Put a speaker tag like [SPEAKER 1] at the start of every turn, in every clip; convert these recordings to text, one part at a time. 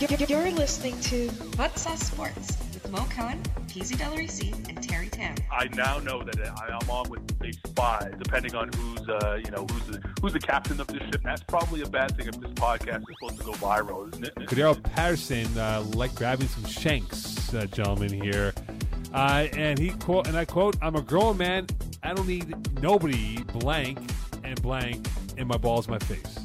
[SPEAKER 1] You're, you're listening to What's Sauce Sports with Mo Cohen, PZ Del Risi, E and Terry Tam.
[SPEAKER 2] I now know that I- I'm on with a spy. Depending on who's, uh, you know, who's the, who's the captain of this ship, that's probably a bad thing if this podcast is supposed to go viral, isn't it?
[SPEAKER 3] Cordero Patterson uh, like grabbing some shanks, uh, gentlemen here, uh, and he quote and I quote: "I'm a grown man. I don't need nobody blank and blank in my balls, my face."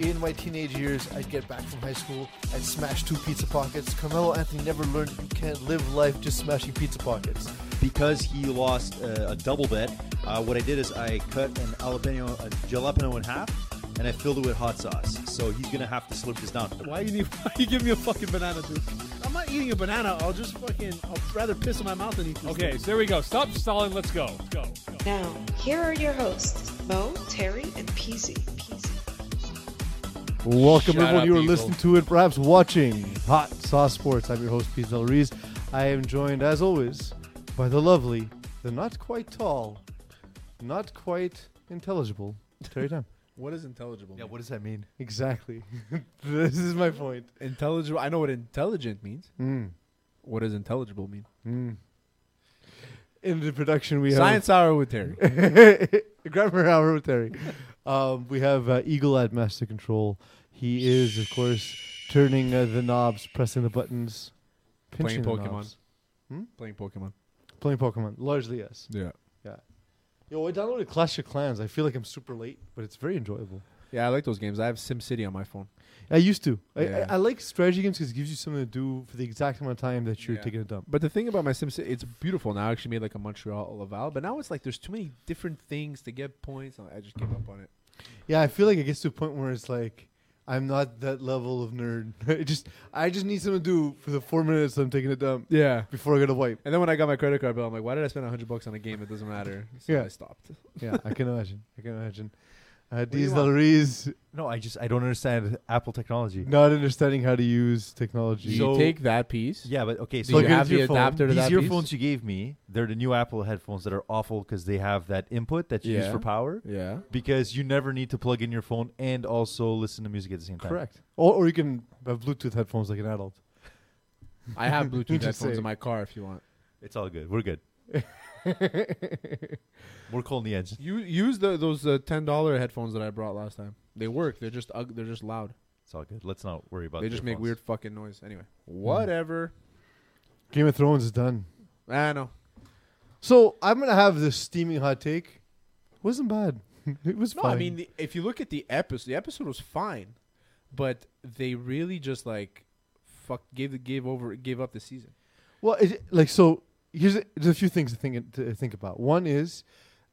[SPEAKER 4] In my teenage years, I'd get back from high school, I'd smash two pizza pockets. Carmelo Anthony never learned you can't live life just smashing pizza pockets.
[SPEAKER 5] because he lost uh, a double bet, uh, what I did is I cut an jalapeno, a jalapeno in half, and I filled it with hot sauce. So he's gonna have to slip this down.
[SPEAKER 6] Why you need? Why you give me a fucking banana, dude? I'm not eating a banana. I'll just fucking. I'll rather piss in my mouth than eat this.
[SPEAKER 3] Okay,
[SPEAKER 6] thing.
[SPEAKER 3] so there we go. Stop stalling. Let's go. Let's go. Let's go.
[SPEAKER 1] Now, here are your hosts, Mo, Terry, and PZ. PZ.
[SPEAKER 4] Welcome,
[SPEAKER 7] Shut
[SPEAKER 4] everyone.
[SPEAKER 7] up,
[SPEAKER 4] you are
[SPEAKER 7] people.
[SPEAKER 4] listening to and perhaps watching Hot Sauce Sports. I'm your host, Pete Del Reese. I am joined, as always, by the lovely, the not quite tall, not quite intelligible Terry Tam.
[SPEAKER 7] What is intelligible?
[SPEAKER 8] Yeah, what does that mean?
[SPEAKER 4] exactly. this is my point.
[SPEAKER 8] Intelligible. I know what intelligent means.
[SPEAKER 7] Hmm.
[SPEAKER 4] Mm.
[SPEAKER 8] What does intelligible mean?
[SPEAKER 4] Mm. In the production, we have
[SPEAKER 8] Science hour with Terry.
[SPEAKER 4] Grammar Hour with Terry. Um, we have uh, Eagle at Master Control. He is, of course, turning uh, the knobs, pressing the buttons,
[SPEAKER 8] Playing
[SPEAKER 4] pinching the
[SPEAKER 8] Pokemon.
[SPEAKER 4] knobs.
[SPEAKER 8] Playing Pokemon.
[SPEAKER 4] Playing Pokemon, largely yes.
[SPEAKER 8] Yeah.
[SPEAKER 4] Yo, I downloaded Clash of Clans. I feel like I'm super late, but it's very enjoyable.
[SPEAKER 8] Yeah, I like those games. I have SimCity on my phone.
[SPEAKER 4] I used to. I,
[SPEAKER 8] Yeah.
[SPEAKER 4] I, I like strategy games because it gives you something to do for the exact amount of time that you're
[SPEAKER 8] Yeah.
[SPEAKER 4] taking a dump.
[SPEAKER 8] But the thing about my SimCity, it's beautiful now. I actually made like a Montreal Laval, but now it's like there's too many different things to get points. I just gave up on it.
[SPEAKER 4] Yeah, I feel like it gets to a point where it's like I'm not that level of nerd. it just I just need something to do for the four minutes I'm taking a dump
[SPEAKER 8] Yeah.
[SPEAKER 4] before I go to wipe.
[SPEAKER 8] And then when I got my credit card bill, I'm like, why did I spend 100 bucks on a game? It doesn't matter. So
[SPEAKER 4] Yeah.
[SPEAKER 8] I stopped.
[SPEAKER 4] Yeah, I can imagine. I can imagine. Uh,
[SPEAKER 8] do you
[SPEAKER 4] These
[SPEAKER 8] want?
[SPEAKER 4] Delries
[SPEAKER 7] No, I just I don't understand Apple technology.
[SPEAKER 4] not understanding how to use technology.
[SPEAKER 7] You So- take
[SPEAKER 8] that piece.
[SPEAKER 7] Yeah, but okay.
[SPEAKER 8] Do
[SPEAKER 7] So
[SPEAKER 8] you
[SPEAKER 4] plug it
[SPEAKER 8] have
[SPEAKER 4] into
[SPEAKER 8] the
[SPEAKER 4] your phone.
[SPEAKER 8] adapter to
[SPEAKER 7] these
[SPEAKER 8] that
[SPEAKER 7] earphones
[SPEAKER 8] piece?
[SPEAKER 7] you gave me, they're the new Apple headphones that are awful because they have that input that you use
[SPEAKER 8] Yeah.
[SPEAKER 7] for power.
[SPEAKER 8] Yeah.
[SPEAKER 7] Because you never need to plug in your phone and also listen to music at the same time.
[SPEAKER 4] Correct. Or, or you can have Bluetooth headphones like an adult.
[SPEAKER 8] I have Bluetooth
[SPEAKER 4] Just
[SPEAKER 8] headphones
[SPEAKER 4] saying.
[SPEAKER 8] in my car if you want.
[SPEAKER 7] It's all good. We're good. We're cool in the edge.
[SPEAKER 8] You use the, those uh, ten dollar headphones that I brought last time. They work. They're just ug- they're just loud.
[SPEAKER 7] It's all good. Let's not worry about.
[SPEAKER 8] they
[SPEAKER 7] the
[SPEAKER 8] just make
[SPEAKER 7] earphones.
[SPEAKER 8] weird fucking noise. Anyway, whatever.
[SPEAKER 4] Game of Thrones is done.
[SPEAKER 8] I know.
[SPEAKER 4] So I'm gonna have this steaming hot take. Wasn't bad. it was
[SPEAKER 8] No,
[SPEAKER 4] fine.
[SPEAKER 8] I mean, the, if you look at the episode, the episode was fine, but they really just like fuck gave the gave over gave up the season.
[SPEAKER 4] well, it, like so. Here's a, there's a few things to think to think about. One is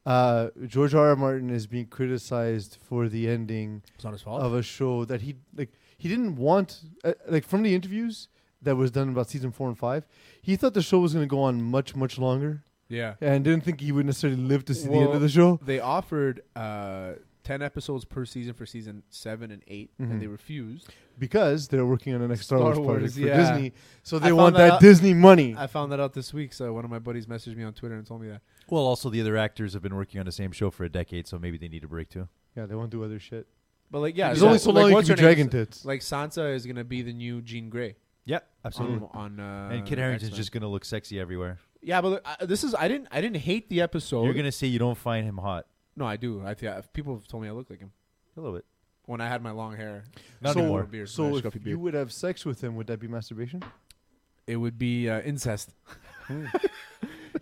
[SPEAKER 4] uh, George R. R. Martin is being criticized for the ending
[SPEAKER 8] It's not his fault.
[SPEAKER 4] of a show that he like he didn't want uh, like from the interviews that was done about season four and five he thought the show was going to go on much much longer
[SPEAKER 8] yeah,
[SPEAKER 4] and didn't think he would necessarily live to see the end
[SPEAKER 8] Well,
[SPEAKER 4] of the show
[SPEAKER 8] they offered uh, ten episodes per season for season seven and 8
[SPEAKER 4] Mhm.
[SPEAKER 8] and they refused.
[SPEAKER 4] because they're working on an next Star,
[SPEAKER 8] Star
[SPEAKER 4] Wars,
[SPEAKER 8] Wars,
[SPEAKER 4] project for
[SPEAKER 8] yeah.
[SPEAKER 4] Disney, so they
[SPEAKER 8] found
[SPEAKER 4] want
[SPEAKER 8] that
[SPEAKER 4] that
[SPEAKER 8] out-
[SPEAKER 4] Disney money.
[SPEAKER 8] I found that out this week. So one of my buddies messaged me on Twitter and told me that.
[SPEAKER 7] Well, also the other actors have been working on the same show for a decade, so maybe they need a break too.
[SPEAKER 4] yeah, they won't do other shit.
[SPEAKER 8] But like, yeah,
[SPEAKER 4] There's
[SPEAKER 8] exactly.
[SPEAKER 4] only so long
[SPEAKER 8] like,
[SPEAKER 4] you
[SPEAKER 8] what's
[SPEAKER 4] can
[SPEAKER 8] her
[SPEAKER 4] be
[SPEAKER 8] name?
[SPEAKER 4] dragon tits.
[SPEAKER 8] Like Sansa is gonna be the new Jean Grey.
[SPEAKER 7] Yeah, absolutely.
[SPEAKER 3] Oh,
[SPEAKER 8] On, on uh,
[SPEAKER 7] and Kit Harrington's
[SPEAKER 8] X-Men.
[SPEAKER 7] just gonna look sexy everywhere.
[SPEAKER 8] yeah, but look, I, this is I didn't I didn't hate the episode.
[SPEAKER 7] You're gonna say you don't find him hot
[SPEAKER 8] no, I do. I think people have told me I look like him
[SPEAKER 7] a little bit.
[SPEAKER 8] when I had my long hair.
[SPEAKER 7] Not
[SPEAKER 4] so,
[SPEAKER 7] anymore.
[SPEAKER 8] Beard,
[SPEAKER 4] so
[SPEAKER 8] nice
[SPEAKER 4] if
[SPEAKER 8] scruffy
[SPEAKER 4] you
[SPEAKER 8] beard.
[SPEAKER 4] would have sex with him, would that be masturbation?
[SPEAKER 8] It would be uh, incest,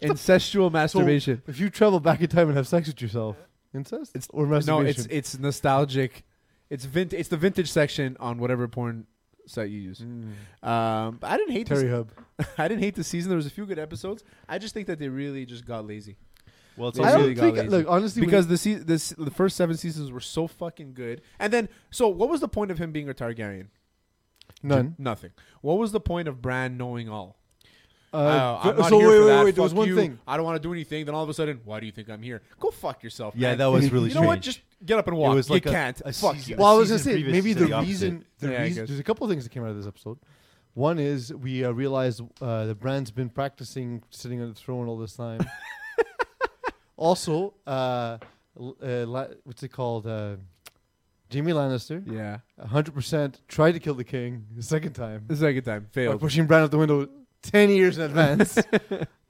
[SPEAKER 8] incestual Hmm. masturbation.
[SPEAKER 4] If you travel back in time and have sex with yourself, incest
[SPEAKER 8] It's-
[SPEAKER 4] or
[SPEAKER 8] no,
[SPEAKER 4] masturbation?
[SPEAKER 8] it's it's nostalgic. It's vintage. It's the vintage section on whatever porn site you use.
[SPEAKER 4] Mm.
[SPEAKER 8] Um, but I didn't hate.
[SPEAKER 4] Terry
[SPEAKER 8] This,
[SPEAKER 4] Hub.
[SPEAKER 8] I didn't hate the season. There was a few good episodes. I just think that they really just got lazy.
[SPEAKER 7] Well, it's
[SPEAKER 8] They
[SPEAKER 4] I
[SPEAKER 7] also,
[SPEAKER 8] really
[SPEAKER 4] don't
[SPEAKER 8] got
[SPEAKER 4] think.
[SPEAKER 8] lazy.
[SPEAKER 4] Look, honestly, when-
[SPEAKER 8] because the se- the se- the first seven seasons were so fucking good. And then, so what was the point of him being a Targaryen?
[SPEAKER 4] none.
[SPEAKER 8] Nothing. What was the point of Bran knowing all?
[SPEAKER 4] Uh,
[SPEAKER 8] Oh, I'm
[SPEAKER 4] th-
[SPEAKER 8] not
[SPEAKER 4] so
[SPEAKER 8] here
[SPEAKER 4] wait,
[SPEAKER 8] for
[SPEAKER 4] wait,
[SPEAKER 8] that.
[SPEAKER 4] wait. There was
[SPEAKER 8] Fuck
[SPEAKER 4] one
[SPEAKER 8] you.
[SPEAKER 4] thing.
[SPEAKER 8] I don't want to do anything. Then all of a sudden, why do you think I'm here? Go fuck yourself.
[SPEAKER 7] yeah,
[SPEAKER 8] man.
[SPEAKER 7] that was really
[SPEAKER 8] You know what?
[SPEAKER 7] strange.
[SPEAKER 8] Just get up and walk.
[SPEAKER 7] was like
[SPEAKER 8] you
[SPEAKER 7] a-
[SPEAKER 8] can't.
[SPEAKER 7] a
[SPEAKER 8] fuck
[SPEAKER 7] season-
[SPEAKER 8] you.
[SPEAKER 7] Yeah,
[SPEAKER 4] Well, I was gonna
[SPEAKER 7] season
[SPEAKER 4] say
[SPEAKER 7] previous
[SPEAKER 4] maybe
[SPEAKER 7] to
[SPEAKER 4] the,
[SPEAKER 7] the opposite.
[SPEAKER 4] reason. The
[SPEAKER 8] Yeah, I
[SPEAKER 4] reason
[SPEAKER 8] guess.
[SPEAKER 4] there's a couple things that came out of this episode. One is we uh, realized uh, the brand's been practicing sitting on the throne all this time. also, uh, l- uh, la- what's it called? Uh, Jamie Lannister,
[SPEAKER 3] Yeah.
[SPEAKER 4] 100% tried to kill the king the second time
[SPEAKER 3] The second time
[SPEAKER 4] by
[SPEAKER 3] failed.
[SPEAKER 4] pushing Bran out the window 10 years in advance.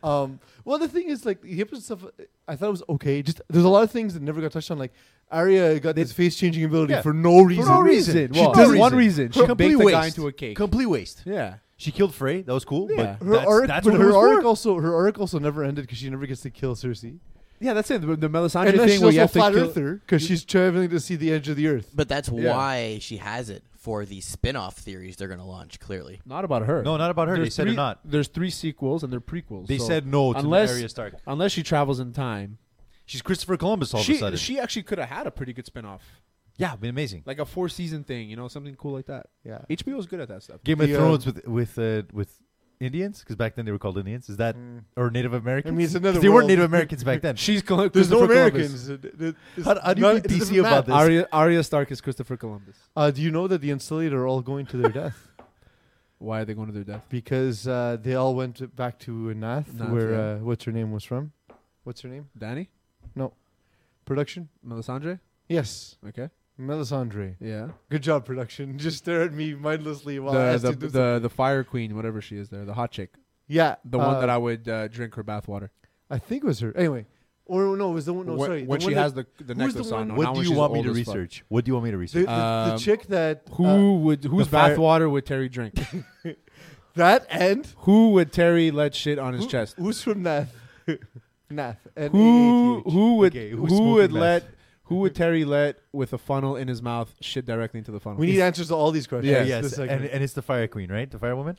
[SPEAKER 4] um, well, the thing is, like, the episode stuff, I thought it was okay. Just There's a lot of things that never got touched on. Like, Arya got this face changing ability
[SPEAKER 7] Yeah.
[SPEAKER 4] for no reason.
[SPEAKER 7] no reason.
[SPEAKER 3] She
[SPEAKER 7] Well,
[SPEAKER 3] does
[SPEAKER 7] no
[SPEAKER 3] one
[SPEAKER 7] reason.
[SPEAKER 3] reason. She
[SPEAKER 7] Her complete
[SPEAKER 3] baked the guy
[SPEAKER 7] waste.
[SPEAKER 3] into a cake.
[SPEAKER 7] Complete waste.
[SPEAKER 3] yeah.
[SPEAKER 7] She killed Frey. That was cool.
[SPEAKER 3] Yeah.
[SPEAKER 7] But
[SPEAKER 4] Her
[SPEAKER 7] that's,
[SPEAKER 4] arc,
[SPEAKER 7] that's
[SPEAKER 4] but
[SPEAKER 7] what it
[SPEAKER 4] her
[SPEAKER 7] was
[SPEAKER 4] arc
[SPEAKER 7] for.
[SPEAKER 4] also her arc also never ended because she never gets to kill Cersei.
[SPEAKER 3] Yeah, that's it. The, the
[SPEAKER 4] And
[SPEAKER 3] Melisandre
[SPEAKER 4] then
[SPEAKER 3] thing
[SPEAKER 4] she's
[SPEAKER 3] where you
[SPEAKER 4] also a
[SPEAKER 3] have to
[SPEAKER 4] flat
[SPEAKER 3] kill-
[SPEAKER 4] earther because she's traveling to see the edge of the earth.
[SPEAKER 8] But that's
[SPEAKER 3] Yeah.
[SPEAKER 8] why she has it for the spin-off theories they're going to launch. Clearly,
[SPEAKER 3] Not about her.
[SPEAKER 7] No, not about her. they
[SPEAKER 3] There's
[SPEAKER 7] said
[SPEAKER 3] three,
[SPEAKER 7] or not.
[SPEAKER 3] There's three sequels and they're prequels.
[SPEAKER 7] They
[SPEAKER 3] so
[SPEAKER 7] said no to
[SPEAKER 3] unless,
[SPEAKER 7] the Arya Stark.
[SPEAKER 3] Unless she travels in time.
[SPEAKER 7] She's Christopher Columbus all of a
[SPEAKER 3] She,
[SPEAKER 7] sudden.
[SPEAKER 3] she actually could have had a pretty good spin-off.
[SPEAKER 7] yeah, been amazing.
[SPEAKER 3] Like a four season thing, you know, something cool like that.
[SPEAKER 4] Yeah.
[SPEAKER 3] HBO's good at that stuff.
[SPEAKER 7] Game of
[SPEAKER 4] The, uh,
[SPEAKER 7] Thrones with with uh, with Indians because back then they were called Indians. Is that or Native Americans?
[SPEAKER 4] it's
[SPEAKER 7] 'Cause
[SPEAKER 4] another
[SPEAKER 7] They
[SPEAKER 4] world.
[SPEAKER 7] weren't Native Americans back then.
[SPEAKER 3] She's Col-
[SPEAKER 4] There's no
[SPEAKER 3] Christopher Columbus.
[SPEAKER 4] Americans. It- it-
[SPEAKER 7] How- how do you beat
[SPEAKER 4] it's not- it
[SPEAKER 7] DC
[SPEAKER 4] doesn't
[SPEAKER 7] about
[SPEAKER 4] matter.
[SPEAKER 7] this?
[SPEAKER 3] Arya, Arya Stark is Christopher Columbus.
[SPEAKER 4] Uh, do you know that the Unsullied are all going to their death
[SPEAKER 3] Why are they going to their death?
[SPEAKER 4] because uh, they all went back to Nath,
[SPEAKER 3] Nath,
[SPEAKER 4] where
[SPEAKER 3] yeah.
[SPEAKER 4] uh, what's her name was from? What's her name?
[SPEAKER 3] Danny?
[SPEAKER 4] Production?
[SPEAKER 3] Melisandre?
[SPEAKER 4] Yes,
[SPEAKER 3] Okay.
[SPEAKER 4] Melisandre.
[SPEAKER 3] Yeah.
[SPEAKER 4] Good job, production. Just stare at me mindlessly while I asked
[SPEAKER 3] the,
[SPEAKER 4] you
[SPEAKER 3] the,
[SPEAKER 4] this.
[SPEAKER 3] the, the fire queen, whatever she is there, the hot chick.
[SPEAKER 4] yeah,
[SPEAKER 3] The
[SPEAKER 4] uh,
[SPEAKER 3] one that I would uh, drink her bathwater.
[SPEAKER 4] I think it was her. Anyway, or no, it was the one. No,
[SPEAKER 3] Wh-
[SPEAKER 4] sorry,
[SPEAKER 3] when
[SPEAKER 4] the
[SPEAKER 3] she
[SPEAKER 4] one that-
[SPEAKER 3] has the, the
[SPEAKER 4] who's the
[SPEAKER 3] necklace
[SPEAKER 4] one-
[SPEAKER 3] on.
[SPEAKER 7] what
[SPEAKER 3] now
[SPEAKER 7] do
[SPEAKER 3] when
[SPEAKER 7] you
[SPEAKER 3] she's
[SPEAKER 7] want me
[SPEAKER 3] old
[SPEAKER 7] to
[SPEAKER 3] as fuck.
[SPEAKER 7] research? What do you want me to research?
[SPEAKER 4] the, the, the
[SPEAKER 3] Um,
[SPEAKER 4] chick that
[SPEAKER 3] Who
[SPEAKER 4] uh,
[SPEAKER 3] would whose
[SPEAKER 7] fire-
[SPEAKER 3] bathwater would Terry drink?
[SPEAKER 4] that and
[SPEAKER 3] who would Terry let shit on his
[SPEAKER 4] who-
[SPEAKER 3] chest?
[SPEAKER 4] Who's from Nath? Nath. N A
[SPEAKER 3] Who
[SPEAKER 4] A T H.
[SPEAKER 3] who would
[SPEAKER 7] Okay, who's
[SPEAKER 3] who would
[SPEAKER 7] smoking meth?
[SPEAKER 3] let who would Terry let with a funnel in his mouth shit directly into the funnel?
[SPEAKER 4] We need answers to all these questions.
[SPEAKER 7] yeah,
[SPEAKER 4] this
[SPEAKER 7] Uh, yes, and,
[SPEAKER 4] segment.
[SPEAKER 7] and it's the Fire Queen, right? The Fire Woman.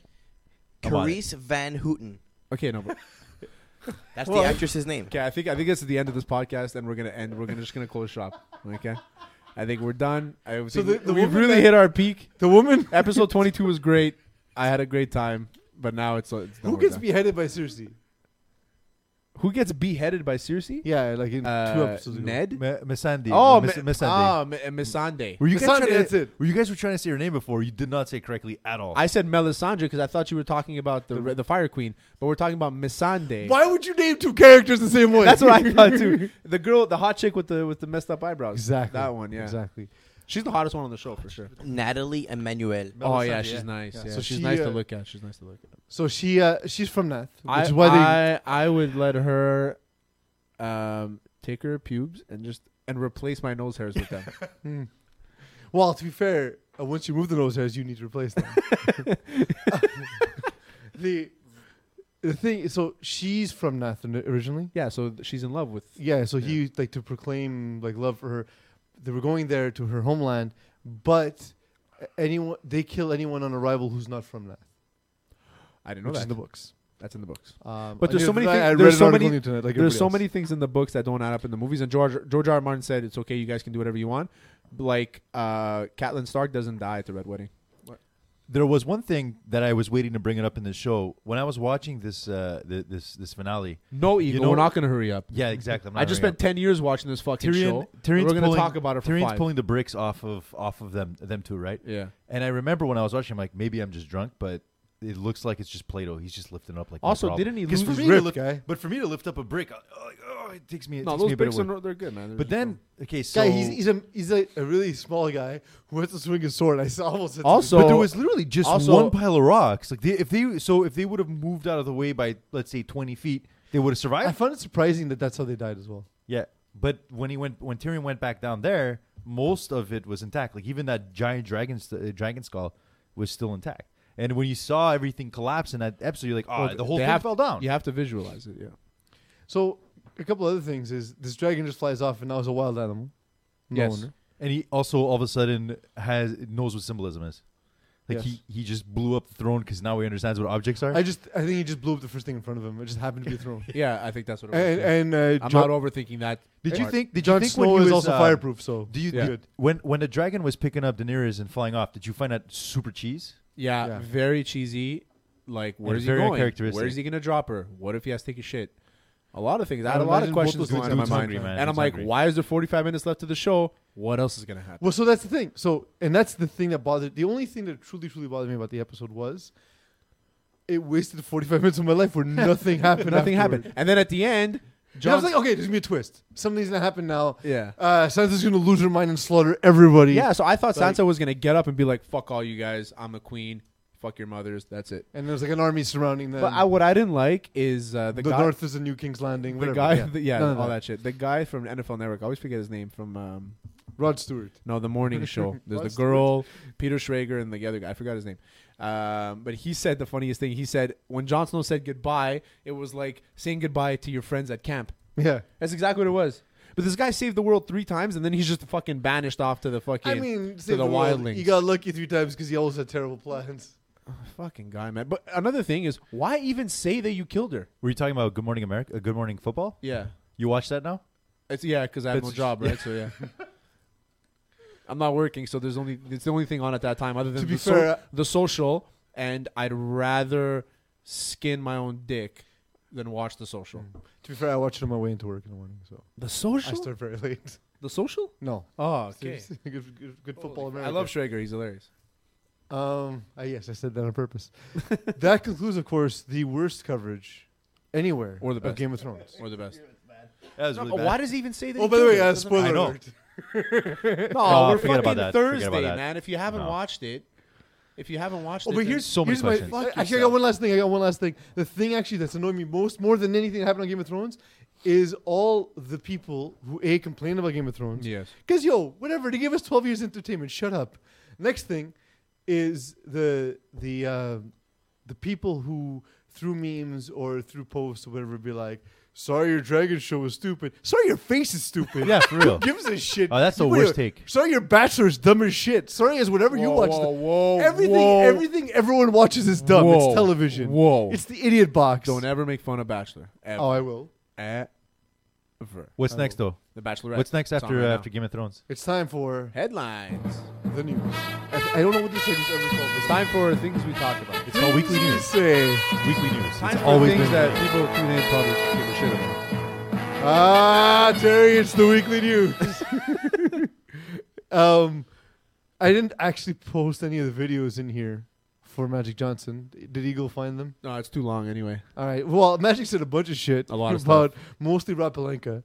[SPEAKER 7] Come on.
[SPEAKER 8] Carice Van Houten.
[SPEAKER 3] okay, no. But,
[SPEAKER 8] That's
[SPEAKER 4] Well-
[SPEAKER 8] the actress's name.
[SPEAKER 3] okay, I think I think this is the end of this podcast, and we're gonna end. We're gonna just gonna close shop. Okay, I think we're done. I think
[SPEAKER 4] So the- the
[SPEAKER 3] we've
[SPEAKER 4] woman
[SPEAKER 3] really
[SPEAKER 4] that-
[SPEAKER 3] hit our peak.
[SPEAKER 4] the woman
[SPEAKER 3] Episode twenty two was great. I had a great time, but now it's, it's now
[SPEAKER 4] who
[SPEAKER 3] we're
[SPEAKER 4] gets
[SPEAKER 3] done.
[SPEAKER 4] beheaded by Cersei.
[SPEAKER 3] who gets beheaded by Cersei?
[SPEAKER 4] Yeah, like in two
[SPEAKER 3] Uh,
[SPEAKER 4] episodes. ago.
[SPEAKER 3] Ned.
[SPEAKER 7] Ma- Missandei.
[SPEAKER 3] Oh,
[SPEAKER 7] Miss-
[SPEAKER 3] Mi-
[SPEAKER 7] Missandei.
[SPEAKER 3] ah, Mi- Missandei.
[SPEAKER 7] were you guys
[SPEAKER 4] Missandei,
[SPEAKER 7] trying to,
[SPEAKER 4] that's it.
[SPEAKER 7] Were you guys were trying to say her name before? You did not say it correctly at all.
[SPEAKER 3] I said Melisandre because I thought you were talking about the the Fire Queen, but we're talking about Missandei.
[SPEAKER 4] Why would you name two characters the same way?
[SPEAKER 3] That's what I thought too. The girl, the hot chick with the with the messed up eyebrows.
[SPEAKER 4] Exactly.
[SPEAKER 3] That one, yeah.
[SPEAKER 4] Exactly.
[SPEAKER 3] She's the hottest one on the show for sure.
[SPEAKER 8] Natalie Emmanuel.
[SPEAKER 3] Oh yeah, she's nice. Yeah.
[SPEAKER 4] So
[SPEAKER 3] she's
[SPEAKER 4] she,
[SPEAKER 3] nice
[SPEAKER 4] uh,
[SPEAKER 3] to look at. She's nice to look at.
[SPEAKER 4] So she uh, she's from Nath, which
[SPEAKER 3] I,
[SPEAKER 4] is why they
[SPEAKER 3] I I would let her um take her pubes and just and replace my nose hairs with them.
[SPEAKER 4] Well, to be fair, uh, once you move the nose hairs, you need to replace them. the the thing, so she's from Nath originally.
[SPEAKER 3] yeah, so th- she's in love with
[SPEAKER 4] Yeah, so he like to proclaim like love for her. They were going there to her homeland, but anyone they kill anyone on arrival who's not from Nath,
[SPEAKER 3] I didn't know
[SPEAKER 4] which is
[SPEAKER 3] that.
[SPEAKER 4] in the books.
[SPEAKER 3] That's in the books.
[SPEAKER 4] Um,
[SPEAKER 3] But
[SPEAKER 4] I
[SPEAKER 3] there's
[SPEAKER 4] knew
[SPEAKER 3] so many
[SPEAKER 4] that-
[SPEAKER 3] things-
[SPEAKER 4] I read
[SPEAKER 3] there's
[SPEAKER 4] an
[SPEAKER 3] so
[SPEAKER 4] article
[SPEAKER 3] many-
[SPEAKER 4] on the internet, like
[SPEAKER 3] There's
[SPEAKER 4] everybody
[SPEAKER 3] so
[SPEAKER 4] else.
[SPEAKER 3] many things in the books that don't add up in the movies, and George George R. R. Martin said it's okay, you guys can do whatever you want. Like uh Catelyn Stark doesn't die at the Red Wedding.
[SPEAKER 7] there was one thing that I was waiting to bring it up in the show when I was watching this uh, the, this this finale.
[SPEAKER 3] No ego.
[SPEAKER 7] know-
[SPEAKER 3] we're not gonna hurry up.
[SPEAKER 7] Yeah, exactly. I'm not
[SPEAKER 3] I just
[SPEAKER 7] bringing
[SPEAKER 3] spent ten years watching this fucking
[SPEAKER 7] it
[SPEAKER 3] show.
[SPEAKER 7] up. Tyrion.
[SPEAKER 3] and
[SPEAKER 7] Tyrion's
[SPEAKER 3] we're gonna
[SPEAKER 7] pulling,
[SPEAKER 3] talk about it for
[SPEAKER 7] Tyrion's
[SPEAKER 3] five.
[SPEAKER 7] pulling the bricks off of off of them them two, right?
[SPEAKER 3] Yeah.
[SPEAKER 7] And I remember when I was watching, I'm like, maybe I'm just drunk, but it looks like it's just Play-Doh. He's just lifting up like. no
[SPEAKER 3] Also,
[SPEAKER 7] problem.
[SPEAKER 3] didn't he
[SPEAKER 7] 'Cause
[SPEAKER 3] lose
[SPEAKER 7] for
[SPEAKER 3] his
[SPEAKER 7] me to
[SPEAKER 4] rib,
[SPEAKER 7] lift-
[SPEAKER 4] guy?
[SPEAKER 7] But for me to lift up a brick, I, oh, like, oh, it takes me. It
[SPEAKER 3] No,
[SPEAKER 7] takes
[SPEAKER 3] those
[SPEAKER 7] me a bit of
[SPEAKER 3] picks are
[SPEAKER 7] work.
[SPEAKER 3] no- they're good, man. They're
[SPEAKER 7] But
[SPEAKER 3] just
[SPEAKER 7] then,
[SPEAKER 3] fun.
[SPEAKER 7] okay, so
[SPEAKER 4] Guy, he's he's a he's a, a really small guy who has to swing his sword. I saw almost hit
[SPEAKER 3] Also-
[SPEAKER 7] but there was literally just
[SPEAKER 3] also-
[SPEAKER 7] one pile of rocks. Like they, if they, so if they would have moved out of the way by let's say twenty feet, they would have
[SPEAKER 4] somebody. I
[SPEAKER 7] survived.
[SPEAKER 4] found it surprising that that's how they died as well.
[SPEAKER 7] Yeah, but when he went, when Tyrion went back down there, most of it was intact. Like even that giant dragon, st- uh, dragon skull, was still intact. And when you saw everything collapse in that episode, you're like, oh, the whole
[SPEAKER 3] They
[SPEAKER 7] thing
[SPEAKER 3] have-
[SPEAKER 7] fell down.
[SPEAKER 3] You have to visualize it. Yeah.
[SPEAKER 4] So a couple other things is this dragon just flies off and now it's a wild animal. No
[SPEAKER 3] Yes.
[SPEAKER 4] wonder.
[SPEAKER 7] And he also all of a sudden has knows what symbolism is. Like
[SPEAKER 4] Yes.
[SPEAKER 7] he, he just blew up the throne because now he understands what objects are.
[SPEAKER 4] I just I think he just blew up the first thing in front of him. It just happened to be thrown.
[SPEAKER 3] Yeah, I think that's what. It was.
[SPEAKER 4] and
[SPEAKER 3] yeah.
[SPEAKER 4] and uh,
[SPEAKER 3] I'm
[SPEAKER 4] Jon,
[SPEAKER 3] not overthinking that.
[SPEAKER 7] did you
[SPEAKER 3] part.
[SPEAKER 7] think? Did you
[SPEAKER 4] Jon
[SPEAKER 7] think
[SPEAKER 4] Snow
[SPEAKER 7] when he
[SPEAKER 4] is
[SPEAKER 7] was
[SPEAKER 4] also
[SPEAKER 7] uh,
[SPEAKER 4] fireproof? So
[SPEAKER 7] Do you
[SPEAKER 3] Yeah.
[SPEAKER 7] did- when when the dragon was picking up Daenerys and flying off? Did you find that super cheese?
[SPEAKER 3] Yeah,
[SPEAKER 4] Yeah.
[SPEAKER 3] very cheesy. Like, where's he
[SPEAKER 7] very
[SPEAKER 3] going?
[SPEAKER 7] uncharacteristic.
[SPEAKER 3] Where's he gonna drop her? What if he has to take a shit? A lot of things. I had
[SPEAKER 4] I'd
[SPEAKER 3] a lot of
[SPEAKER 4] imagine both
[SPEAKER 3] questions
[SPEAKER 4] those
[SPEAKER 3] going on in my
[SPEAKER 7] dudes are
[SPEAKER 3] mind,
[SPEAKER 7] hungry, man.
[SPEAKER 3] and I'm
[SPEAKER 7] Dude's
[SPEAKER 3] like,
[SPEAKER 7] hungry.
[SPEAKER 3] why is there 45 minutes left to the show? What else is gonna happen?
[SPEAKER 4] Well, so that's the thing. So, and that's the thing that bothered. The only thing that truly, truly bothered me about the episode was it wasted 45 minutes of my life where nothing happened.
[SPEAKER 3] Nothing
[SPEAKER 4] afterward.
[SPEAKER 3] happened. And then at the end,
[SPEAKER 4] I was like, oh, okay, there's gonna be a twist. Something's gonna happen now.
[SPEAKER 3] Yeah.
[SPEAKER 4] Uh, Sansa's gonna lose her mind and slaughter everybody.
[SPEAKER 3] Yeah, so I thought
[SPEAKER 4] Like-
[SPEAKER 3] Sansa was gonna get up and be like, "Fuck all you guys, I'm the queen. Fuck your mothers. That's it."
[SPEAKER 4] And there's like an army surrounding them.
[SPEAKER 3] But I, what I didn't like is uh, the,
[SPEAKER 4] the
[SPEAKER 3] guy,
[SPEAKER 4] north is the new King's Landing.
[SPEAKER 3] the
[SPEAKER 4] whatever.
[SPEAKER 3] guy,
[SPEAKER 4] yeah,
[SPEAKER 3] the- yeah,
[SPEAKER 4] None of
[SPEAKER 3] all
[SPEAKER 4] that.
[SPEAKER 3] that. shit. The guy from NFL Network. I always forget his name from. Um,
[SPEAKER 4] Rod Stewart.
[SPEAKER 3] no, the morning show. There's the
[SPEAKER 4] Rod Stewart.
[SPEAKER 3] girl, Peter Schrager, and the other guy. I forgot his name. Um, but he said the funniest thing. He said when Jon Snow said goodbye, it was like saying goodbye to your friends at camp.
[SPEAKER 4] Yeah.
[SPEAKER 3] That's exactly what it was. But this guy saved the world three times, and then he's just fucking banished off to the fucking
[SPEAKER 4] I mean,
[SPEAKER 3] to
[SPEAKER 4] save
[SPEAKER 3] the,
[SPEAKER 4] the world.
[SPEAKER 3] wildlings.
[SPEAKER 4] He got lucky three times because he always had terrible plans.
[SPEAKER 3] Fucking guy, man. But another thing is, why even say that you killed her?
[SPEAKER 7] Were you talking about Good Morning America? Uh, Good Morning Football?
[SPEAKER 3] Yeah,
[SPEAKER 7] You watch that now?
[SPEAKER 3] it's yeah, because I have no
[SPEAKER 7] It's-
[SPEAKER 3] job, right? So yeah, I'm not working, so there's only it's the only thing on at that time, other than
[SPEAKER 4] To be
[SPEAKER 3] the, so-
[SPEAKER 4] fair, uh,
[SPEAKER 3] the social. And I'd rather skin my own dick than watch the social.
[SPEAKER 4] To be fair, I watched it on my way into work in the morning, so
[SPEAKER 3] The
[SPEAKER 4] Mm. I
[SPEAKER 3] social,
[SPEAKER 4] start very late.
[SPEAKER 3] the social.
[SPEAKER 4] No.
[SPEAKER 3] Oh, okay.
[SPEAKER 4] Seriously, good, good, good football.
[SPEAKER 3] I
[SPEAKER 4] America.
[SPEAKER 3] love Schrager. He's hilarious.
[SPEAKER 4] Um, I yes, I said that on purpose. that concludes, of course, the worst coverage anywhere
[SPEAKER 3] Or the
[SPEAKER 4] of
[SPEAKER 3] best.
[SPEAKER 4] Game of Thrones.
[SPEAKER 3] Or the best.
[SPEAKER 7] That was really bad.
[SPEAKER 3] why does he even say that?
[SPEAKER 4] Oh, by the way, uh,
[SPEAKER 7] I
[SPEAKER 4] spoiler Oh,
[SPEAKER 7] know.
[SPEAKER 4] alert.
[SPEAKER 3] no,
[SPEAKER 7] No,
[SPEAKER 3] we're
[SPEAKER 7] forget
[SPEAKER 3] fucking
[SPEAKER 7] about that. Forget
[SPEAKER 3] Thursday,
[SPEAKER 7] about that.
[SPEAKER 3] man. If you haven't
[SPEAKER 7] No.
[SPEAKER 3] watched it, if you haven't watched
[SPEAKER 4] Oh,
[SPEAKER 3] it,
[SPEAKER 4] but
[SPEAKER 3] then-
[SPEAKER 4] here's
[SPEAKER 7] so many
[SPEAKER 4] here's my-
[SPEAKER 7] questions.
[SPEAKER 4] I-
[SPEAKER 3] Fuck
[SPEAKER 4] actually, I
[SPEAKER 3] yourself.
[SPEAKER 4] got one last thing. I got one last thing. The thing actually that's annoying me most, more than anything that happened on Game of Thrones, is all the people who a complain about Game of Thrones.
[SPEAKER 3] Yes.
[SPEAKER 4] Because yo, whatever they gave us twelve years entertainment. Shut up. Next thing is the the uh, the people who through memes or through posts or whatever be like. Sorry, your dragon show was stupid. Sorry, your face is stupid.
[SPEAKER 7] Yeah, for real.
[SPEAKER 4] Who gives a shit?
[SPEAKER 7] Oh, that's the
[SPEAKER 4] Wait,
[SPEAKER 7] worst
[SPEAKER 4] wait.
[SPEAKER 7] take.
[SPEAKER 4] Sorry, your bachelor is dumb as shit. Sorry, as whatever you
[SPEAKER 3] Whoa,
[SPEAKER 4] watch.
[SPEAKER 3] whoa,
[SPEAKER 4] the-
[SPEAKER 3] Oh, whoa,
[SPEAKER 4] everything,
[SPEAKER 3] whoa.
[SPEAKER 4] everything everyone watches is dumb.
[SPEAKER 3] Whoa,
[SPEAKER 4] it's television.
[SPEAKER 3] whoa.
[SPEAKER 4] It's the idiot box.
[SPEAKER 3] Don't ever make fun of Bachelor. Ever.
[SPEAKER 4] Oh, I will.
[SPEAKER 3] Ever.
[SPEAKER 7] What's next though?
[SPEAKER 3] The Bachelorette.
[SPEAKER 7] What's next
[SPEAKER 3] It's on
[SPEAKER 7] after
[SPEAKER 3] Oh. right
[SPEAKER 7] uh,
[SPEAKER 3] now.
[SPEAKER 7] after Game of Thrones?
[SPEAKER 4] It's time for
[SPEAKER 3] Headlines.
[SPEAKER 4] the news. I, I don't know what this segment's ever called.
[SPEAKER 3] It's time for things we talk about. It's
[SPEAKER 7] It's called Weekly News.
[SPEAKER 4] Say,
[SPEAKER 7] Weekly News.
[SPEAKER 3] time
[SPEAKER 7] It's
[SPEAKER 3] for
[SPEAKER 7] always
[SPEAKER 3] things
[SPEAKER 7] been
[SPEAKER 3] that people tune in probably give a shit about.
[SPEAKER 4] ah, Terry, it's the weekly news. um, I didn't actually post any of the videos in here for Magic Johnson. Did Eagle find them?
[SPEAKER 3] No, it's too long anyway.
[SPEAKER 4] All right. Well, Magic said a bunch of shit.
[SPEAKER 3] A lot of
[SPEAKER 4] about mostly Rob Pelinka.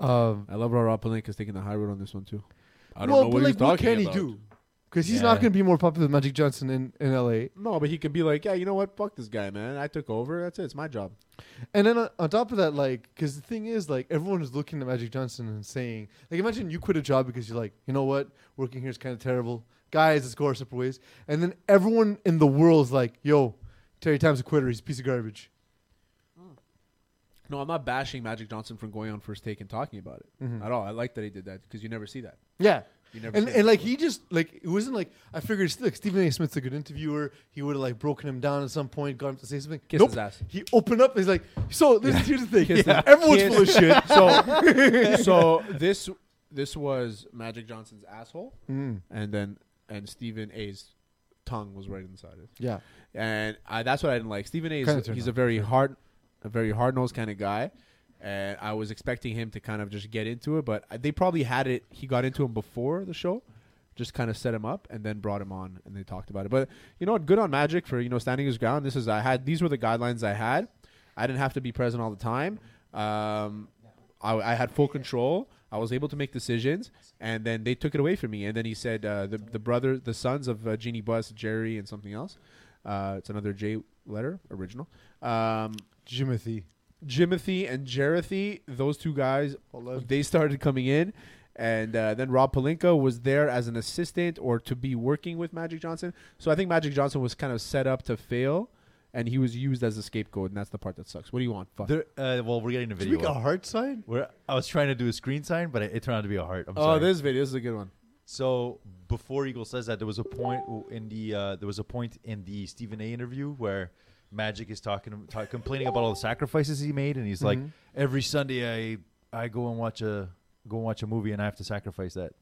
[SPEAKER 4] Um,
[SPEAKER 3] I love how Rob Palenka's taking the high road on this one too. I don't
[SPEAKER 4] well,
[SPEAKER 3] know
[SPEAKER 4] but
[SPEAKER 3] what he's
[SPEAKER 4] like, what
[SPEAKER 3] talking
[SPEAKER 4] can
[SPEAKER 3] about.
[SPEAKER 4] he do? Because he's
[SPEAKER 7] Yeah.
[SPEAKER 4] not going to be more popular than Magic Johnson in, in L.A.
[SPEAKER 3] No, but he could be like, yeah, you know what? Fuck this guy, man. I took over. That's it. It's my job.
[SPEAKER 4] And then on, on top of that, like, because the thing is, like, everyone is looking at Magic Johnson and saying, like, imagine you quit a job because you're like, you know what, working here is kind of terrible. Guys, let's go our separate ways. And then everyone in the world is like, yo, Terry Time's a quitter. He's a piece of garbage.
[SPEAKER 3] No, I'm not bashing Magic Johnson for going on first take and talking about it at all. I like that he did that because you never see that.
[SPEAKER 4] Yeah.
[SPEAKER 3] You never
[SPEAKER 4] And,
[SPEAKER 3] see that
[SPEAKER 4] and like he just like it wasn't like I figured it's like Stephen A. Smith's a good interviewer. He would have like broken him down at some point, got him to say something.
[SPEAKER 3] Kiss
[SPEAKER 4] nope.
[SPEAKER 3] his ass.
[SPEAKER 4] He opened up. He's like, so this, here's the thing.
[SPEAKER 3] Kiss his-
[SPEAKER 4] Everyone's
[SPEAKER 3] kiss-
[SPEAKER 4] full of shit.
[SPEAKER 3] so so this this was Magic Johnson's asshole, and then and Stephen A's tongue was right inside it,
[SPEAKER 4] Yeah.
[SPEAKER 3] and I, that's what I didn't like. Stephen A
[SPEAKER 4] Kinda
[SPEAKER 3] is
[SPEAKER 4] turned
[SPEAKER 3] he's a
[SPEAKER 4] off,
[SPEAKER 3] very hard, a very hard nosed kind of guy, and I was expecting him to kind of just get into it, but they probably had it. He got into him before the show. Just kind of set him up and then brought him on and they talked about it. But you know what? Good on Magic for you know standing his ground. This is I had these were the guidelines I had. I didn't have to be present all the time. Um, I, I had full control. I was able to make decisions, and then they took it away from me. And then he said, uh, the the brother, the sons of uh, Jeannie Bus, Jerry, and something else. Uh, it's another J letter, original. Um,
[SPEAKER 4] Jimothy.
[SPEAKER 3] Jimothy and Jerothy, those two guys,
[SPEAKER 4] Hello.
[SPEAKER 3] they started coming in. And uh, then Rob Palinka was there as an assistant or to be working with Magic Johnson. So I think Magic Johnson was kind of set up to fail, and he was used as a scapegoat, and that's the part that sucks. What do you want? Fuck.
[SPEAKER 7] There, uh, well, we're getting a
[SPEAKER 4] Did we
[SPEAKER 7] video.
[SPEAKER 4] get a
[SPEAKER 7] up.
[SPEAKER 4] heart sign?
[SPEAKER 7] Where I was trying to do a screen sign, but it, it turned out to be a heart. I'm
[SPEAKER 3] oh,
[SPEAKER 7] sorry.
[SPEAKER 3] this video this is a good one.
[SPEAKER 7] So before Eagle says that, there was a point w- in the uh, there was a point in the Stephen A. interview where Magic is talking, ta complaining about all the sacrifices he made, and he's like, every Sunday I I go and watch a go and watch a movie, and I have to sacrifice that.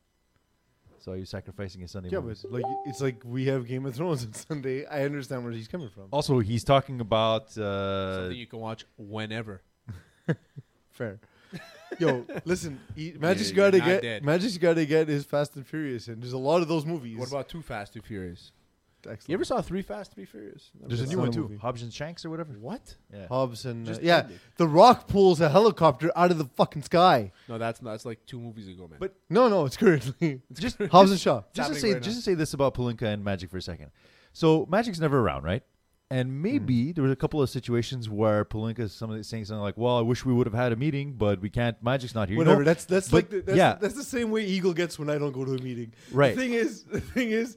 [SPEAKER 7] So you're sacrificing a Sunday.
[SPEAKER 4] Yeah,
[SPEAKER 7] movies.
[SPEAKER 4] but like it's like we have Game of Thrones on Sunday. I understand where he's coming from.
[SPEAKER 7] also he's talking about uh,
[SPEAKER 3] Something you can watch whenever.
[SPEAKER 4] Fair. Yo, listen, he, Magic's
[SPEAKER 3] you're
[SPEAKER 4] got to
[SPEAKER 3] not
[SPEAKER 4] get
[SPEAKER 3] dead.
[SPEAKER 4] Magic's got to get his Fast and Furious, and there's a lot of those movies.
[SPEAKER 3] What about Too Fast, Too Furious?
[SPEAKER 5] excellent.
[SPEAKER 4] You ever saw Three Fast, Three Furious?
[SPEAKER 7] There's a
[SPEAKER 5] It's
[SPEAKER 7] new
[SPEAKER 5] not
[SPEAKER 7] one
[SPEAKER 5] a
[SPEAKER 7] too.
[SPEAKER 5] movie.
[SPEAKER 7] Hobbs and Shanks or whatever.
[SPEAKER 4] What?
[SPEAKER 7] Yeah.
[SPEAKER 5] Hobbs and uh,
[SPEAKER 4] Just
[SPEAKER 5] yeah,
[SPEAKER 4] ended.
[SPEAKER 5] The Rock pulls a helicopter out of the fucking sky.
[SPEAKER 4] No, that's not. That's like two movies ago, man.
[SPEAKER 7] But-
[SPEAKER 5] No, no, it's currently
[SPEAKER 7] Just
[SPEAKER 5] Hobbs and Shaw.
[SPEAKER 7] just to
[SPEAKER 4] happening
[SPEAKER 7] say
[SPEAKER 4] right now.
[SPEAKER 7] just to say this about Palinka and Magic for a second. So Magic's never around, right?
[SPEAKER 4] Hmm.
[SPEAKER 7] And maybe there was a couple of situations where Palinka is somebody saying something like, "Well, I wish we would have had a meeting, but we can't. Magic's not here." You know?
[SPEAKER 5] Whatever. That's that's
[SPEAKER 7] but-
[SPEAKER 5] like the, that's,
[SPEAKER 7] yeah.
[SPEAKER 5] that's the same way Eagle gets when I don't go to a meeting.
[SPEAKER 7] Right.
[SPEAKER 5] The thing is, the thing is,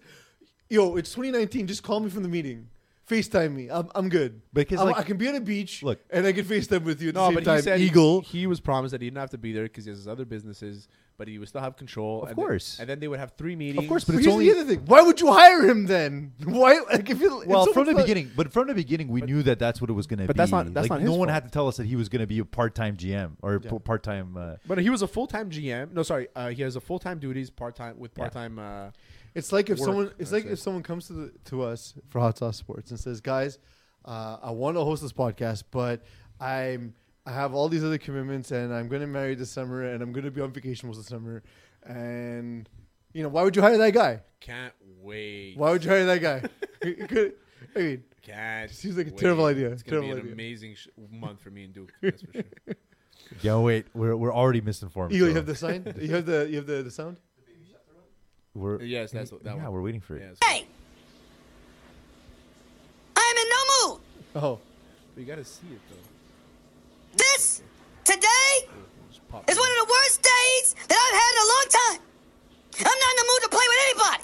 [SPEAKER 5] yo, it's 2019. Just call me from the meeting. Facetime me. I'm, I'm good.
[SPEAKER 7] Because,
[SPEAKER 5] I'm-
[SPEAKER 7] like-
[SPEAKER 5] I can be on a beach.
[SPEAKER 7] Look.
[SPEAKER 5] and I can Facetime with you at
[SPEAKER 4] no,
[SPEAKER 5] the same
[SPEAKER 4] but
[SPEAKER 5] time.
[SPEAKER 4] he said
[SPEAKER 5] Eagle.
[SPEAKER 4] He, he was promised that he didn't have to be there because he has his other businesses, but he would still have control. Of and then-
[SPEAKER 7] course.
[SPEAKER 4] and then they would have three meetings.
[SPEAKER 7] of course, but
[SPEAKER 5] but
[SPEAKER 7] it's
[SPEAKER 5] here's
[SPEAKER 7] only
[SPEAKER 5] the other thing. Why would you hire him then? Why? Like, if you, if
[SPEAKER 7] well from
[SPEAKER 5] someone's
[SPEAKER 7] the
[SPEAKER 5] not-
[SPEAKER 7] beginning. But from the beginning, we knew that that's what it was going to be.
[SPEAKER 4] But that's not- that's
[SPEAKER 7] like,
[SPEAKER 4] not
[SPEAKER 7] no
[SPEAKER 4] his
[SPEAKER 7] one
[SPEAKER 4] fault.
[SPEAKER 7] had to tell us that he was going to be a part-time GM or p- part-time. Uh,
[SPEAKER 4] But he was a full time GM. No, sorry, uh, he has a full time duties, part time with part time. Uh,
[SPEAKER 5] It's like if
[SPEAKER 4] work,
[SPEAKER 5] someone it's
[SPEAKER 4] I'd
[SPEAKER 5] like
[SPEAKER 4] say.
[SPEAKER 5] if someone comes to the, to us for Hot Sauce Sports and says, "Guys, uh, I want to host this podcast, but I'm I have all these other commitments, and I'm going to marry this summer, and I'm going to be on vacation most of the summer, and you know why would you hire that guy?
[SPEAKER 4] can't wait.
[SPEAKER 5] Why would you hire that guy? You could- I mean,
[SPEAKER 4] Can't.
[SPEAKER 5] Seems like a terrible idea.
[SPEAKER 4] It's gonna
[SPEAKER 5] Terrible
[SPEAKER 4] be an
[SPEAKER 5] idea.
[SPEAKER 4] amazing sh- month for me and Duke. That's for sure.
[SPEAKER 7] yeah, wait, we're we're already misinformed.
[SPEAKER 5] Eagle, you
[SPEAKER 7] so
[SPEAKER 5] have the sign, you have the you have the, the sound.
[SPEAKER 7] We're,
[SPEAKER 4] Yes, that's what- that
[SPEAKER 7] yeah,
[SPEAKER 4] one.
[SPEAKER 7] we're waiting for it.
[SPEAKER 4] Yeah, it's-
[SPEAKER 8] I'm in no mood.
[SPEAKER 5] Oh,
[SPEAKER 4] but you gotta see it though.
[SPEAKER 8] This today
[SPEAKER 4] Just pop
[SPEAKER 8] is one of the worst days that I've had in a long time. I'm not in the mood to play with anybody.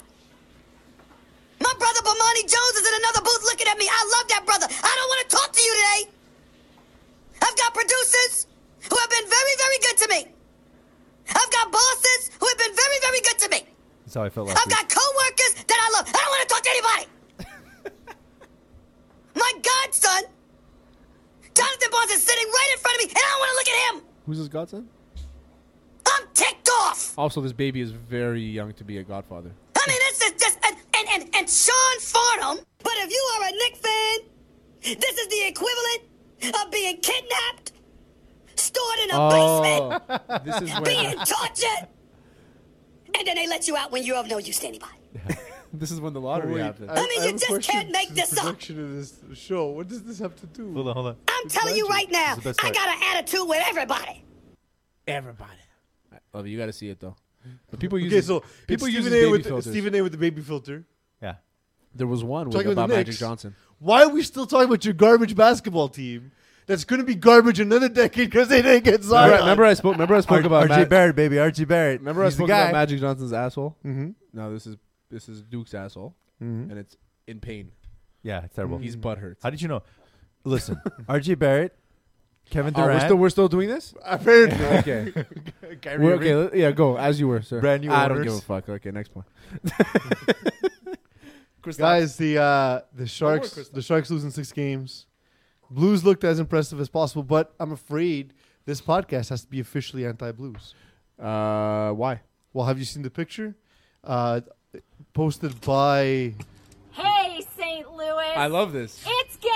[SPEAKER 8] My brother Bomani Jones is in another booth looking at me. I love that brother. I don't want to talk to you today. I've got producers who have been very, very good to me. I've got bosses who have been very, very good to me.
[SPEAKER 7] That's how I felt last
[SPEAKER 8] I've
[SPEAKER 7] week.
[SPEAKER 8] got coworkers that I love. I don't want to talk to anybody. My godson, Jonathan Barnes, is sitting right in front of me, and I don't want to look at him.
[SPEAKER 4] Who's his godson?
[SPEAKER 8] I'm ticked off.
[SPEAKER 4] Also, this baby is very young to be a godfather.
[SPEAKER 8] I mean, this is just and and and, and Sean Farnham. But if you are a Nick fan, this is the equivalent of being kidnapped, stored in a
[SPEAKER 4] Oh.
[SPEAKER 8] basement,
[SPEAKER 4] this is
[SPEAKER 8] being
[SPEAKER 4] when
[SPEAKER 8] tortured, and then they let you out when you're of no use to anybody.
[SPEAKER 4] this is when the lottery happened.
[SPEAKER 8] I mean, you
[SPEAKER 5] have a
[SPEAKER 8] just
[SPEAKER 5] question
[SPEAKER 8] can't make
[SPEAKER 5] to
[SPEAKER 8] this
[SPEAKER 5] the
[SPEAKER 8] up.
[SPEAKER 5] production of this show. What does this have to do?
[SPEAKER 7] Hold on, hold on.
[SPEAKER 8] I'm telling you right now,
[SPEAKER 7] It's the best
[SPEAKER 8] I
[SPEAKER 7] part.
[SPEAKER 8] got an attitude with everybody.
[SPEAKER 4] Everybody. Love you. You gotta see it though. But people use
[SPEAKER 5] Okay, so
[SPEAKER 4] people
[SPEAKER 5] it's
[SPEAKER 4] use
[SPEAKER 5] Stephen
[SPEAKER 4] baby
[SPEAKER 5] A with the,
[SPEAKER 4] filters.
[SPEAKER 5] Stephen A with the baby filter.
[SPEAKER 7] Yeah.
[SPEAKER 4] There was one with,
[SPEAKER 5] Talking about
[SPEAKER 4] about
[SPEAKER 5] the
[SPEAKER 4] Magic
[SPEAKER 5] Knicks.
[SPEAKER 4] Johnson.
[SPEAKER 5] Why are we still talking about your garbage basketball team? That's going to be garbage another decade because they didn't get Zion.
[SPEAKER 4] Remember, remember I spoke. Remember I spoke about
[SPEAKER 7] RJ
[SPEAKER 4] Mag-
[SPEAKER 7] Barrett, baby, RJ Barrett.
[SPEAKER 4] Remember
[SPEAKER 7] He's the
[SPEAKER 4] I spoke
[SPEAKER 7] guy.
[SPEAKER 4] about Magic Johnson's asshole. Mm-hmm. No, this is this is Duke's asshole,
[SPEAKER 5] Mm-hmm.
[SPEAKER 4] and it's in pain.
[SPEAKER 7] Yeah, it's terrible.
[SPEAKER 4] He's butthurt.
[SPEAKER 7] How did you know? Listen, RJ Barrett, Kevin
[SPEAKER 4] Oh,
[SPEAKER 7] Durant,
[SPEAKER 4] we're still we're still doing this.
[SPEAKER 5] Apparently.
[SPEAKER 4] Okay. We're- okay. let- Yeah, go as you were, sir.
[SPEAKER 7] Brand new
[SPEAKER 4] I don't
[SPEAKER 7] owners.
[SPEAKER 4] give a fuck. Okay, next point.
[SPEAKER 5] Guys, the uh, the Sharks the Sharks losing six games. Blues looked as impressive as possible, but I'm afraid this podcast has to be officially anti-Blues.
[SPEAKER 4] Uh, why?
[SPEAKER 5] Well, have you seen the picture uh, posted by?
[SPEAKER 9] Hey, St. Louis.
[SPEAKER 4] I love this.
[SPEAKER 9] It's game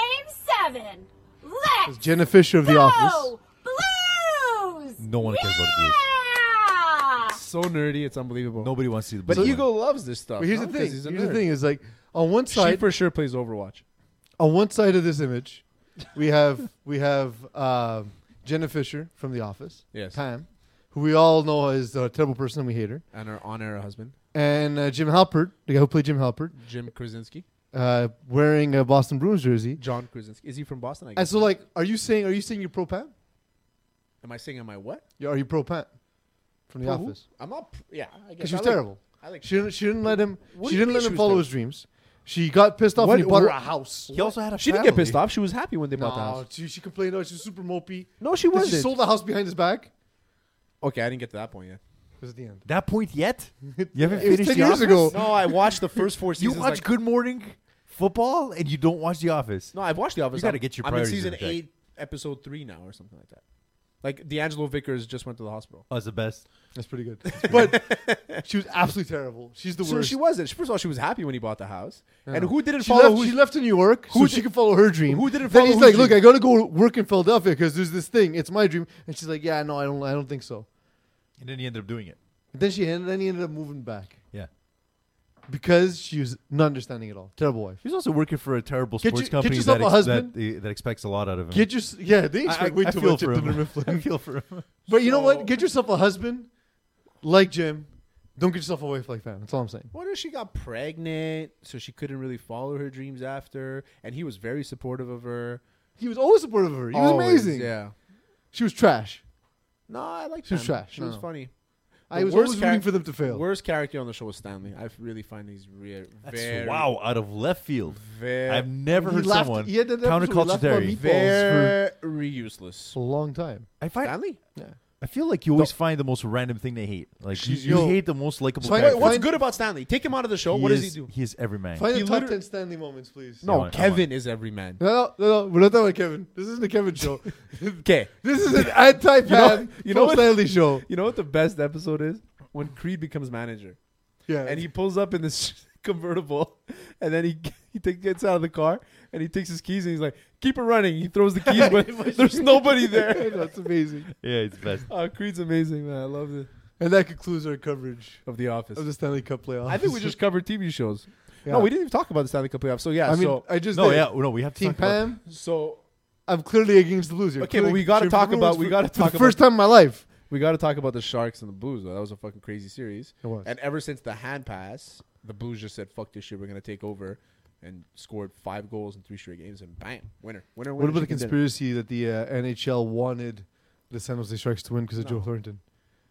[SPEAKER 9] seven. Let's
[SPEAKER 5] Jenna Fisher of The
[SPEAKER 9] go,
[SPEAKER 5] Office.
[SPEAKER 9] Blues.
[SPEAKER 7] No one cares about the Blues.
[SPEAKER 9] yeah!
[SPEAKER 4] So nerdy, it's unbelievable.
[SPEAKER 7] Nobody wants to see the
[SPEAKER 4] but
[SPEAKER 7] Bulls
[SPEAKER 4] Hugo loves this stuff.
[SPEAKER 5] But here's
[SPEAKER 4] Oh, no?
[SPEAKER 5] the
[SPEAKER 4] 'Cause
[SPEAKER 5] thing.
[SPEAKER 4] he's
[SPEAKER 5] Here's
[SPEAKER 4] a
[SPEAKER 5] the
[SPEAKER 4] nerd.
[SPEAKER 5] thing is like on one
[SPEAKER 4] She
[SPEAKER 5] side,
[SPEAKER 4] for sure plays Overwatch.
[SPEAKER 5] on one side of this image, we have we have uh, Jenna Fisher from The Office.
[SPEAKER 4] Yes.
[SPEAKER 5] Pam, who we all know is a terrible person and we hate her,
[SPEAKER 4] And her on-air husband,
[SPEAKER 5] and uh, Jim Halpert, the guy who played Jim Halpert,
[SPEAKER 4] Jim Krasinski,
[SPEAKER 5] uh, wearing a Boston Bruins jersey.
[SPEAKER 4] John Krasinski. Is he from Boston? I
[SPEAKER 5] And
[SPEAKER 4] guess.
[SPEAKER 5] so, like, are you saying are you saying you're pro Pam?
[SPEAKER 4] Am I saying am I what?
[SPEAKER 5] Yeah, Are you pro Pam from The
[SPEAKER 4] Pro who?
[SPEAKER 5] Office?
[SPEAKER 4] I'm not. pr- Yeah, I
[SPEAKER 5] Because
[SPEAKER 4] guess
[SPEAKER 5] she
[SPEAKER 4] I
[SPEAKER 5] was
[SPEAKER 4] like-
[SPEAKER 5] terrible.
[SPEAKER 4] I like.
[SPEAKER 5] She didn't, she didn't let him.
[SPEAKER 4] What
[SPEAKER 5] she
[SPEAKER 4] do you
[SPEAKER 5] didn't
[SPEAKER 4] mean
[SPEAKER 5] let
[SPEAKER 4] she
[SPEAKER 5] him
[SPEAKER 4] was
[SPEAKER 5] follow
[SPEAKER 4] terrible?
[SPEAKER 5] his dreams. She got pissed off when he
[SPEAKER 4] What-
[SPEAKER 5] bought her
[SPEAKER 4] wha-
[SPEAKER 5] a house.
[SPEAKER 7] He also had a
[SPEAKER 4] She didn't get
[SPEAKER 7] family.
[SPEAKER 4] pissed off. She was happy when they bought the
[SPEAKER 5] No,
[SPEAKER 4] house.
[SPEAKER 5] she, she complained. Oh, she's super mopey.
[SPEAKER 4] No, she
[SPEAKER 5] Then
[SPEAKER 4] wasn't.
[SPEAKER 5] She sold the house behind his back.
[SPEAKER 4] Okay, I didn't get to that point yet.
[SPEAKER 5] It was at the end.
[SPEAKER 7] That point yet? You haven't
[SPEAKER 5] It was 10
[SPEAKER 7] finished The
[SPEAKER 5] years
[SPEAKER 7] Office?
[SPEAKER 5] ago.
[SPEAKER 4] No, I watched the first four
[SPEAKER 7] You
[SPEAKER 4] seasons.
[SPEAKER 7] watch
[SPEAKER 4] like-
[SPEAKER 7] Good Morning Football and you don't watch The Office.
[SPEAKER 4] no, I've watched The Office.
[SPEAKER 7] You gotta
[SPEAKER 4] I'm-
[SPEAKER 7] get your
[SPEAKER 4] I'm in
[SPEAKER 7] priorities in
[SPEAKER 4] season
[SPEAKER 7] check.
[SPEAKER 4] eight, episode three now, or something like that. Like D'Angelo Vickers just went to the hospital.
[SPEAKER 7] Oh, it's the best.
[SPEAKER 5] That's pretty good. But she was absolutely terrible. She's the
[SPEAKER 4] So
[SPEAKER 5] worst.
[SPEAKER 4] she wasn't. First of all, she was happy when he bought the house. And
[SPEAKER 5] Yeah.
[SPEAKER 4] who didn't
[SPEAKER 5] She
[SPEAKER 4] follow?
[SPEAKER 5] left,
[SPEAKER 4] who's-
[SPEAKER 5] she left to New York so
[SPEAKER 4] who
[SPEAKER 5] she
[SPEAKER 4] did-
[SPEAKER 5] could follow her dream.
[SPEAKER 4] who didn't
[SPEAKER 5] Then
[SPEAKER 4] follow
[SPEAKER 5] he's
[SPEAKER 4] whose
[SPEAKER 5] like, "Look,
[SPEAKER 4] dream?"
[SPEAKER 5] I gotta go work in Philadelphia because there's this thing. It's my dream." And she's like, "Yeah, no, I don't. I don't think so."
[SPEAKER 7] And then he ended up doing it.
[SPEAKER 5] And then she and then he ended up moving back.
[SPEAKER 7] Yeah.
[SPEAKER 5] because she was not understanding at all. Terrible wife.
[SPEAKER 7] She's also working for a terrible
[SPEAKER 5] Get
[SPEAKER 7] sports
[SPEAKER 5] you- get
[SPEAKER 7] company
[SPEAKER 5] yourself
[SPEAKER 7] that,
[SPEAKER 5] a husband.
[SPEAKER 7] that, that expects a lot out of him.
[SPEAKER 5] Get your yeah. They expect way too
[SPEAKER 7] feel
[SPEAKER 5] much
[SPEAKER 7] for
[SPEAKER 5] of
[SPEAKER 7] him.
[SPEAKER 5] Dunder Mifflin.
[SPEAKER 7] I feel for him.
[SPEAKER 5] But you know what? Get yourself a husband like Jim. Don't get yourself a wife like that. That's all I'm saying.
[SPEAKER 4] What if she got pregnant, so she couldn't really follow her dreams after, and he was very supportive of her.
[SPEAKER 5] He was always supportive of her. He was
[SPEAKER 4] Always,
[SPEAKER 5] amazing.
[SPEAKER 4] Yeah.
[SPEAKER 5] She was trash.
[SPEAKER 4] No, I liked
[SPEAKER 5] She was
[SPEAKER 4] him.
[SPEAKER 5] trash.
[SPEAKER 4] She
[SPEAKER 5] No,
[SPEAKER 4] was
[SPEAKER 5] no.
[SPEAKER 4] funny.
[SPEAKER 5] I
[SPEAKER 4] The
[SPEAKER 5] was
[SPEAKER 4] worst
[SPEAKER 5] always rooting for them to fail.
[SPEAKER 4] Worst character on the show was Stanley. I really find these re-
[SPEAKER 7] That's
[SPEAKER 4] very
[SPEAKER 7] wow, out of left field.
[SPEAKER 4] Very-
[SPEAKER 7] I've never
[SPEAKER 4] He
[SPEAKER 7] heard
[SPEAKER 4] laughed-
[SPEAKER 7] someone
[SPEAKER 4] he had that episode where he laughed about
[SPEAKER 7] counterculture
[SPEAKER 4] meatballs
[SPEAKER 7] Very-
[SPEAKER 4] very useless.
[SPEAKER 5] A long time.
[SPEAKER 7] I find
[SPEAKER 4] Stanley.
[SPEAKER 5] Yeah.
[SPEAKER 7] I feel like you always find the most random thing they hate. Like you,
[SPEAKER 5] She's-
[SPEAKER 7] you
[SPEAKER 5] yo.
[SPEAKER 7] hate the most likable.
[SPEAKER 5] So I-
[SPEAKER 7] character.
[SPEAKER 5] wait, what's
[SPEAKER 4] good about Stanley? Take him out of the show.
[SPEAKER 7] He
[SPEAKER 4] what does he
[SPEAKER 7] is-
[SPEAKER 4] do?
[SPEAKER 7] He is every man.
[SPEAKER 5] Find
[SPEAKER 4] He
[SPEAKER 5] the top
[SPEAKER 4] liter-
[SPEAKER 5] ten Stanley moments, please.
[SPEAKER 7] I
[SPEAKER 4] No,
[SPEAKER 7] want- I
[SPEAKER 4] Kevin is every man.
[SPEAKER 5] No, no, no, we're not talking about Kevin. This isn't a Kevin show.
[SPEAKER 4] Okay.
[SPEAKER 5] This is an anti fan you know, Stanley show.
[SPEAKER 4] You know what the best episode is? When Creed becomes manager.
[SPEAKER 5] Yeah.
[SPEAKER 4] And he pulls up in this convertible and then he he take, gets out of the car and he takes his keys and he's like, "Keep it running." He throws the keys, but there's nobody there.
[SPEAKER 5] That's amazing.
[SPEAKER 7] Yeah, it's best.
[SPEAKER 4] Oh, Creed's amazing, man. I love it.
[SPEAKER 5] And that concludes our coverage
[SPEAKER 4] Of The Office.
[SPEAKER 5] of the Stanley Cup playoffs.
[SPEAKER 4] I think we just covered TV shows.
[SPEAKER 5] Yeah.
[SPEAKER 4] No, we didn't even talk about the Stanley Cup playoffs. So yeah,
[SPEAKER 5] I mean,
[SPEAKER 4] so
[SPEAKER 5] I just
[SPEAKER 7] No,
[SPEAKER 5] did.
[SPEAKER 7] yeah, no, we have to
[SPEAKER 5] Team
[SPEAKER 7] talk about-
[SPEAKER 5] Pam.
[SPEAKER 4] so
[SPEAKER 5] I'm clearly against the Blues. here.
[SPEAKER 4] Okay, but
[SPEAKER 5] Clearly
[SPEAKER 4] we got to
[SPEAKER 5] cheering
[SPEAKER 4] talk
[SPEAKER 5] for the
[SPEAKER 4] about
[SPEAKER 5] Bruins
[SPEAKER 4] we
[SPEAKER 5] for-
[SPEAKER 4] got to
[SPEAKER 5] for the
[SPEAKER 4] talk about
[SPEAKER 5] first time in my life.
[SPEAKER 4] We got to talk about the Sharks and the Blues. Though. That was a fucking crazy series.
[SPEAKER 5] It was.
[SPEAKER 4] And ever since the hand pass, the Blues just said, "Fuck this shit. We're gonna take over," and scored five goals in three straight games. And bam, winner, winner, winner.
[SPEAKER 5] What about the
[SPEAKER 4] chicken dinner.
[SPEAKER 5] conspiracy that the uh, NHL wanted the San Jose Sharks to win because of Joe Thornton?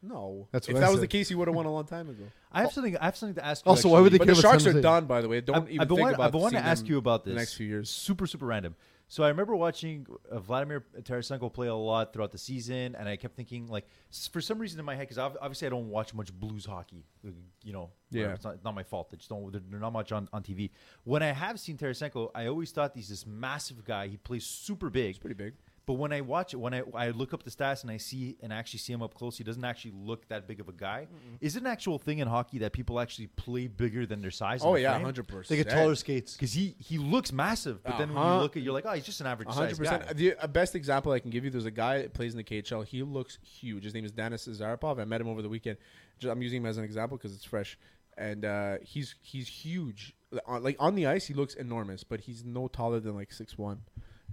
[SPEAKER 4] No,
[SPEAKER 5] That's
[SPEAKER 4] if
[SPEAKER 5] what I
[SPEAKER 4] that was the
[SPEAKER 5] said.
[SPEAKER 4] case, you would have won a long time ago.
[SPEAKER 7] I have something. I have something to ask. you,
[SPEAKER 5] Also, why would they
[SPEAKER 7] actually.
[SPEAKER 4] But
[SPEAKER 5] care
[SPEAKER 4] the
[SPEAKER 5] about
[SPEAKER 4] Sharks
[SPEAKER 5] San
[SPEAKER 4] are
[SPEAKER 5] Jose?
[SPEAKER 4] done, by the way. Don't
[SPEAKER 7] I've,
[SPEAKER 4] even
[SPEAKER 7] I've been
[SPEAKER 4] think
[SPEAKER 7] wanting,
[SPEAKER 4] about.
[SPEAKER 7] I've been wanting
[SPEAKER 4] seeing
[SPEAKER 7] to ask
[SPEAKER 4] them
[SPEAKER 7] you about this.
[SPEAKER 4] the next few years.
[SPEAKER 7] Super, super random. So I remember watching uh, Vladimir Tarasenko play a lot throughout the season, and I kept thinking, like, s- for some reason in my head, because obviously I don't watch much blues hockey. uh, You know, whatever,
[SPEAKER 4] Yeah.
[SPEAKER 7] it's, not, it's not my fault. They just don't. They're, they're not much on, on TV. When I have seen Tarasenko, I always thought he's this massive guy. He plays super big. He's
[SPEAKER 4] pretty big.
[SPEAKER 7] But when I watch it, when I, I look up the stats and I see and actually see him up close, he doesn't actually look that big of a guy. Is it an actual thing in hockey that people actually play bigger than their size? in
[SPEAKER 4] Oh
[SPEAKER 7] the
[SPEAKER 4] yeah,
[SPEAKER 7] frame?
[SPEAKER 4] hundred percent.
[SPEAKER 5] They get taller skates.
[SPEAKER 7] because he he looks massive, but then when you
[SPEAKER 4] Uh-huh.
[SPEAKER 7] look at you're like, oh, he's just an average size
[SPEAKER 4] 100
[SPEAKER 7] guy.
[SPEAKER 4] percent. The uh, best example I can give you, there's a guy that plays in the KHL. He looks huge. His name is Danis Zarapov. I met him over the weekend. Ju- I'm using him as an example because it's fresh, and uh, he's he's huge. Uh, On, like on the ice, he looks enormous, but he's no taller than like six one,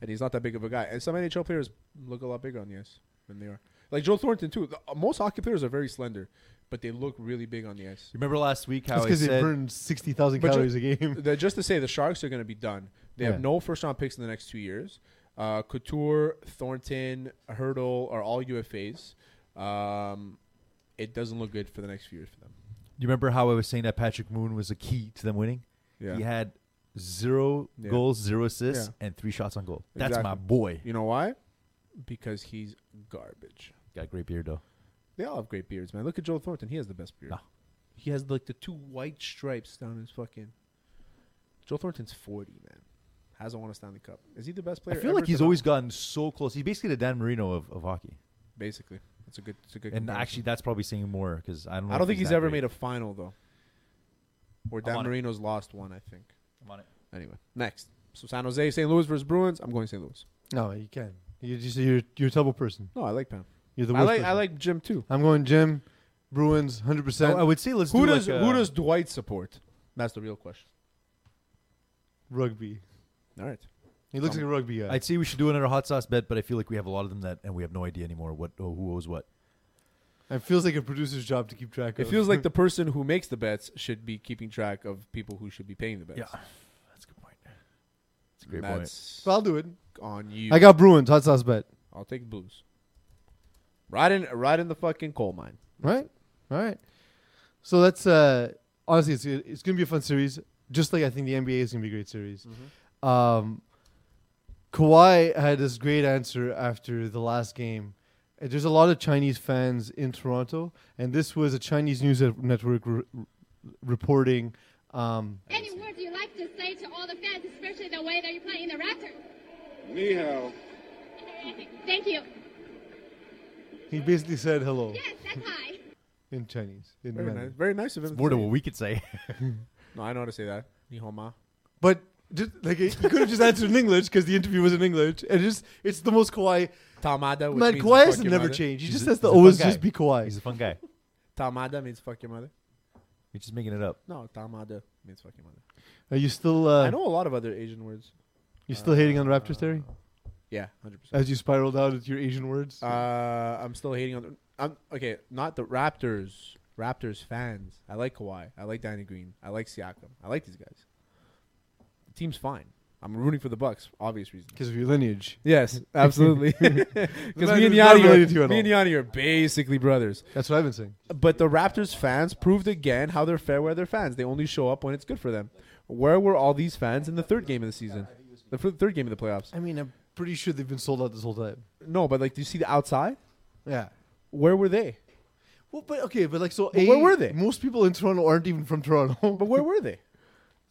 [SPEAKER 4] and he's not that big of a guy. And some NHL players look a lot bigger on the ice than they are. Like Joe Thornton too. The- uh, most hockey players are very slender, but they look really big on the ice.
[SPEAKER 7] Remember last week how
[SPEAKER 5] That's
[SPEAKER 7] I
[SPEAKER 5] because they
[SPEAKER 7] said
[SPEAKER 5] burned sixty thousand
[SPEAKER 4] But ju-
[SPEAKER 5] calories a game.
[SPEAKER 4] the- just to say, the Sharks are going to be done. They
[SPEAKER 5] Yeah.
[SPEAKER 4] have no first round picks in the next two years. Uh, Couture, Thornton, Hurdle are all UFAs. Um, it doesn't look good for the next few years for them.
[SPEAKER 7] you remember how I was saying that Patrick Moon was a key to them winning.
[SPEAKER 4] Yeah.
[SPEAKER 7] He had zero
[SPEAKER 4] Yeah.
[SPEAKER 7] goals, zero assists,
[SPEAKER 4] Yeah.
[SPEAKER 7] and three shots on goal. That's
[SPEAKER 4] Exactly.
[SPEAKER 7] my boy.
[SPEAKER 4] You know why? Because he's garbage.
[SPEAKER 7] Got a great beard though.
[SPEAKER 4] They all have great beards, man. Look at Joel Thornton. He has the best beard.
[SPEAKER 7] No.
[SPEAKER 4] He has like the two white stripes down his fucking. Joel Thornton's forty, man. Hasn't won a Stanley Cup. Is he the best
[SPEAKER 7] I
[SPEAKER 4] player?
[SPEAKER 7] feel
[SPEAKER 4] ever
[SPEAKER 7] like he's
[SPEAKER 4] to not-
[SPEAKER 7] always gotten so close. He's basically the Dan Marino of, of hockey.
[SPEAKER 4] basically. That's a good. That's a good.
[SPEAKER 7] And
[SPEAKER 4] comparison.
[SPEAKER 7] actually, that's probably saying more because I don't. Know
[SPEAKER 4] I
[SPEAKER 7] if
[SPEAKER 4] don't think he's
[SPEAKER 7] that
[SPEAKER 4] ever
[SPEAKER 7] great.
[SPEAKER 4] made a final though. Or
[SPEAKER 7] I'm
[SPEAKER 4] Dan
[SPEAKER 7] on it.
[SPEAKER 4] Marino's lost one, I think.
[SPEAKER 7] I'm on it.
[SPEAKER 4] Anyway, next. So San Jose, St. Louis versus Bruins. I'm going St. Louis.
[SPEAKER 5] no, you can. You just you're you're a terrible person.
[SPEAKER 4] No, I like Pam.
[SPEAKER 5] You're the
[SPEAKER 4] I
[SPEAKER 5] worst.
[SPEAKER 4] like I
[SPEAKER 5] person.
[SPEAKER 4] like Jim too.
[SPEAKER 5] I'm going Jim, Bruins, hundred
[SPEAKER 7] So
[SPEAKER 5] percent.
[SPEAKER 4] Oh,
[SPEAKER 7] I would say let's
[SPEAKER 4] Who
[SPEAKER 7] do
[SPEAKER 4] does
[SPEAKER 7] like uh, a-
[SPEAKER 4] who does Dwight support? That's the real question.
[SPEAKER 5] Rugby.
[SPEAKER 4] All right.
[SPEAKER 5] He looks
[SPEAKER 4] Um,
[SPEAKER 5] like a rugby guy.
[SPEAKER 7] I'd say we should do another hot sauce bet, but I feel like we have a lot of them that, and we have no idea anymore what oh, who owes what.
[SPEAKER 5] it feels like a producer's job to keep track
[SPEAKER 4] It
[SPEAKER 5] of.
[SPEAKER 4] feels like the person who makes the bets should be keeping track of people who should be paying the bets.
[SPEAKER 7] Yeah. That's a good point. That's a great point.
[SPEAKER 4] That's
[SPEAKER 5] But I'll do it.
[SPEAKER 4] on you.
[SPEAKER 5] I got Bruins hot sauce bet.
[SPEAKER 4] I'll take Blues. Right in right in the fucking coal mine.
[SPEAKER 5] Right. All right. So that's uh, honestly, it's it's gonna be a fun series. Just like I think the NBA is gonna be a great series.
[SPEAKER 4] Mm-hmm.
[SPEAKER 5] Um, Kawhi had this great answer after the last game. Uh, There's a lot of Chinese fans in Toronto, and this was a Chinese news net- network re- re- reporting. Um,
[SPEAKER 10] Any words you like to say to all the fans, especially the way that you're playing the Raptors?
[SPEAKER 11] Ni hao.
[SPEAKER 10] Thank you.
[SPEAKER 5] he basically said hello
[SPEAKER 10] Yes, that's high.
[SPEAKER 5] in Chinese. In
[SPEAKER 4] Very
[SPEAKER 5] Mandarin.
[SPEAKER 4] nice. Very nice of him.
[SPEAKER 7] It's
[SPEAKER 4] to
[SPEAKER 7] more than
[SPEAKER 4] say.
[SPEAKER 7] what we could say.
[SPEAKER 4] No, I know how to say that. Nihoma.
[SPEAKER 5] But just, like you could have just answered in English because the interview was in English, and just it's the most Kawhi.
[SPEAKER 4] Tamada, which
[SPEAKER 5] Man,
[SPEAKER 4] means
[SPEAKER 5] Kawhi
[SPEAKER 4] fuck
[SPEAKER 5] has
[SPEAKER 4] your
[SPEAKER 5] never
[SPEAKER 4] mother.
[SPEAKER 5] changed. He
[SPEAKER 7] He's
[SPEAKER 5] just
[SPEAKER 7] a-
[SPEAKER 5] has to
[SPEAKER 7] he's a fun
[SPEAKER 5] always
[SPEAKER 7] guy.
[SPEAKER 5] just be Kawhi.
[SPEAKER 7] He's a fun guy.
[SPEAKER 4] Tamada means fuck your mother.
[SPEAKER 7] You're just making it up.
[SPEAKER 4] No, tamada means fucking mother.
[SPEAKER 5] Are you still? Uh,
[SPEAKER 4] I know a lot of other Asian words.
[SPEAKER 5] You still hating on the Raptors, Terry?
[SPEAKER 4] yeah, 100%.
[SPEAKER 5] As you spiraled out at your Asian words.
[SPEAKER 4] Uh, I'm still hating on. The, I'm okay. Not the Raptors. Raptors fans. I like Kawhi. I like Danny Green. I like Siakam. I like these guys. The team's fine. I'm rooting for the Bucks, obvious reasons.
[SPEAKER 5] Because of your lineage.
[SPEAKER 4] Yes, absolutely.
[SPEAKER 5] The
[SPEAKER 4] Because
[SPEAKER 5] man
[SPEAKER 4] me and
[SPEAKER 5] who's not
[SPEAKER 4] Yanni,
[SPEAKER 5] related to you
[SPEAKER 4] are,
[SPEAKER 5] at
[SPEAKER 4] me
[SPEAKER 5] all.
[SPEAKER 4] and Yanni are basically brothers.
[SPEAKER 5] That's what I've been saying.
[SPEAKER 4] But the Raptors fans proved again how they're fair weather fans. They only show up when it's good for them. Where were all these fans in the third game of the season? The fir- third game of the playoffs.
[SPEAKER 5] I mean, I'm pretty sure they've been sold out this whole time.
[SPEAKER 4] No, but like, do you see the outside?
[SPEAKER 5] Yeah.
[SPEAKER 4] Where were they?
[SPEAKER 5] Well, but okay, but like, so
[SPEAKER 4] But
[SPEAKER 5] A,
[SPEAKER 4] where were they?
[SPEAKER 5] Most people in Toronto aren't even from Toronto. but
[SPEAKER 4] where were they?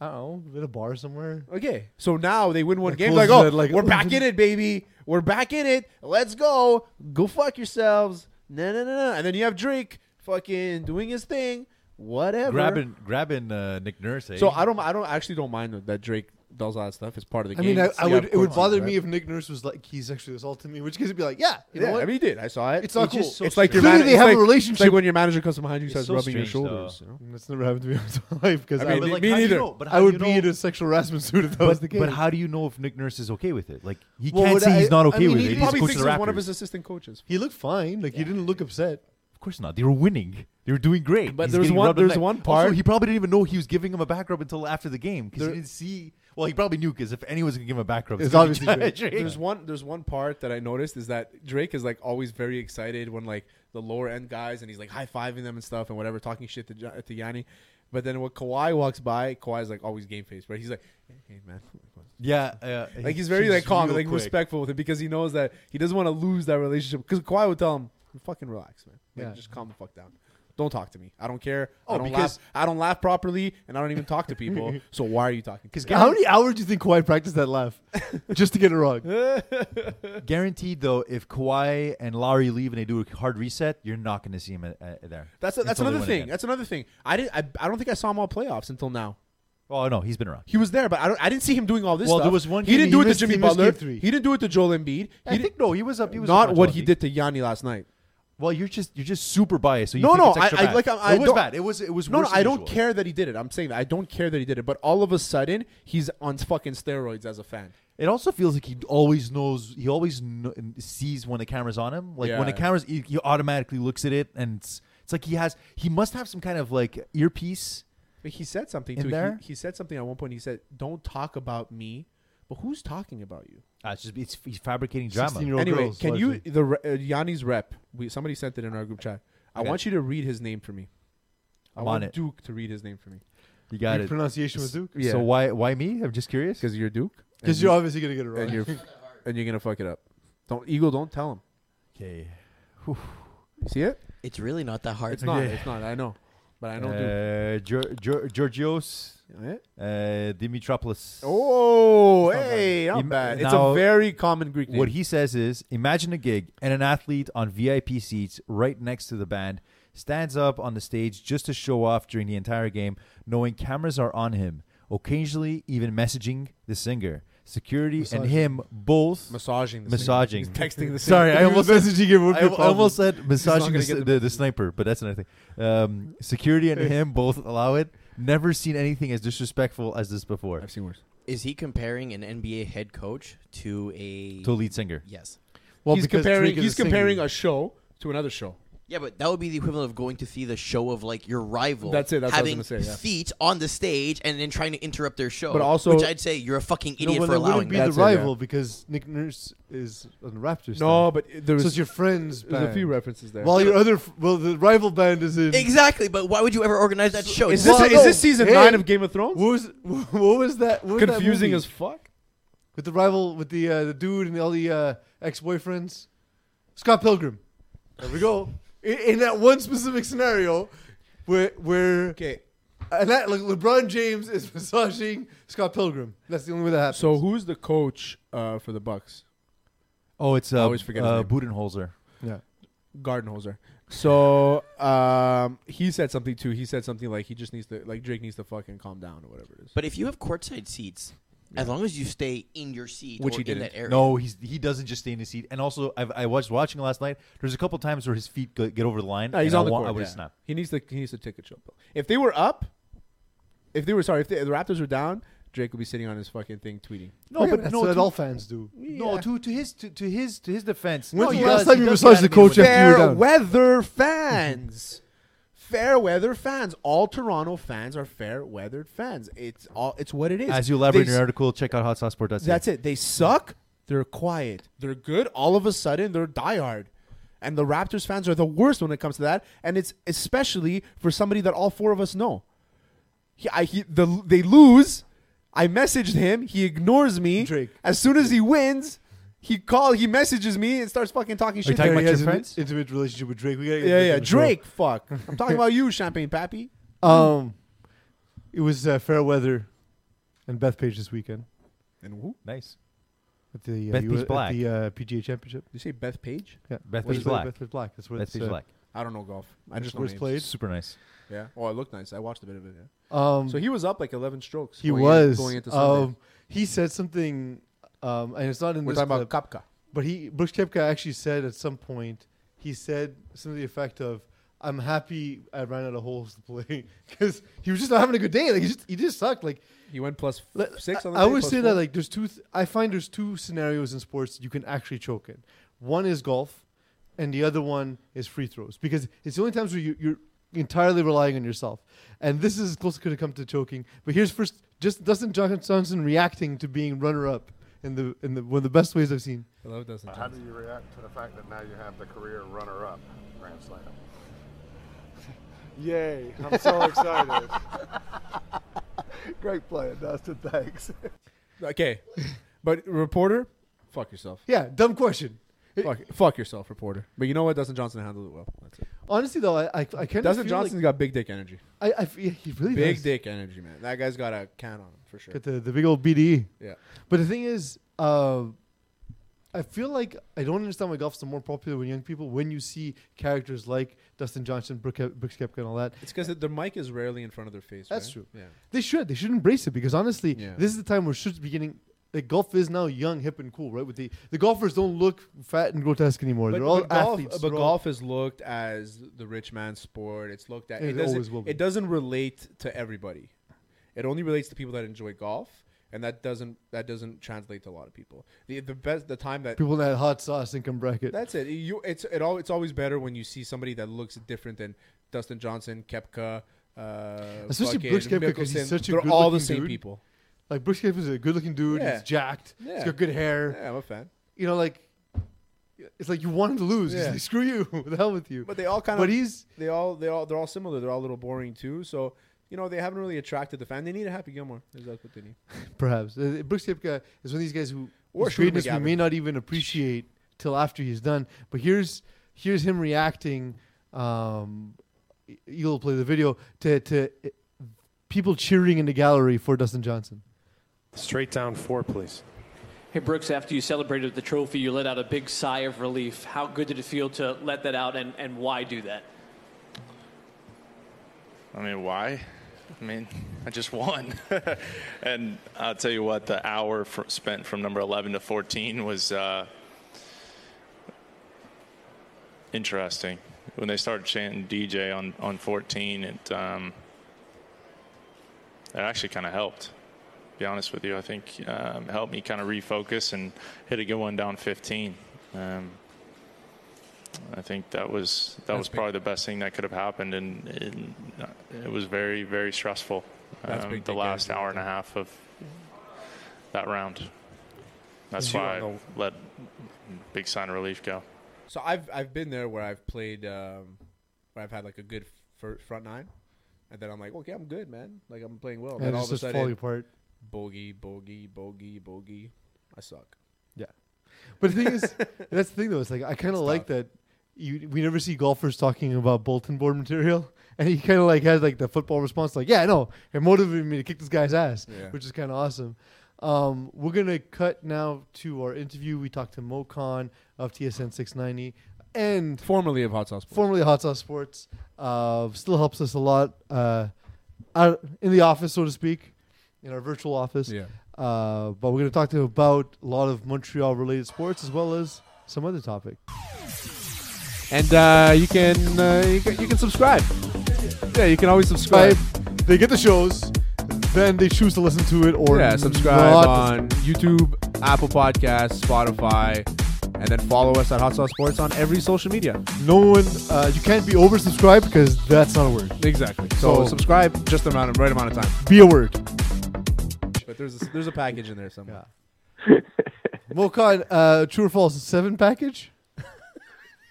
[SPEAKER 5] I don't
[SPEAKER 4] Oh,
[SPEAKER 5] know, at a bar somewhere.
[SPEAKER 4] Okay, so now they win one
[SPEAKER 5] That
[SPEAKER 4] game. Like, oh,
[SPEAKER 5] closes it, like-
[SPEAKER 4] we're back in it, baby. We're back in it. Let's go. Go fuck yourselves. No, no, no, no. And then you have Drake fucking doing his thing. Whatever.
[SPEAKER 7] Grabbing, grabbing uh, Nick Nurse. Eh?
[SPEAKER 4] So I don't. I don't I actually don't mind that- that Drake does all that stuff. It's part of the
[SPEAKER 5] I
[SPEAKER 4] game.
[SPEAKER 5] mean, I,
[SPEAKER 4] It's-
[SPEAKER 5] I
[SPEAKER 4] yeah,
[SPEAKER 5] would.
[SPEAKER 4] of
[SPEAKER 5] It would
[SPEAKER 4] course,
[SPEAKER 5] bother
[SPEAKER 4] right?
[SPEAKER 5] me if Nick Nurse was like he's sexually assaulting me, which case would be like, yeah, you know
[SPEAKER 4] Yeah,
[SPEAKER 5] what?
[SPEAKER 4] I mean, he did. I saw it.
[SPEAKER 5] It's not cool.
[SPEAKER 4] just so It's like your
[SPEAKER 5] clearly
[SPEAKER 4] man-
[SPEAKER 5] they
[SPEAKER 4] it's
[SPEAKER 5] have
[SPEAKER 4] like-
[SPEAKER 5] a relationship.
[SPEAKER 4] It's like when your manager comes behind you, and
[SPEAKER 5] It's
[SPEAKER 4] starts
[SPEAKER 5] so
[SPEAKER 4] rubbing your
[SPEAKER 5] strange, though.
[SPEAKER 4] shoulders. you know?
[SPEAKER 5] That's never happened to me in my life because
[SPEAKER 4] I
[SPEAKER 5] I,
[SPEAKER 4] mean,
[SPEAKER 5] would, like,
[SPEAKER 4] me
[SPEAKER 5] how do you
[SPEAKER 4] neither.
[SPEAKER 5] know?
[SPEAKER 4] But
[SPEAKER 7] how
[SPEAKER 5] I
[SPEAKER 7] do
[SPEAKER 5] would
[SPEAKER 7] you
[SPEAKER 5] be
[SPEAKER 7] know-
[SPEAKER 5] in a sexual harassment suit if that
[SPEAKER 7] but,
[SPEAKER 5] was the case.
[SPEAKER 7] but how do you know if Nick Nurse is okay with it? Like he
[SPEAKER 5] Well,
[SPEAKER 7] can't
[SPEAKER 5] what
[SPEAKER 7] say
[SPEAKER 5] I-
[SPEAKER 7] he's not
[SPEAKER 5] I
[SPEAKER 7] okay
[SPEAKER 5] mean,
[SPEAKER 7] with
[SPEAKER 5] he
[SPEAKER 7] it. He's
[SPEAKER 5] probably
[SPEAKER 7] coaching
[SPEAKER 4] thinks
[SPEAKER 7] the
[SPEAKER 4] he's one of
[SPEAKER 7] Raptors.
[SPEAKER 4] his assistant coaches.
[SPEAKER 5] He looked fine. Like he didn't look upset.
[SPEAKER 7] Of course not. They were winning. They were doing great.
[SPEAKER 4] But
[SPEAKER 7] He's
[SPEAKER 4] there's
[SPEAKER 7] getting
[SPEAKER 4] one-
[SPEAKER 7] rubbed in the
[SPEAKER 4] there's
[SPEAKER 7] neck.
[SPEAKER 4] one
[SPEAKER 7] Also,
[SPEAKER 4] part-
[SPEAKER 7] he probably didn't even know he was giving him a back rub until after the game because he
[SPEAKER 4] There-
[SPEAKER 7] didn't see. Well, he probably knew because if anyone's gonna give him a back rub,
[SPEAKER 5] It's
[SPEAKER 7] gonna be
[SPEAKER 5] obviously Drake.
[SPEAKER 4] There's one. There's one part that I noticed is that Drake is like always very excited when like the lower end guys and he's like high fiving them and stuff and whatever, talking shit to Ja- to Yanni. But then when Kawhi walks by, Kawhi's like always game face, right? He's like, "Hey man,
[SPEAKER 7] Yeah, yeah.
[SPEAKER 4] like he's very like
[SPEAKER 7] He's
[SPEAKER 4] calm,
[SPEAKER 7] real
[SPEAKER 4] like
[SPEAKER 7] quick.
[SPEAKER 4] respectful with it because he knows that he doesn't want to lose that relationship. Because Kawhi would tell him, "Fucking relax, man. Like,
[SPEAKER 5] Yeah.
[SPEAKER 4] just calm the fuck down. Don't talk to me. I don't care.
[SPEAKER 7] Oh,
[SPEAKER 4] I don't
[SPEAKER 7] because-
[SPEAKER 4] laugh. I don't laugh properly, and I don't even talk to people. so why are you talking? Because
[SPEAKER 5] How many hours do you think Kawhi practiced that laugh just to get it wrong?
[SPEAKER 7] Guaranteed though, if Kawhi and Lowry leave and they do a hard reset, you're not going to see him at, at, there.
[SPEAKER 4] That's
[SPEAKER 7] Until
[SPEAKER 4] that's
[SPEAKER 7] they
[SPEAKER 4] another
[SPEAKER 7] win
[SPEAKER 4] thing.
[SPEAKER 7] again.
[SPEAKER 4] That's another thing. I didn't. I, I don't think I saw him all playoffs until now.
[SPEAKER 7] Oh no, he's been around.
[SPEAKER 4] He was there, but I don't. I didn't see him doing all this.
[SPEAKER 7] Well, there
[SPEAKER 4] stuff.
[SPEAKER 7] was one
[SPEAKER 4] He
[SPEAKER 7] game he
[SPEAKER 4] didn't do it to
[SPEAKER 7] missed-
[SPEAKER 4] Jimmy
[SPEAKER 7] he missed
[SPEAKER 4] Butler.
[SPEAKER 7] game three.
[SPEAKER 4] He didn't do it to Joel Embiid. He
[SPEAKER 7] I think no, he was up. He was up
[SPEAKER 4] not
[SPEAKER 7] on
[SPEAKER 4] what
[SPEAKER 7] Joel
[SPEAKER 4] he
[SPEAKER 7] Embiid.
[SPEAKER 4] did to Yanni last night.
[SPEAKER 7] Well, you're just you're just super biased. So you
[SPEAKER 4] No,
[SPEAKER 7] think
[SPEAKER 4] no,
[SPEAKER 7] it's
[SPEAKER 4] I,
[SPEAKER 7] extra
[SPEAKER 4] I
[SPEAKER 7] bad.
[SPEAKER 4] like. I, I
[SPEAKER 7] it was
[SPEAKER 4] don't-
[SPEAKER 7] bad. It was it was.
[SPEAKER 4] No, no,
[SPEAKER 7] worse than
[SPEAKER 4] I don't
[SPEAKER 7] usual.
[SPEAKER 4] care that he did it. I'm saying that I don't care that he did it. But all of a sudden, he's on fucking steroids as a fan.
[SPEAKER 7] It also feels like he always knows. He always kn- sees when the camera's on him. Like when the
[SPEAKER 4] Yeah.
[SPEAKER 7] camera's, he, he automatically looks at it, and it's, it's like he has. He must have some kind of like earpiece.
[SPEAKER 4] But he said something
[SPEAKER 7] In
[SPEAKER 4] too. He-
[SPEAKER 7] there?
[SPEAKER 4] He, said something at one point. He said, "Don't talk about me." But who's talking about you?
[SPEAKER 7] Uh, it's just it's he's fabricating drama.
[SPEAKER 5] 16-year-old
[SPEAKER 4] anyway,
[SPEAKER 5] girls,
[SPEAKER 4] can
[SPEAKER 5] largely.
[SPEAKER 4] you the re- uh, Yanni's rep? We somebody sent it in our group chat. I
[SPEAKER 7] Okay.
[SPEAKER 4] want you to read his name for me. I
[SPEAKER 7] I'm
[SPEAKER 4] want
[SPEAKER 7] on it.
[SPEAKER 4] Duke to read his name for me
[SPEAKER 7] You got
[SPEAKER 5] Your
[SPEAKER 7] it.
[SPEAKER 5] pronunciation was Duke?
[SPEAKER 4] Yeah.
[SPEAKER 7] So why why me? I'm just curious.
[SPEAKER 4] because you're Duke. and
[SPEAKER 5] Because
[SPEAKER 4] you-
[SPEAKER 5] you're obviously going to get it
[SPEAKER 4] and
[SPEAKER 5] wrong.
[SPEAKER 4] you're and you're gonna fuck it up. Don't Eagle. Don't tell him.
[SPEAKER 7] Okay.
[SPEAKER 4] You see it?
[SPEAKER 12] It's really not that hard.
[SPEAKER 4] It's not.
[SPEAKER 7] Okay.
[SPEAKER 4] It's not. I know, but I know Duke.
[SPEAKER 7] Uh, Gior- Gior- Georgios
[SPEAKER 4] Eh?
[SPEAKER 7] uh, Dimitropoulos.
[SPEAKER 4] Oh,
[SPEAKER 5] not
[SPEAKER 4] hey, not
[SPEAKER 7] Im-
[SPEAKER 4] bad.
[SPEAKER 7] now-
[SPEAKER 4] it's a very common Greek name.
[SPEAKER 7] What he says is imagine a gig and an athlete on VIP seats right next to the band stands up on the stage just to show off during the entire game, knowing cameras are on him, occasionally even messaging the singer. Security and him both
[SPEAKER 4] massaging. The
[SPEAKER 7] massaging.
[SPEAKER 4] Singer. He's texting the singer.
[SPEAKER 7] Sorry, I almost
[SPEAKER 5] was messaging him, would be
[SPEAKER 7] I,
[SPEAKER 5] a
[SPEAKER 7] I
[SPEAKER 5] problem.
[SPEAKER 7] almost said massaging
[SPEAKER 4] gonna
[SPEAKER 7] the,
[SPEAKER 4] get
[SPEAKER 7] the,
[SPEAKER 4] the
[SPEAKER 7] the sniper, but that's another thing. Um, security and him both allow it. Never seen anything as disrespectful as this before.
[SPEAKER 4] I've seen worse.
[SPEAKER 12] Is he comparing an NBA head coach to a?
[SPEAKER 7] To a lead singer.
[SPEAKER 12] Yes.
[SPEAKER 5] well,
[SPEAKER 4] he's
[SPEAKER 5] because
[SPEAKER 4] comparing.
[SPEAKER 5] Drake is
[SPEAKER 4] He's
[SPEAKER 5] a singer.
[SPEAKER 4] comparing a show to another show.
[SPEAKER 12] Yeah, but that would be the equivalent of going to see the show of like your rival.
[SPEAKER 4] That's it, that's what I was
[SPEAKER 12] having
[SPEAKER 4] gonna say, yeah.
[SPEAKER 12] feet on the stage and then trying to interrupt their show.
[SPEAKER 4] But also-
[SPEAKER 12] which I'd say you're a fucking
[SPEAKER 5] No,
[SPEAKER 12] idiot
[SPEAKER 5] well,
[SPEAKER 12] for
[SPEAKER 5] it
[SPEAKER 12] allowing
[SPEAKER 5] wouldn't be
[SPEAKER 12] that.
[SPEAKER 4] That's it,
[SPEAKER 5] the
[SPEAKER 4] yeah.
[SPEAKER 5] rival because Nick Nurse is on the Raptors.
[SPEAKER 4] No,
[SPEAKER 5] now.
[SPEAKER 4] Oh, but there was
[SPEAKER 5] so it's your friends.
[SPEAKER 4] there's a
[SPEAKER 5] band.
[SPEAKER 4] few references there.
[SPEAKER 5] While your other, f- well, the rival band is in.
[SPEAKER 12] Exactly, but why would you ever organize that show?
[SPEAKER 4] is
[SPEAKER 12] It's
[SPEAKER 4] this
[SPEAKER 5] Well,
[SPEAKER 4] is
[SPEAKER 5] no.
[SPEAKER 4] this season
[SPEAKER 5] Hey.
[SPEAKER 4] nine of Game of Thrones?
[SPEAKER 5] What was what was that? What was that
[SPEAKER 4] Confusing
[SPEAKER 5] movie?
[SPEAKER 4] as fuck.
[SPEAKER 5] with the rival with the uh, the dude and all the uh, ex boyfriends. Scott Pilgrim. There we go. in, in that one specific scenario, where where
[SPEAKER 4] Okay,
[SPEAKER 5] and that, like, LeBron James is massaging Scott Pilgrim. That's the only way that happens.
[SPEAKER 4] so who's the coach uh, for the Bucks?
[SPEAKER 7] Oh, it's uh,
[SPEAKER 4] always forget his
[SPEAKER 7] uh,
[SPEAKER 4] name.
[SPEAKER 7] Budenholzer.
[SPEAKER 5] yeah.
[SPEAKER 4] Gardenhoser. So um, he said something too. He said something like he just needs to like Drake needs to fucking calm down or whatever it is.
[SPEAKER 12] But if you have courtside seats As long as you stay in your seat,
[SPEAKER 7] Which
[SPEAKER 12] or
[SPEAKER 7] he
[SPEAKER 12] in
[SPEAKER 7] didn't.
[SPEAKER 12] that area.
[SPEAKER 7] No, he's he doesn't just stay in his seat. And also, I've, I watched watching last night. There's a couple times where his feet go, get over the line.
[SPEAKER 4] No, Oh, he's
[SPEAKER 7] and I
[SPEAKER 4] on the
[SPEAKER 7] wa- I
[SPEAKER 4] court.
[SPEAKER 7] would
[SPEAKER 4] yeah.
[SPEAKER 7] have snapped.
[SPEAKER 4] He needs the he needs the ticket show bill. If they were up, if they were sorry, if the, the Raptors were down, Drake would be sitting on his fucking thing tweeting.
[SPEAKER 5] No, Yeah, but that's no, what to- all fans do.
[SPEAKER 7] No, to to his to, to his to his defense.
[SPEAKER 5] When's
[SPEAKER 7] no,
[SPEAKER 5] the
[SPEAKER 7] he
[SPEAKER 5] last
[SPEAKER 7] does-
[SPEAKER 5] time
[SPEAKER 7] he
[SPEAKER 5] you
[SPEAKER 7] does
[SPEAKER 5] massaged the
[SPEAKER 7] animate
[SPEAKER 5] coach
[SPEAKER 7] with it.
[SPEAKER 5] after you were
[SPEAKER 4] fair
[SPEAKER 5] down?
[SPEAKER 4] weather fans. fair weather fans. All Toronto fans are fair weathered fans. It's all. It's what it is.
[SPEAKER 7] As you elaborate in
[SPEAKER 4] They
[SPEAKER 7] your
[SPEAKER 4] s-
[SPEAKER 7] article, check out hotsauceport.ca.
[SPEAKER 4] That's it. They suck. They're quiet. They're good. All of a sudden, they're diehard. And the Raptors fans are the worst when it comes to that. And it's especially for somebody that all four of us know. He, I, he, the, they lose. I messaged him. He ignores me. As soon as he wins, he call. He messages me and starts fucking talking shit. to me.
[SPEAKER 5] has an Intimate relationship with Drake. We gotta get
[SPEAKER 4] Yeah,
[SPEAKER 5] Drake
[SPEAKER 4] yeah.
[SPEAKER 5] on the show.
[SPEAKER 4] Drake, fuck. I'm talking about you, Champagne Pappy.
[SPEAKER 5] Um, it was uh, Fairweather and Bethpage this weekend
[SPEAKER 4] And who?
[SPEAKER 7] Nice.
[SPEAKER 5] at the uh,
[SPEAKER 7] Bethpage
[SPEAKER 5] U- at
[SPEAKER 7] Black.
[SPEAKER 5] the uh, PGA Championship.
[SPEAKER 4] You say Beth Page?
[SPEAKER 5] Yeah,
[SPEAKER 7] Bethpage
[SPEAKER 5] What is it?
[SPEAKER 7] Black.
[SPEAKER 5] Bethpage Black. That's what it's,
[SPEAKER 7] Bethpage
[SPEAKER 5] uh,
[SPEAKER 7] Black.
[SPEAKER 4] I don't know golf. I
[SPEAKER 5] That's
[SPEAKER 4] just know
[SPEAKER 5] where it's
[SPEAKER 4] names.
[SPEAKER 5] played.
[SPEAKER 7] Super nice.
[SPEAKER 4] Yeah. Oh, it looked nice. I watched a bit of it. Yeah.
[SPEAKER 5] Um,
[SPEAKER 4] so he was up like 11 strokes.
[SPEAKER 5] He
[SPEAKER 4] going in-
[SPEAKER 5] was
[SPEAKER 4] going into Sunday.
[SPEAKER 5] um, he said something, um, and it's not in
[SPEAKER 4] We're
[SPEAKER 5] this
[SPEAKER 4] talking about
[SPEAKER 5] clip,
[SPEAKER 4] Koepka.
[SPEAKER 5] But he Brooks Kepka actually said at some point he said something to the effect of. I'm happy I ran out of holes to play because he was just not having a good day. Like he just, he just sucked. Like
[SPEAKER 4] He went plus
[SPEAKER 5] Let-
[SPEAKER 4] six on the
[SPEAKER 5] I
[SPEAKER 4] day,
[SPEAKER 5] always
[SPEAKER 4] plus
[SPEAKER 5] say
[SPEAKER 4] four.
[SPEAKER 5] that like there's two. Th- I find there's two scenarios in sports you can actually choke in. One is golf, and the other one is free throws because it's the only times where you, you're entirely relying on yourself. And this is as close could have come to choking. But here's first, just Dustin Johnson Johnson reacting to being runner-up in the in the one of the best ways I've seen.
[SPEAKER 4] I love Dustin
[SPEAKER 11] How do you react to the fact that now you have the career runner-up Grand Slam?
[SPEAKER 13] Yay, I'm so excited. Great playing, Dustin. Thanks.
[SPEAKER 4] Okay. But reporter, fuck yourself.
[SPEAKER 5] Yeah, dumb question.
[SPEAKER 4] Fuck, fuck yourself, reporter. But you know what? Dustin Johnson handled it well. That's it.
[SPEAKER 5] Honestly though, I I, I kind of
[SPEAKER 4] Dustin Johnson's got big dick energy.
[SPEAKER 5] I, I f- yeah, he really
[SPEAKER 4] big
[SPEAKER 5] does.
[SPEAKER 4] dick energy, man. That guy's got a count on him for sure.
[SPEAKER 5] Got the, the big old E. BDE.
[SPEAKER 4] Yeah.
[SPEAKER 5] But the thing is, uh, I feel like I don't understand why golf's the more popular with young people when you see characters like Dustin Johnson, Brooke, Brooks Koepka, and all that.
[SPEAKER 4] It's because their mic is rarely in front of their face.
[SPEAKER 5] That's
[SPEAKER 4] right?
[SPEAKER 5] true.
[SPEAKER 4] Yeah.
[SPEAKER 5] They should. They should embrace it because honestly,
[SPEAKER 4] Yeah.
[SPEAKER 5] this is the time where should be getting. Like golf is now young, hip, and cool, right? With the the golfers don't look fat and grotesque anymore. They're all
[SPEAKER 4] golf,
[SPEAKER 5] athletes.
[SPEAKER 4] but
[SPEAKER 5] they're all-
[SPEAKER 4] golf is looked as the rich man's sport. It's looked at.
[SPEAKER 5] It
[SPEAKER 4] It, doesn't,
[SPEAKER 5] always will be.
[SPEAKER 4] it doesn't relate to everybody. It only relates to people that enjoy golf, and that doesn't that doesn't translate to a lot of people. The the best the time that
[SPEAKER 5] people in that hot sauce income bracket.
[SPEAKER 4] that's it. You it's it all it's always better when you see somebody that looks different than Dustin Johnson, Kepka, uh,
[SPEAKER 5] Especially
[SPEAKER 4] fucking
[SPEAKER 5] Brooks Koepka because
[SPEAKER 4] Mickelson.
[SPEAKER 5] he's such a
[SPEAKER 4] They're
[SPEAKER 5] good
[SPEAKER 4] all the
[SPEAKER 5] looking
[SPEAKER 4] same
[SPEAKER 5] dude.
[SPEAKER 4] people.
[SPEAKER 5] Like Brooks Koepka's a good looking dude.
[SPEAKER 4] Yeah.
[SPEAKER 5] He's jacked. He's
[SPEAKER 4] Yeah.
[SPEAKER 5] got good hair.
[SPEAKER 4] Yeah, I'm a fan.
[SPEAKER 5] You know, like it's like you want him to lose. He's
[SPEAKER 4] Yeah.
[SPEAKER 5] like, Screw you. the hell with you.
[SPEAKER 4] But they all kind of.
[SPEAKER 5] But he's
[SPEAKER 4] they all they all they're all similar. They're all a little boring too. So you know they haven't really attracted the fan. They need a Happy Gilmore. Is that what they need?
[SPEAKER 5] perhaps uh, Brooks Koepka is one of these guys who
[SPEAKER 4] Or
[SPEAKER 5] his
[SPEAKER 4] Shooter
[SPEAKER 5] greatness we
[SPEAKER 4] McGavin.
[SPEAKER 5] may not even appreciate till after he's done. But here's here's him reacting. Um, y- you'll play the video to to uh, people cheering in the gallery for Dustin Johnson.
[SPEAKER 14] Straight down four, please.
[SPEAKER 15] Hey, Brooks, after you celebrated with the trophy, you let out a big sigh of relief. How good did it feel to let that out, and, and why do that?
[SPEAKER 16] I mean, why? I mean, I just won. and I'll tell you what, the hour fr spent from number 11 to 14 was uh, interesting. When they started chanting DJ on, on 14, it, um, it actually kind of helped. To be honest with you, I think um, it helped me kind of refocus and hit a good one down 15. Um, I think that was that
[SPEAKER 2] That's
[SPEAKER 16] was
[SPEAKER 2] big.
[SPEAKER 16] probably the best thing that could have happened, and, and uh, it was very very stressful.
[SPEAKER 2] That's
[SPEAKER 16] um,
[SPEAKER 2] big
[SPEAKER 16] the last hour and a half of that round. That's
[SPEAKER 4] Is you
[SPEAKER 16] why
[SPEAKER 4] on
[SPEAKER 16] I let big sign of relief go.
[SPEAKER 4] So I've I've been there where I've played um, where I've had like a good fir- front nine, and then I'm like, okay, I'm good, man. Like I'm playing well.
[SPEAKER 5] Yeah,
[SPEAKER 4] then
[SPEAKER 5] it
[SPEAKER 4] Oh, all of
[SPEAKER 5] just
[SPEAKER 4] a
[SPEAKER 5] starts
[SPEAKER 4] sudden,
[SPEAKER 5] falling apart.
[SPEAKER 4] Bogey, bogey, bogey, bogey. I suck.
[SPEAKER 5] Yeah. But the thing is, that's the thing though. It's like I kind of like that. You we never see golfers talking about bulletin board material, and he kind of like has like the football response, like, "Yeah, no, it motivated me to kick this guy's ass,"
[SPEAKER 4] Yeah.
[SPEAKER 5] which is kind of awesome. Um, we're gonna cut now to our interview. We talked to Mo Khan of TSN 690 and
[SPEAKER 4] formerly of Hot Sauce Sports.
[SPEAKER 5] formerly of Hot Sauce Sports. Uh, still helps us a lot uh, out in the office, so to speak. in our virtual office.
[SPEAKER 4] Yeah.
[SPEAKER 5] Uh, but we're going to talk to him about a lot of Montreal related sports as well as some other topic.
[SPEAKER 4] And uh, you can uh, you can you can subscribe. Yeah, you can always subscribe.
[SPEAKER 5] They get the shows, then they choose to listen to it or
[SPEAKER 4] yeah, subscribe
[SPEAKER 5] not.
[SPEAKER 4] on YouTube, Apple Podcasts, Spotify, and then follow us at Hot Sauce Sports on every social media.
[SPEAKER 5] No one, uh, you can't be oversubscribed because that's not a word.
[SPEAKER 4] Exactly. So,
[SPEAKER 5] So-
[SPEAKER 4] subscribe just the amount of right amount of time.
[SPEAKER 5] Be a word.
[SPEAKER 4] But there's a, there's a package in there somewhere.
[SPEAKER 5] Mokan, uh, true or false? Seven package.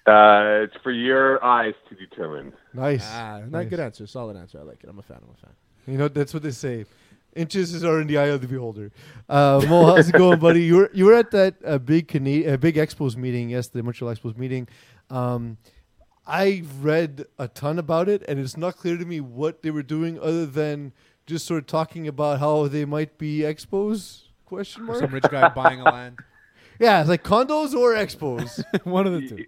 [SPEAKER 2] Uh, it's for your eyes to determine.
[SPEAKER 5] Nice.
[SPEAKER 4] Ah, not
[SPEAKER 5] Nice.
[SPEAKER 4] good answer. Solid answer. I like it. I'm a fan. I'm a fan.
[SPEAKER 5] You know that's what they say. Inches are in the eye of the beholder. Uh, Mo, how's it going, buddy? You were you were at that uh, big Cana- uh, big Expos meeting yesterday, Montreal Expos meeting. Um, I read a ton about it, and it's not clear to me what they were doing other than just sort of talking about how they might be Expos question
[SPEAKER 4] Or
[SPEAKER 5] mark.
[SPEAKER 4] some rich guy buying a land.
[SPEAKER 5] Yeah, it's like condos or Expos.
[SPEAKER 4] One of the two.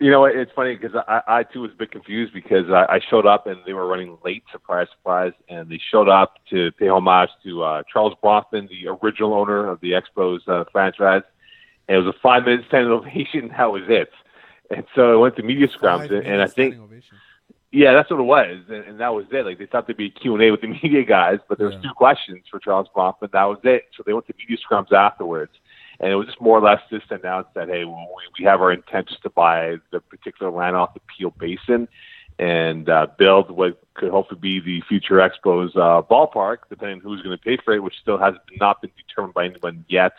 [SPEAKER 2] You know, what, it's funny because I, I too was a bit confused because I, I showed up and they were running late, surprise, surprise, and they showed up to pay homage to uh, Charles Bronfman, the original owner of the Expos uh, franchise. And it was a five minute standing ovation. and That was it. And so I went to media scrums, and, and I think, yeah, that's what it was, and, and that was it. Like they thought there'd be a Q and A with the media guys, but there was two questions for Charles Bronfman. That was it. So they went to media scrums afterwards. And it was just more or less just announced that, hey, well, we, we have our intentions to buy the particular land off the Peel Basin and uh, build what could hopefully be the future Expos uh, ballpark, depending on who's going to pay for it, which still has not been determined by anyone yet.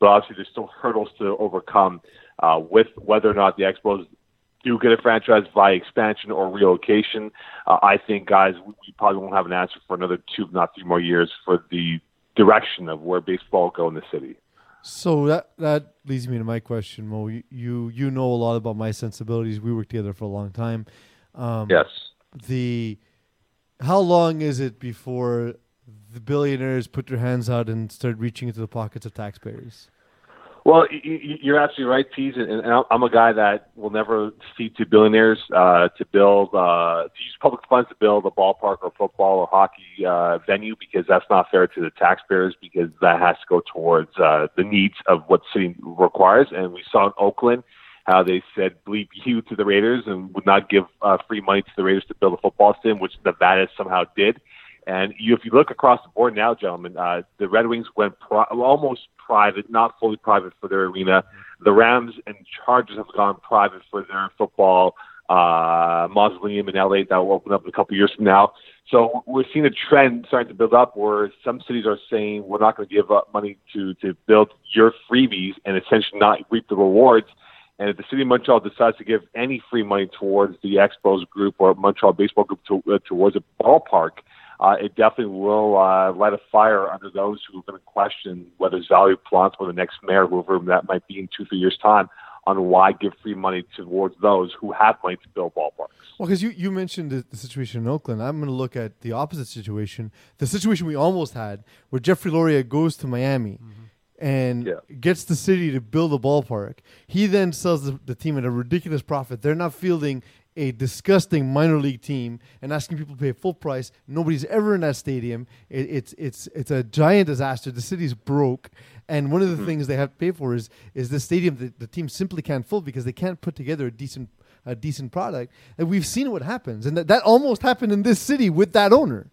[SPEAKER 2] But obviously, there's still hurdles to overcome uh, with whether or not the Expos do get a franchise via expansion or relocation. Uh, I think, guys, we, we probably won't have an answer for another two, if not three more years for the direction of where baseball will go in the city.
[SPEAKER 5] So that that leads me to my question, Mo. You you, you know a lot about my sensibilities. We worked together for a long time. Um,
[SPEAKER 2] Yes.
[SPEAKER 5] The how long is it before the billionaires put their hands out and start reaching into the pockets of taxpayers?
[SPEAKER 2] Well, y- y- you're absolutely right, Tease, and and I'm- I'm a guy that will never cede to billionaires uh, to build uh, to use public funds to build a ballpark or football or hockey uh, venue because that's not fair to the taxpayers because that has to go towards uh, the needs of what city requires. And we saw in Oakland how they said bleep you to the Raiders and would not give uh, free money to the Raiders to build a football stadium, which Nevada somehow did. And you, if you look across the board now, gentlemen, uh, the Red Wings went pri- almost private, not fully private for their arena. The Rams and Chargers have gone private for their football uh, mausoleum in LA that will open up in a couple years from now. So we're seeing a trend starting to build up where some cities are saying we're not going to give up money to to build your freebies and essentially not reap the rewards. And if the city of Montreal decides to give any free money towards the Expos group or Montreal Baseball Group to, uh, towards a ballpark, uh, it definitely will uh, light a fire under those who are going to question whether Zali Plante or the next mayor, whoever that might be in two, three years' time, on why give free money towards those who have money to build ballparks.
[SPEAKER 5] Well, because you, you mentioned the, the situation in Oakland. I'm going to look at the opposite situation, the situation we almost had, where Jeffrey Loria goes to Miami and gets the city to build a ballpark. He then sells the, the team at a ridiculous profit. They're not fielding a disgusting minor league team and asking people to pay full price. Nobody's ever in that stadium. It, it's it's it's a giant disaster. The city's broke, and one of the
[SPEAKER 4] Mm-hmm.
[SPEAKER 5] things they have to pay for is is the stadium that the team simply can't fill because they can't put together a decent a decent product. And we've seen what happens, and that, that almost happened in this city with that owner.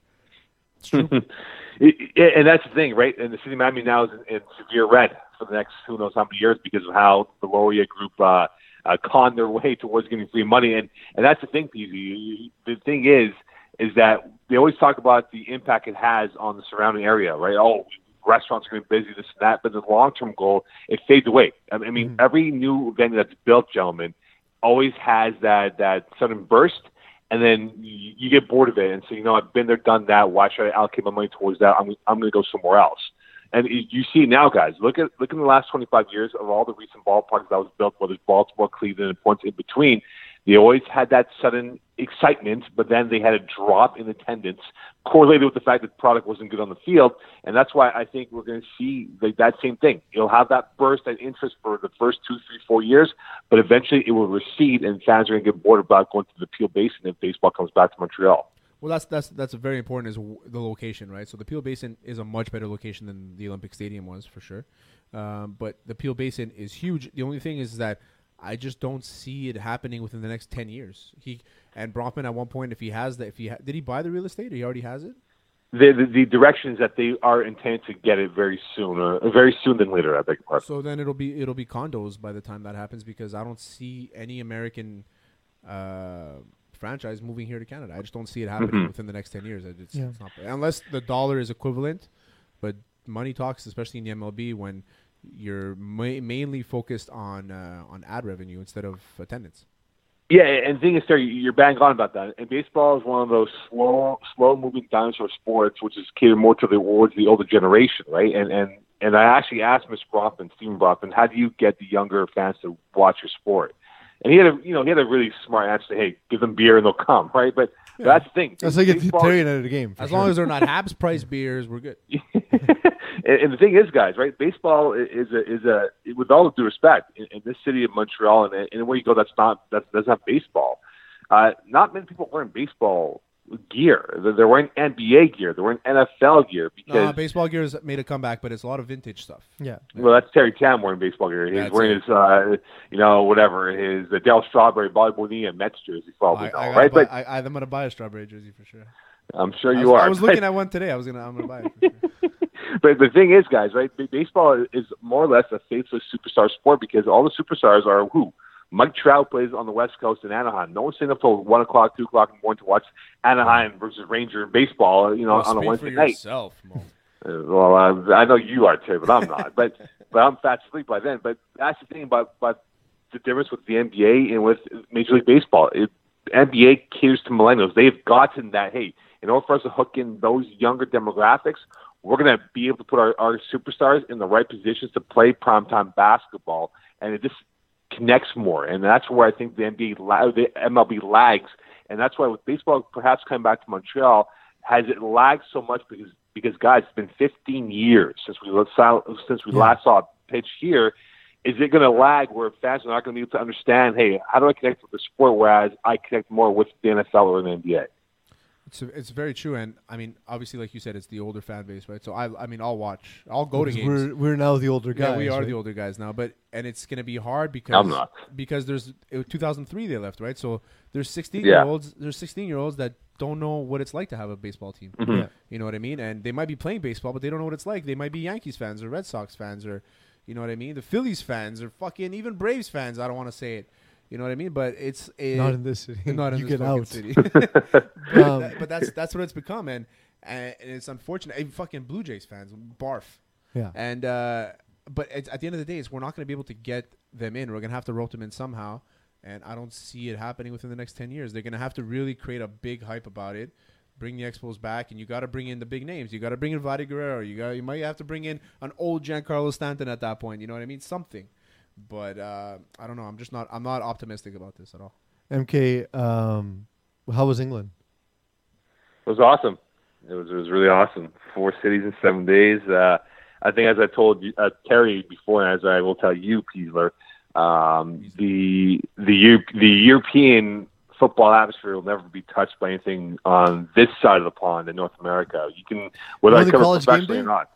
[SPEAKER 2] It- it- and that's the thing, right? And the city of Miami now is in, in severe red for the next who knows how many years because of how the Loria Group uh, uh, conned their way towards getting free money. And and that's the thing, PZ. The thing is, is that they always talk about the impact it has on the surrounding area, right? Oh, restaurants are going to be busy, this and that. But the long term goal, it fades away. I mean, I mean, every new venue that's built, gentlemen, always has that that sudden burst and then you, you get bored of it, and so you know I've been there, done that. Why should I allocate my money towards that? I'm I'm going to go somewhere else. And you you see now, guys, look at look in the last 25 years of all the recent ballparks that was built, whether it's Baltimore, Cleveland, and points in between. They always had that sudden excitement, but then they had a drop in attendance correlated with the fact that the product wasn't good on the field. And that's why I think we're going to see like that same thing. You'll have that burst, that interest for the first two, three, four years, but eventually it will recede, and fans are going to get bored about going to the Peel Basin if baseball comes back to Montreal.
[SPEAKER 4] Well, that's that's that's very important is w- the location, right? So the Peel Basin is a much better location than the Olympic Stadium was for sure. Um, but the Peel Basin is huge. The only thing is that I just don't see it happening within the next ten years. He and Bronfman at one point, if he has that, if he ha- did he buy the real estate, or he already has it.
[SPEAKER 2] The, the the directions that they are intended to get it very soon, uh, very soon than later. I beg your pardon.
[SPEAKER 4] So then it'll be it'll be condos by the time that happens because I don't see any American uh, franchise moving here to Canada. I just don't see it happening
[SPEAKER 2] Mhm.
[SPEAKER 4] within the next ten years. It's,
[SPEAKER 6] Yeah.
[SPEAKER 4] it's not, unless the dollar is equivalent, but money talks, especially in the MLB, when you're ma- mainly focused on uh, on ad revenue instead of attendance.
[SPEAKER 2] Yeah, and the thing is, Terry, you're bang on about that. And baseball is one of those slow, slow-moving dinosaur sports, which is catered more to the towards the older generation, right? And and and I actually asked Mr. Bronfman, Stephen Bronfman, how do you get the younger fans to watch your sport? And he had a, you know, he had a really smart answer. Hey, give them beer and they'll come, right? But, but that's the thing.
[SPEAKER 5] That's like if
[SPEAKER 2] Baseball-
[SPEAKER 5] Terry and I did a game. for
[SPEAKER 4] As
[SPEAKER 5] sure.
[SPEAKER 4] long as they're not Habs price beers, we're good.
[SPEAKER 2] and, and the thing is, guys, right? Baseball i- is a is a with all due respect in, in this city of Montreal and and where you go, that's not that's that's not baseball. Uh, not many people wearing baseball gear. They're- They're wearing NBA gear. They're wearing NFL gear because
[SPEAKER 4] Nah, baseball gears made a comeback, but it's a lot of vintage stuff.
[SPEAKER 5] Yeah.
[SPEAKER 2] well, that's Terry Tam wearing baseball gear. He's
[SPEAKER 4] That's
[SPEAKER 2] wearing
[SPEAKER 4] it.
[SPEAKER 2] his uh, you know whatever his uh, Dell Strawberry, Bobby Bonilla, Mets jersey. Probably
[SPEAKER 4] I,
[SPEAKER 2] now,
[SPEAKER 4] I
[SPEAKER 2] right?
[SPEAKER 4] right, buy,
[SPEAKER 2] but
[SPEAKER 4] I, I, I'm gonna buy a strawberry jersey for sure.
[SPEAKER 2] I'm sure
[SPEAKER 4] I
[SPEAKER 2] you
[SPEAKER 4] was-
[SPEAKER 2] are.
[SPEAKER 4] I was
[SPEAKER 2] But-
[SPEAKER 4] looking at one today. I was gonna I'm gonna buy it.
[SPEAKER 2] but the thing is, guys, right? b- Baseball is more or less a faceless superstar sport because all the superstars are who. Mike Trout plays on the West Coast in Anaheim. No one's staying up till one o'clock, two o'clock in the morning to watch Anaheim versus Ranger baseball. You know, on
[SPEAKER 4] Well,
[SPEAKER 2] a
[SPEAKER 4] speak
[SPEAKER 2] Wednesday
[SPEAKER 4] for
[SPEAKER 2] night.
[SPEAKER 4] yourself,
[SPEAKER 2] Uh, well, I, I know you are too, but I'm not. but but I'm fast asleep by then. But that's the thing about, about the difference with the NBA and with Major League Baseball. It, NBA caters to millennials. They've gotten that. Hey, in order for us to hook in those younger demographics, we're going to be able to put our, our superstars in the right positions to play primetime basketball, and it just connects more. And that's where I think the NBA, la- the MLB lags, and that's why with baseball perhaps coming back to Montreal, has it lagged so much because because guys, it's been 15 years since we last saw, since we last saw a pitch here. Is it going to lag where fans are not going to be able to understand? Hey, how do I connect with the sport? Whereas I connect more with the NFL or the NBA.
[SPEAKER 4] It's it's very true, and I mean, obviously, like you said, it's the older fan base, right? So I I mean, I'll watch, I'll go to
[SPEAKER 5] Because
[SPEAKER 4] games.
[SPEAKER 5] we're- we're now the older
[SPEAKER 4] Yeah, we
[SPEAKER 5] guys,
[SPEAKER 4] are
[SPEAKER 5] right?
[SPEAKER 4] the older guys now, but and it's gonna be hard because
[SPEAKER 2] I'm not.
[SPEAKER 4] because there's it was 2003 they left, right? So there's 16
[SPEAKER 2] Yeah.
[SPEAKER 4] year olds, there's 16 year olds that don't know what it's like to have a baseball team.
[SPEAKER 2] Mhm. Yeah.
[SPEAKER 4] You know what I mean? And they might be playing baseball, but they don't know what it's like. They might be Yankees fans or Red Sox fans or, you know what I mean? The Phillies fans or fucking even Braves fans. I don't want to say it. You know what I mean? But it's a,
[SPEAKER 5] Not in this city.
[SPEAKER 4] Not in
[SPEAKER 5] You
[SPEAKER 4] this
[SPEAKER 5] get
[SPEAKER 4] fucking
[SPEAKER 5] out.
[SPEAKER 4] city. but,
[SPEAKER 5] Um,
[SPEAKER 4] that- but that's that's what it's become, and and it's unfortunate. Even fucking Blue Jays fans barf.
[SPEAKER 5] Yeah.
[SPEAKER 4] And uh, but it's, at the end of the day, it's, we're not going to be able to get them in. We're going to have to rope them in somehow, and I don't see it happening within the next ten years. They're going to have to really create a big hype about it. Bring the Expos back, and you got to bring in the big names. You got to bring in Vladdy Guerrero. You got you might have to bring in an old Giancarlo Stanton at that point. You know what I mean? Something. But uh, I don't know. I'm just not. I'm not optimistic about this at all.
[SPEAKER 5] MK, um, how was England?
[SPEAKER 2] It was awesome. It was it was really awesome. Four cities in seven days. Uh, I think as I told you, uh, Terry before, and as I will tell you, Peasler, um, the the Eu- the European football atmosphere will never be touched by anything on this side of the pond in North America. You can whether
[SPEAKER 4] Only
[SPEAKER 2] I cover
[SPEAKER 4] College Game
[SPEAKER 2] professionally
[SPEAKER 4] Day?
[SPEAKER 2] or not.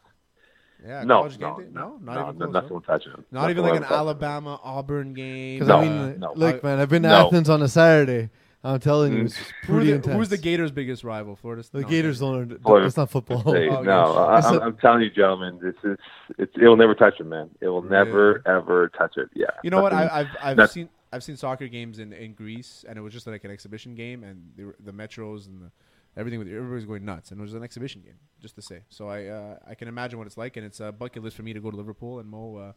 [SPEAKER 4] Yeah.
[SPEAKER 2] no,
[SPEAKER 4] college game
[SPEAKER 2] no,
[SPEAKER 4] day? no, not
[SPEAKER 2] no,
[SPEAKER 4] even
[SPEAKER 2] no,
[SPEAKER 4] close.
[SPEAKER 2] nothing will touch it.
[SPEAKER 4] Not
[SPEAKER 2] Nothing
[SPEAKER 4] even
[SPEAKER 2] will
[SPEAKER 4] like an
[SPEAKER 2] ever touch it.
[SPEAKER 4] Alabama Auburn game.
[SPEAKER 5] Because I mean, look, man, I've been to
[SPEAKER 2] No.
[SPEAKER 5] Athens on a Saturday. I'm telling you,
[SPEAKER 2] Mm.
[SPEAKER 5] it's just
[SPEAKER 4] Who are
[SPEAKER 5] pretty
[SPEAKER 4] the-
[SPEAKER 5] intense.
[SPEAKER 4] who's the Gators' biggest rival? Florida.
[SPEAKER 5] The
[SPEAKER 4] no,
[SPEAKER 5] Gators
[SPEAKER 4] never
[SPEAKER 5] don't.
[SPEAKER 4] mind.
[SPEAKER 2] Florida
[SPEAKER 5] That's not football.
[SPEAKER 2] State.
[SPEAKER 4] Oh,
[SPEAKER 2] no,
[SPEAKER 4] yeah, sure.
[SPEAKER 2] I,
[SPEAKER 5] It's
[SPEAKER 2] I'm,
[SPEAKER 5] not-
[SPEAKER 2] I'm telling you, gentlemen, this is it's, it will never touch it, man. It will never ever touch it. Yeah.
[SPEAKER 4] You know what?
[SPEAKER 2] Nothing-
[SPEAKER 4] I, I've I've
[SPEAKER 2] nothing-
[SPEAKER 4] seen I've seen soccer games in, in Greece, and it was just like an exhibition game, and the, the metros and the, everything with everybody's going nuts, and it was an exhibition game, just to say. So I uh, I can imagine what it's like, and it's a bucket list for me to go to Liverpool and Mo. Uh,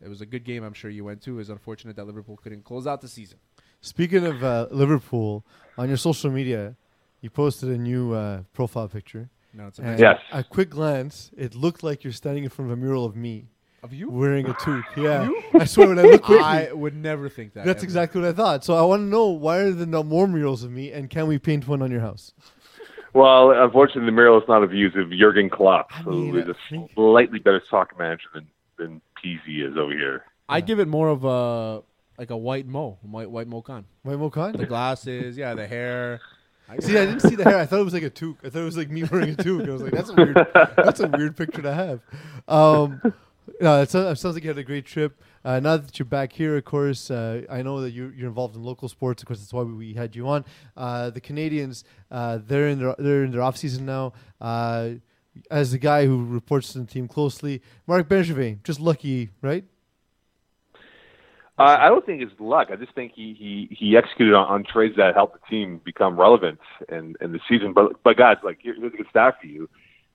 [SPEAKER 4] it was a good game, I'm sure you went to. It was unfortunate that Liverpool couldn't close out the season.
[SPEAKER 5] Speaking of uh, Liverpool, on your social media, you posted a new uh, profile picture.
[SPEAKER 4] No, it's a
[SPEAKER 5] And
[SPEAKER 4] picture. Yes.
[SPEAKER 5] A quick glance, it looked like you're standing in front of a mural of me.
[SPEAKER 4] Of you?
[SPEAKER 5] Wearing a toque. Yeah.
[SPEAKER 4] You?
[SPEAKER 5] I swear when I look quickly.
[SPEAKER 4] I would never think that,
[SPEAKER 5] That's
[SPEAKER 4] ever.
[SPEAKER 5] exactly what I thought. So I want to know why are there no more murals of me and can we paint one on your house?
[SPEAKER 2] Well, unfortunately, the mural is not of use of Jurgen Klopp, who is a slightly better soccer manager than than Peasy is over here.
[SPEAKER 4] I give it more of a like a white Mo, white white Mo Khan.
[SPEAKER 5] White Mo Khan?
[SPEAKER 4] The glasses, yeah, the hair.
[SPEAKER 5] See, I didn't see the hair. I thought it was like a toque. I thought it was like me wearing a toque. I was like, that's a weird, that's a weird picture to have. Um, no, it sounds, it sounds like you had a great trip. Uh, now that you're back here, of course, uh, I know that you're, you're involved in local sports. Of course, that's why we, we had you on. Uh, the Canadians, uh, they're in their they're in their off season now. Uh, as the guy who reports to the team closely, Mark Bergevin, just lucky, right?
[SPEAKER 2] Uh, I don't think it's luck. I just think he he, he executed on, on trades that helped the team become relevant in, in the season. But but guys, like here, here's a good stat for you.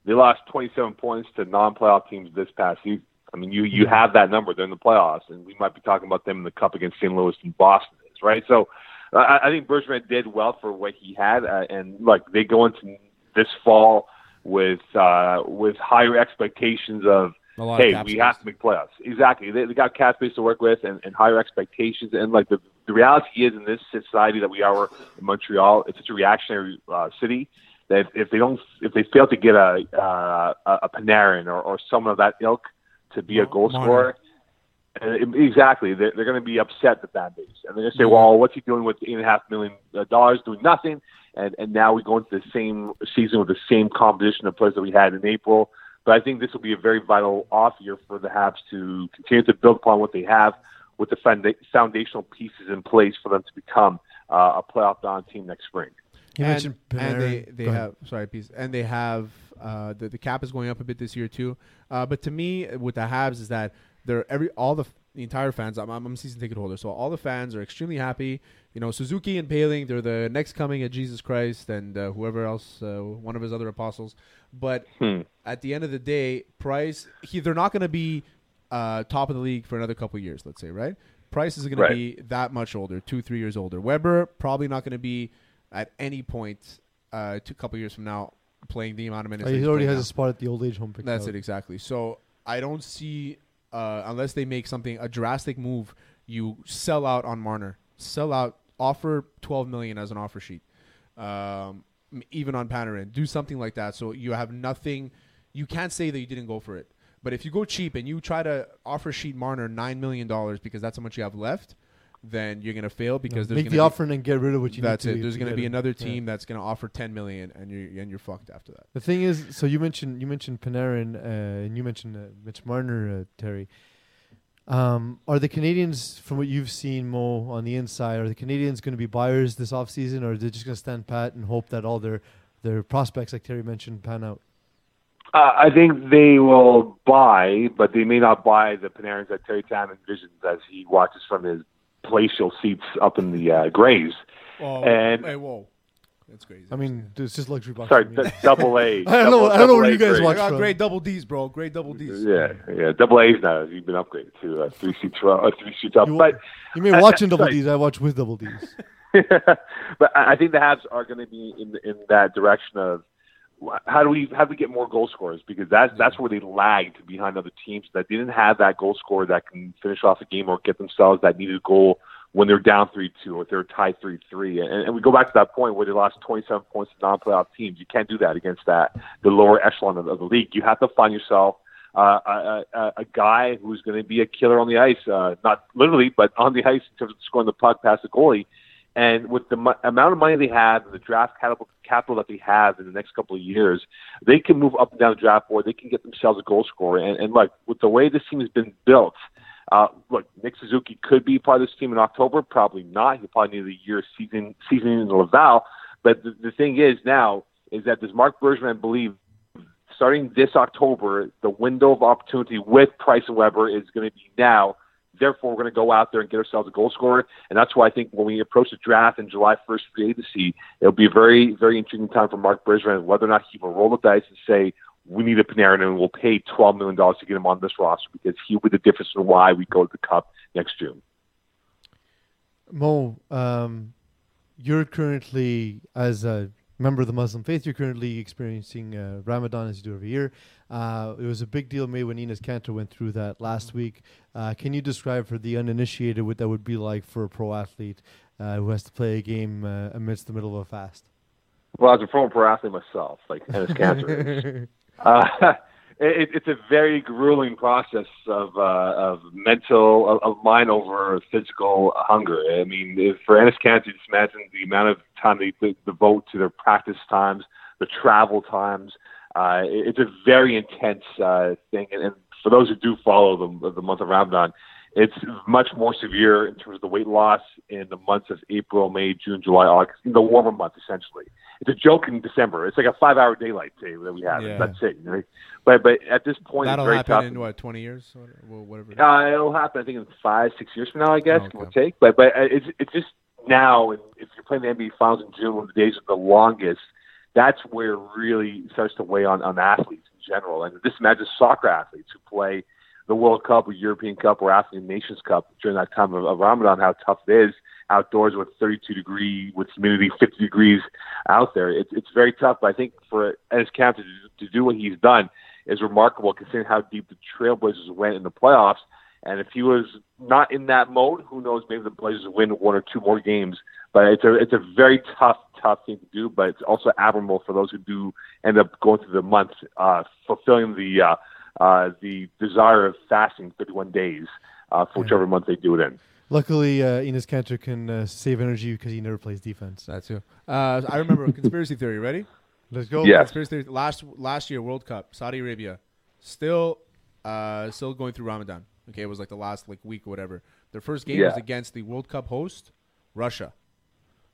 [SPEAKER 2] They lost 27 points to non-playoff teams this past season. I mean, you you have that number. They're in the playoffs, and we might be talking about them in the cup against St. Louis and Boston, is right? So uh, I, I think Bergeron did well for what he had, uh, and like they go into this fall with uh, with higher expectations of
[SPEAKER 17] A lot of
[SPEAKER 2] hey,
[SPEAKER 17] cap
[SPEAKER 2] we
[SPEAKER 17] space.
[SPEAKER 2] have to make playoffs. Exactly, they, they got cap space to work with and, and higher expectations. And like the, the reality is, in this society that we are in Montreal, it's such a reactionary uh, city that if, if they don't, if they fail to get a uh, a a Panarin or, or someone of that ilk to be a goal
[SPEAKER 17] Marner.
[SPEAKER 2] scorer. And it- exactly, they're, they're going to be upset that that is, and they're going to say, "Well, what's he doing with eight and a half million uh, dollars? Doing nothing." And and now we go into the same season with the same composition of players that we had in April. But I think this will be a very vital off year for the Habs to continue to build upon what they have, with the founda- foundational pieces in place for them to become uh, a playoff bound team next spring.
[SPEAKER 5] You
[SPEAKER 4] and,
[SPEAKER 5] mentioned
[SPEAKER 4] and they,
[SPEAKER 5] Panarin.
[SPEAKER 4] they
[SPEAKER 5] Go ahead.
[SPEAKER 4] have sorry piece and they have uh, the the cap is going up a bit this year too. Uh, but to me, with the Habs is that they're every all the the entire fans. I'm, I'm I'm a season ticket holder, so all the fans are extremely happy. You know, Suzuki and Paling, they're the next coming of Jesus Christ and uh, whoever else, uh, one of his other apostles. But
[SPEAKER 17] Hmm.
[SPEAKER 4] at the end of the day, Price, he they're not going to be uh, top of the league for another couple of years, let's say, right? Price is going
[SPEAKER 17] Right.
[SPEAKER 4] to be that much older, two, three years older. Weber probably not going to be at any point uh, two couple years from now playing the amount of minutes.
[SPEAKER 5] Uh,
[SPEAKER 4] that
[SPEAKER 5] he
[SPEAKER 4] he's
[SPEAKER 5] already
[SPEAKER 4] playing
[SPEAKER 5] has
[SPEAKER 4] now.
[SPEAKER 5] a spot at the old age home picked
[SPEAKER 4] That's
[SPEAKER 5] out.
[SPEAKER 4] it exactly. So I don't see uh, unless they make something a drastic move, you sell out on Marner, sell out, offer twelve million as an offer sheet, um, m- even on Panarin, do something like that. So you have nothing. You can't say that you didn't go for it. But if you go cheap and you try to offer sheet Marner nine million dollars because that's how much you have left, then you're gonna fail because there's
[SPEAKER 5] Make
[SPEAKER 4] gonna
[SPEAKER 5] the
[SPEAKER 4] be-
[SPEAKER 5] offer and then get rid of what you need
[SPEAKER 4] That's
[SPEAKER 5] to
[SPEAKER 4] it.
[SPEAKER 5] be-
[SPEAKER 4] There's
[SPEAKER 5] to
[SPEAKER 4] gonna
[SPEAKER 5] get
[SPEAKER 4] be
[SPEAKER 5] him.
[SPEAKER 4] another
[SPEAKER 5] Yeah.
[SPEAKER 4] team that's gonna offer ten million and you and you're fucked after that.
[SPEAKER 5] The thing is, so you mentioned you mentioned Panarin uh, and you mentioned uh, Mitch Marner, uh, Terry. Um, are the Canadians, from what you've seen, Mo, on the inside, are the Canadians going to be buyers this offseason, or are they just going to stand pat and hope that all their their prospects, like Terry mentioned, pan out?
[SPEAKER 2] Uh, I think they will buy, but they may not buy the Panarins that Terry Tam envisions as he watches from his palatial seats up in the uh, Grays.
[SPEAKER 4] Whoa,
[SPEAKER 2] And-
[SPEAKER 4] hey, whoa. That's crazy.
[SPEAKER 5] I mean, it's just luxury box.
[SPEAKER 2] Sorry,
[SPEAKER 5] for me.
[SPEAKER 2] d- double A.
[SPEAKER 5] I don't know.
[SPEAKER 2] Double-
[SPEAKER 5] I don't know
[SPEAKER 2] double
[SPEAKER 5] where you
[SPEAKER 2] A
[SPEAKER 5] guys
[SPEAKER 2] grade.
[SPEAKER 5] watch
[SPEAKER 2] I got
[SPEAKER 5] from.
[SPEAKER 2] great
[SPEAKER 4] double D's, bro. Great double D's.
[SPEAKER 2] Yeah, yeah. Double A's now. He's been upgraded to uh, three seats uh, three seats up. but
[SPEAKER 5] You mean
[SPEAKER 2] uh,
[SPEAKER 5] watching double
[SPEAKER 2] sorry.
[SPEAKER 5] D's? I watch with double D's.
[SPEAKER 2] but I I think the Habs are going to be in in that direction of wh- how do we how do we get more goal scorers because that's that's where they lagged behind other teams that didn't have that goal scorer that can finish off a game or get themselves that needed goal when they're down three two or if they're tied three three and, and we go back to that point where they lost twenty seven points to non playoff teams you can't do that against that the lower echelon of, of the league you have to find yourself uh, a, a, a guy who's going to be a killer on the ice, uh, not literally, but on the ice in terms of scoring the puck past the goalie. And with the mo- amount of money they have and the draft capital, capital that they have in the next couple of years, they can move up and down the draft board. They can get themselves a goal scorer. And, and like with the way this team has been built, uh, look, Nick Suzuki could be part of this team in October. Probably not. He'll probably need a year season seasoning in Laval. But the, the thing is now is that does Mark Bergman believe starting this October, the window of opportunity with Price and Weber is going to be now. Therefore, we're going to go out there and get ourselves a goal scorer. And that's why I think when we approach the draft in July 1st free agency, it'll be a very, very intriguing time for Mark Bergeron, whether or not he will roll the dice and say, we need a Panarin and we'll pay $12 million to get him on this roster because he'll be the difference in why we go to the Cup next June.
[SPEAKER 5] Mo, um, you're currently, as a member of the Muslim faith, you're currently experiencing uh, Ramadan as you do every year. Uh, it was a big deal made when Enos Cantor went through that last
[SPEAKER 4] Mm-hmm.
[SPEAKER 5] week. Uh, can you describe for the uninitiated what that would be like for a pro athlete uh, who has to play a game uh, amidst the middle of a fast?
[SPEAKER 2] Well, as a former pro athlete myself, like tennis cancer, uh, it, it's a very grueling process of uh, of mental of, of mind over physical hunger. I mean, if, for Ennis Canty, just imagine the amount of time they, they devote to their practice times, the travel times. Uh, it, it's a very intense uh, thing, and, and for those who do follow the the month of Ramadan, it's much more severe in terms of the weight loss in the months of April, May, June, July, August, in the warmer months essentially. It's a joke in December. It's like a five hour daylight day that we have.
[SPEAKER 4] Yeah.
[SPEAKER 2] That's it. you know? But but at this point
[SPEAKER 4] That'll
[SPEAKER 2] it's very
[SPEAKER 4] happen
[SPEAKER 2] tough.
[SPEAKER 4] in what twenty years, What- well, whatever.
[SPEAKER 2] Uh, it'll happen. I think in five, six years from now, I guess it will take. But but uh, it's it's just now. and If you're playing the NBA Finals in June, when the days are the longest, that's where it really starts to weigh on on athletes in general. And just imagine soccer athletes who play the World Cup or European Cup or African Nations Cup during that time of, of Ramadan. How tough it is outdoors with 32 degree with humidity 50 degrees out there. It's it's very tough. But I think for Ennis Camp to, to do what he's done is remarkable considering how deep the Trailblazers went in the playoffs. And if he was not in that mode, who knows? Maybe the Blazers win one or two more games. But it's a it's a very tough tough thing to do. But it's also admirable for those who do end up going through the month, uh, fulfilling the uh, uh, the desire of fasting 31 days uh, for whichever month they do it in.
[SPEAKER 5] Luckily, uh, Enos Cantor can uh, save energy because he never plays defense.
[SPEAKER 4] That's who. Uh, I remember a conspiracy theory. Ready?
[SPEAKER 5] Let's go.
[SPEAKER 4] Yeah.
[SPEAKER 5] Yes.
[SPEAKER 4] Conspiracy theory. Last last year World Cup, Saudi Arabia, still, uh, still going through Ramadan. Okay, it was like the last like week or whatever. Their first game was
[SPEAKER 6] Yeah.
[SPEAKER 4] against the World Cup host, Russia.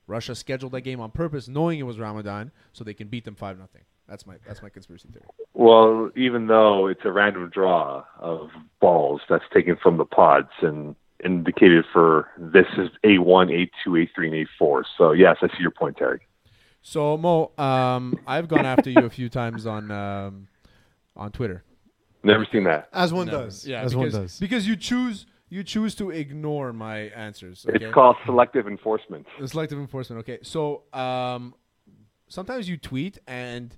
[SPEAKER 4] Russia scheduled that game on purpose, knowing it was Ramadan, so they can beat them five nothing. That's my that's my conspiracy theory.
[SPEAKER 2] Well, even though it's a random draw of balls that's taken from the pods and indicated for this is A1, A2, A3, and A4. So, yes, I see your point, Terry.
[SPEAKER 4] So Mo, um, I've gone after you a few times on um, on Twitter.
[SPEAKER 2] Never seen that.
[SPEAKER 5] As one
[SPEAKER 4] Never.
[SPEAKER 5] does.
[SPEAKER 4] Yeah,
[SPEAKER 5] As one
[SPEAKER 4] because,
[SPEAKER 5] does.
[SPEAKER 4] Because you choose you choose to ignore my answers. okay?
[SPEAKER 2] It's called selective enforcement.
[SPEAKER 4] The selective enforcement. Okay, so um, sometimes you tweet, and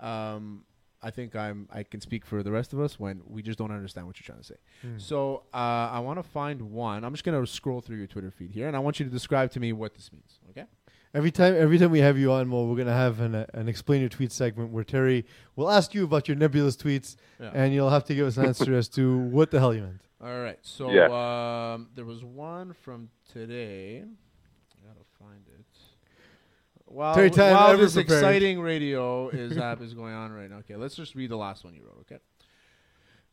[SPEAKER 4] um, I think I'm I can speak for the rest of us when we just don't understand what you're trying to say.
[SPEAKER 6] Hmm.
[SPEAKER 4] So uh, I want to find one. I'm just gonna scroll through your Twitter feed here, and I want you to describe to me what this means. Okay.
[SPEAKER 5] Every time, every time we have you on, Mo, we're gonna have an, uh, an explain your tweet segment where Terry will ask you about your nebulous tweets,
[SPEAKER 4] Yeah.
[SPEAKER 5] and you'll have to give us an answer as to what the hell you meant.
[SPEAKER 4] All right. So
[SPEAKER 5] Yeah.
[SPEAKER 4] um, there was one from today. I gotta find it. While,
[SPEAKER 5] Terry Time,
[SPEAKER 4] while
[SPEAKER 5] ever
[SPEAKER 4] this
[SPEAKER 5] prepared.
[SPEAKER 4] exciting radio is hap- is going on right now. Okay, let's just read the last one you wrote. Okay.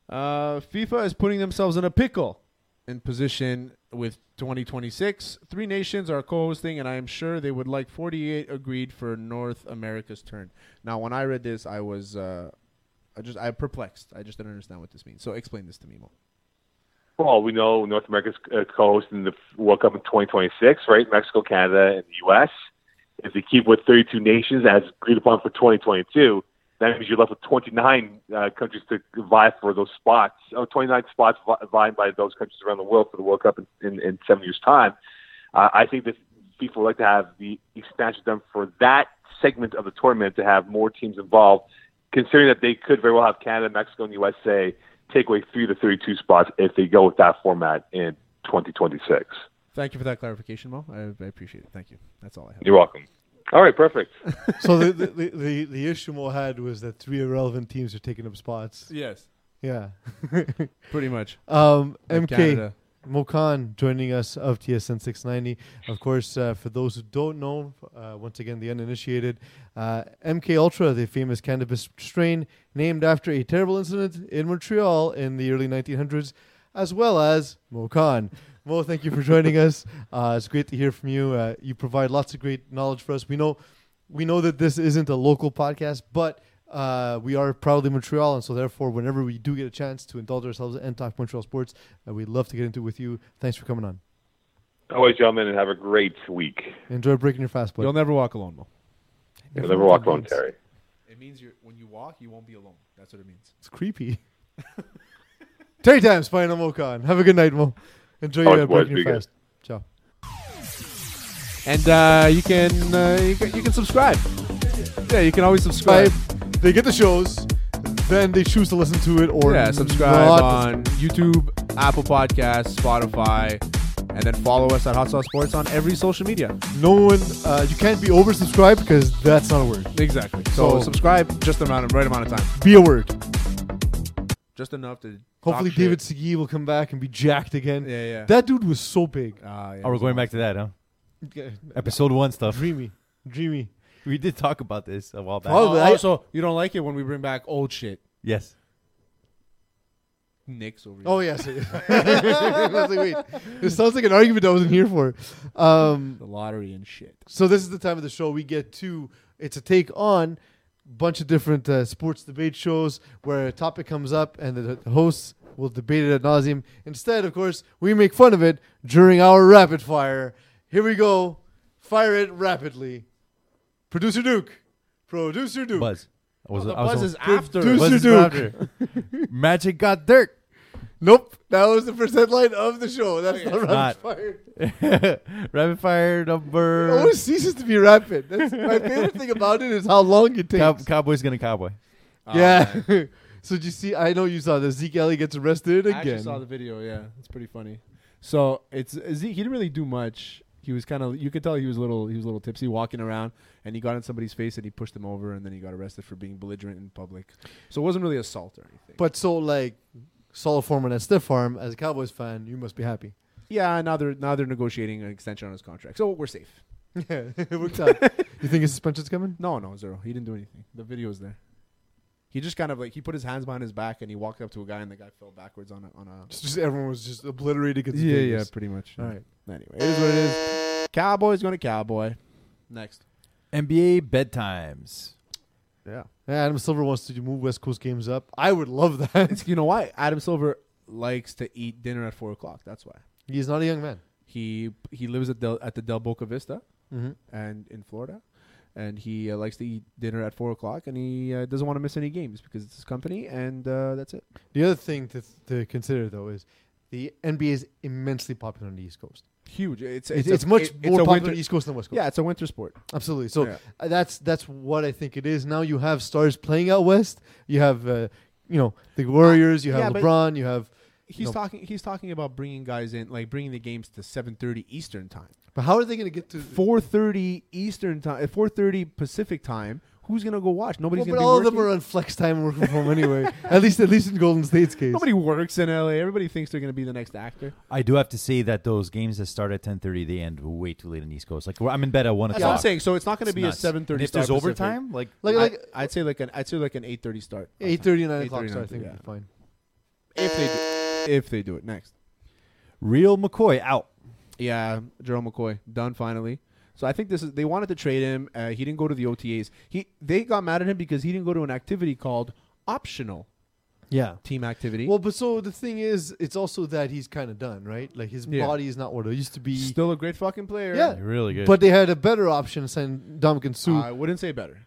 [SPEAKER 4] Uh, FIFA is putting themselves in a pickle in position with 2026. Three nations are co-hosting, and I am sure they would like 48 agreed for North America's turn. Now, when I read this, I was uh, I just I perplexed. I just didn't understand what this means. So explain this to me more.
[SPEAKER 2] Well, we know North America's uh, co-hosting the World Cup in 2026, right? Mexico, Canada, and the U.S. If they keep with 32 nations as agreed upon for 2022, that means you're left with 29 uh, countries to vie for those spots, or 29 spots vi- vying by those countries around the world for the World Cup in, in, in seven years' time. Uh, I think that FIFA would like to have the expansion done for that segment of the tournament to have more teams involved, considering that they could very well have Canada, Mexico, and USA take away three to 32 spots if they go with that format in 2026.
[SPEAKER 4] Thank you for that clarification, Mo. I, I appreciate it. Thank you. That's all I have.
[SPEAKER 2] You're welcome. All right, perfect.
[SPEAKER 5] so the, the, the, the, the issue Mo had was that three irrelevant teams are taking up spots.
[SPEAKER 4] Yes.
[SPEAKER 5] Yeah.
[SPEAKER 4] Pretty much.
[SPEAKER 5] Um,
[SPEAKER 4] Like
[SPEAKER 5] MK
[SPEAKER 4] Canada.
[SPEAKER 5] Mokan joining us of TSN 690. Of course, uh, for those who don't know, uh, once again, the uninitiated, uh, MK Ultra, the famous cannabis strain named after a terrible incident in Montreal in the early 1900s, as well as Mokan. Mo, thank you for joining us. Uh, it's great to hear from you. Uh, you provide lots of great knowledge for us. We know we know that this isn't a local podcast, but uh, we are proudly Montreal, and so therefore, whenever we do get a chance to indulge ourselves and talk Montreal sports, uh, we'd love to get into it with you. Thanks for coming on.
[SPEAKER 2] Always, gentlemen, and have a great week.
[SPEAKER 5] Enjoy breaking your fast, bud.
[SPEAKER 4] You'll never walk alone, Mo.
[SPEAKER 2] You'll never walk alone, Terry.
[SPEAKER 4] It means you're, when you walk, you won't be alone. That's what it means.
[SPEAKER 5] It's creepy. Terry Times, final Mokan. Have a good night, Mo. Enjoy your
[SPEAKER 4] Always,
[SPEAKER 5] uh,
[SPEAKER 4] boys,
[SPEAKER 5] breaking
[SPEAKER 4] be
[SPEAKER 5] your
[SPEAKER 4] good.
[SPEAKER 5] fast. Ciao.
[SPEAKER 4] And uh, you can uh, you can you can subscribe. Yeah, you can always subscribe.
[SPEAKER 5] They get the shows, then they choose to listen to it or
[SPEAKER 4] yeah, subscribe
[SPEAKER 5] not.
[SPEAKER 4] on YouTube, Apple Podcasts, Spotify, and then follow us at Hot Sauce Sports on every social media.
[SPEAKER 5] No one, uh, you can't be oversubscribed because that's not a word.
[SPEAKER 4] Exactly. So,
[SPEAKER 5] So-
[SPEAKER 4] subscribe just the amount of right amount of time.
[SPEAKER 5] Be a word.
[SPEAKER 4] just enough to.
[SPEAKER 5] Hopefully,
[SPEAKER 4] talk
[SPEAKER 5] David
[SPEAKER 4] shit.
[SPEAKER 5] Segui will come back and be jacked again.
[SPEAKER 4] Yeah, yeah.
[SPEAKER 5] That dude was so big.
[SPEAKER 4] Ah,
[SPEAKER 7] Oh, we're going back to that, huh?
[SPEAKER 5] Yeah.
[SPEAKER 7] Episode one stuff.
[SPEAKER 5] Dreamy, dreamy.
[SPEAKER 7] We did talk about this a while back.
[SPEAKER 4] Probably. Oh, also, you don't like it when we bring back old shit.
[SPEAKER 7] Yes.
[SPEAKER 4] Nick's over.
[SPEAKER 5] Oh yes. I was like, wait, this sounds like an argument I wasn't here for. Um,
[SPEAKER 4] the lottery and shit.
[SPEAKER 5] So this is the time of the show we get to. It's a take on bunch of different uh, sports debate shows where a topic comes up and the the hosts will debate it ad nauseum. Instead, of course, we make fun of it during our rapid fire. Here we go. Fire it rapidly. Producer Duke. Producer Duke.
[SPEAKER 7] Buzz. I was,
[SPEAKER 5] Oh, the
[SPEAKER 7] I was
[SPEAKER 5] buzz
[SPEAKER 7] on-
[SPEAKER 5] is after.
[SPEAKER 7] Buzz is
[SPEAKER 5] Producer
[SPEAKER 7] after. Magic got dirt.
[SPEAKER 5] Nope. That was the percent line of the show. That's not rapid
[SPEAKER 7] Not.
[SPEAKER 5] fire. Oh,
[SPEAKER 7] Rapid fire
[SPEAKER 5] It
[SPEAKER 7] number.
[SPEAKER 5] always ceases to be rapid. That's my favorite thing about it is how long it takes.
[SPEAKER 7] Cow- Cowboy's gonna cowboy.
[SPEAKER 5] yeah. so did you see? I know you saw this. Zeke Elliott gets arrested
[SPEAKER 4] I
[SPEAKER 5] again.
[SPEAKER 4] actually saw the video. Yeah, it's pretty funny. So it's Zeke. He didn't really do much. He was kind of. You could tell he was a little. He was a little tipsy, walking around, and he got in somebody's face and he pushed them over, and then he got arrested for being belligerent in public. So it wasn't really assault or anything.
[SPEAKER 5] But so like Saul Foreman at Stiff Farm, as a Cowboys fan, you must be happy.
[SPEAKER 4] Yeah, now they're now they're negotiating an extension on his contract, so we're safe.
[SPEAKER 5] Yeah, it worked out. you think his suspension's coming?
[SPEAKER 4] No, no, zero. He didn't do anything. The video is there. He just kind of like he put his hands behind his back and he walked up to a guy and the guy fell backwards on a on a.
[SPEAKER 5] It's just everyone was just obliterated. Against
[SPEAKER 4] yeah, yeah,
[SPEAKER 5] Vegas.
[SPEAKER 4] pretty much.
[SPEAKER 5] All right.
[SPEAKER 4] Anyway, it is what it is. Cowboys going to Cowboy. Next.
[SPEAKER 7] NBA bedtimes.
[SPEAKER 4] Yeah.
[SPEAKER 5] Adam Silver wants to move West Coast games up. I would love that.
[SPEAKER 4] you know why Adam Silver likes to eat dinner at four o'clock. That's why
[SPEAKER 5] He's not a young man.
[SPEAKER 4] he he lives at Del, at the Del Boca Vista,
[SPEAKER 5] Mhm.
[SPEAKER 4] and in Florida, and he uh, likes to eat dinner at four o'clock, and he uh, doesn't want to miss any games because it's his company, and uh, that's it.
[SPEAKER 5] The other thing to to consider though is the NBA is immensely popular on the East Coast.
[SPEAKER 4] Huge. It's
[SPEAKER 5] It's,
[SPEAKER 4] a-
[SPEAKER 5] it's much
[SPEAKER 4] it- it's
[SPEAKER 5] more
[SPEAKER 4] a
[SPEAKER 5] popular on
[SPEAKER 4] winter-
[SPEAKER 5] the East Coast than West Coast.
[SPEAKER 4] Yeah, it's a winter sport.
[SPEAKER 5] Absolutely. So
[SPEAKER 4] Yeah.
[SPEAKER 5] uh, that's that's what I think it is. Now you have stars playing out west. You have uh, you know the Warriors. You
[SPEAKER 4] yeah,
[SPEAKER 5] have
[SPEAKER 4] but
[SPEAKER 5] LeBron. You have
[SPEAKER 4] He's
[SPEAKER 5] you know,
[SPEAKER 4] talking. He's talking about bringing guys in, like bringing the games to seven thirty Eastern time.
[SPEAKER 5] But how are they going to get to
[SPEAKER 4] four thirty Eastern time? Four thirty Pacific time. Who's gonna go watch? Nobody's
[SPEAKER 5] Well, but
[SPEAKER 4] gonna. be
[SPEAKER 5] all of them
[SPEAKER 4] working.
[SPEAKER 5] are on flex time and working from home anyway. At least at least in Golden State's case.
[SPEAKER 4] Nobody works in LA. Everybody thinks they're gonna be the next actor.
[SPEAKER 7] I do have to say that those games that start at ten thirty, they end way too late on the East Coast. Like we're- I'm in bed at one
[SPEAKER 4] That's
[SPEAKER 7] o'clock.
[SPEAKER 4] what I'm saying. So it's not going to be
[SPEAKER 7] nuts.
[SPEAKER 4] a seven
[SPEAKER 7] And
[SPEAKER 4] thirty.
[SPEAKER 7] If there's overtime, like
[SPEAKER 5] Like-
[SPEAKER 4] I,
[SPEAKER 5] like-
[SPEAKER 4] I'd say like an I'd say like an eight thirty start.
[SPEAKER 5] 8:30 and 9 o'clock
[SPEAKER 4] 8:30,
[SPEAKER 5] start, I think would be
[SPEAKER 4] yeah.
[SPEAKER 5] fine.
[SPEAKER 4] If they do, if they do it next.
[SPEAKER 7] real McCoy out.
[SPEAKER 4] Yeah, Jerome McCoy done finally. So I think this is they wanted to trade him. Uh, he didn't go to the OTAs. He they got mad at him because he didn't go to an activity called optional
[SPEAKER 5] Yeah.
[SPEAKER 4] team activity.
[SPEAKER 5] Well, but so the thing is, it's also that he's kind of done, right? Like his
[SPEAKER 4] Yeah.
[SPEAKER 5] body is not what it used to be.
[SPEAKER 4] Still a great fucking player.
[SPEAKER 5] yeah,
[SPEAKER 7] Really good.
[SPEAKER 5] But they had a better option, sign Dominican Sue.
[SPEAKER 4] I wouldn't say better.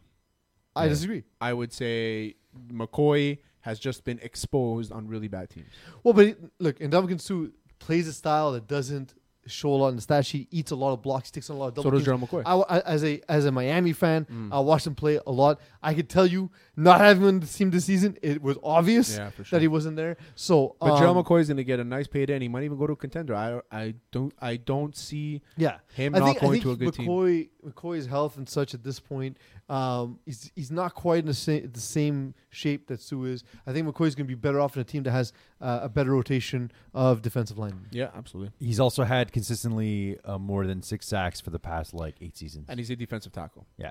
[SPEAKER 5] I disagree.
[SPEAKER 4] I would say McCoy has just been exposed on really bad teams.
[SPEAKER 5] Well, but it- look, and Dominican Sue plays a style that doesn't show a lot in the stat sheet, eats a lot of blocks, takes on a lot of double.
[SPEAKER 4] does
[SPEAKER 5] teams.
[SPEAKER 4] Gerald McCoy. Mm.
[SPEAKER 5] I w- I- as a as a Miami fan, I watched him play a lot. I could tell you, not having him on the team this season, it was obvious
[SPEAKER 4] Yeah, for
[SPEAKER 5] that he wasn't there. So,
[SPEAKER 4] But
[SPEAKER 5] um,
[SPEAKER 4] Gerald McCoy is going to get a nice payday, and he might even go to a contender. I, I don't I don't see
[SPEAKER 5] Yeah,
[SPEAKER 4] him
[SPEAKER 5] I
[SPEAKER 4] not
[SPEAKER 5] think, I
[SPEAKER 4] going
[SPEAKER 5] think
[SPEAKER 4] to a good team.
[SPEAKER 5] McCoy, McCoy's health and such at this point, um, he's he's not quite in the same the same shape that Sue is. I think McCoy's going to be better off in a team that has uh, a better rotation of defensive linemen.
[SPEAKER 4] Yeah, absolutely.
[SPEAKER 7] He's also had consistently uh, more than six sacks for the past like eight seasons.
[SPEAKER 4] And he's a defensive tackle.
[SPEAKER 7] Yeah.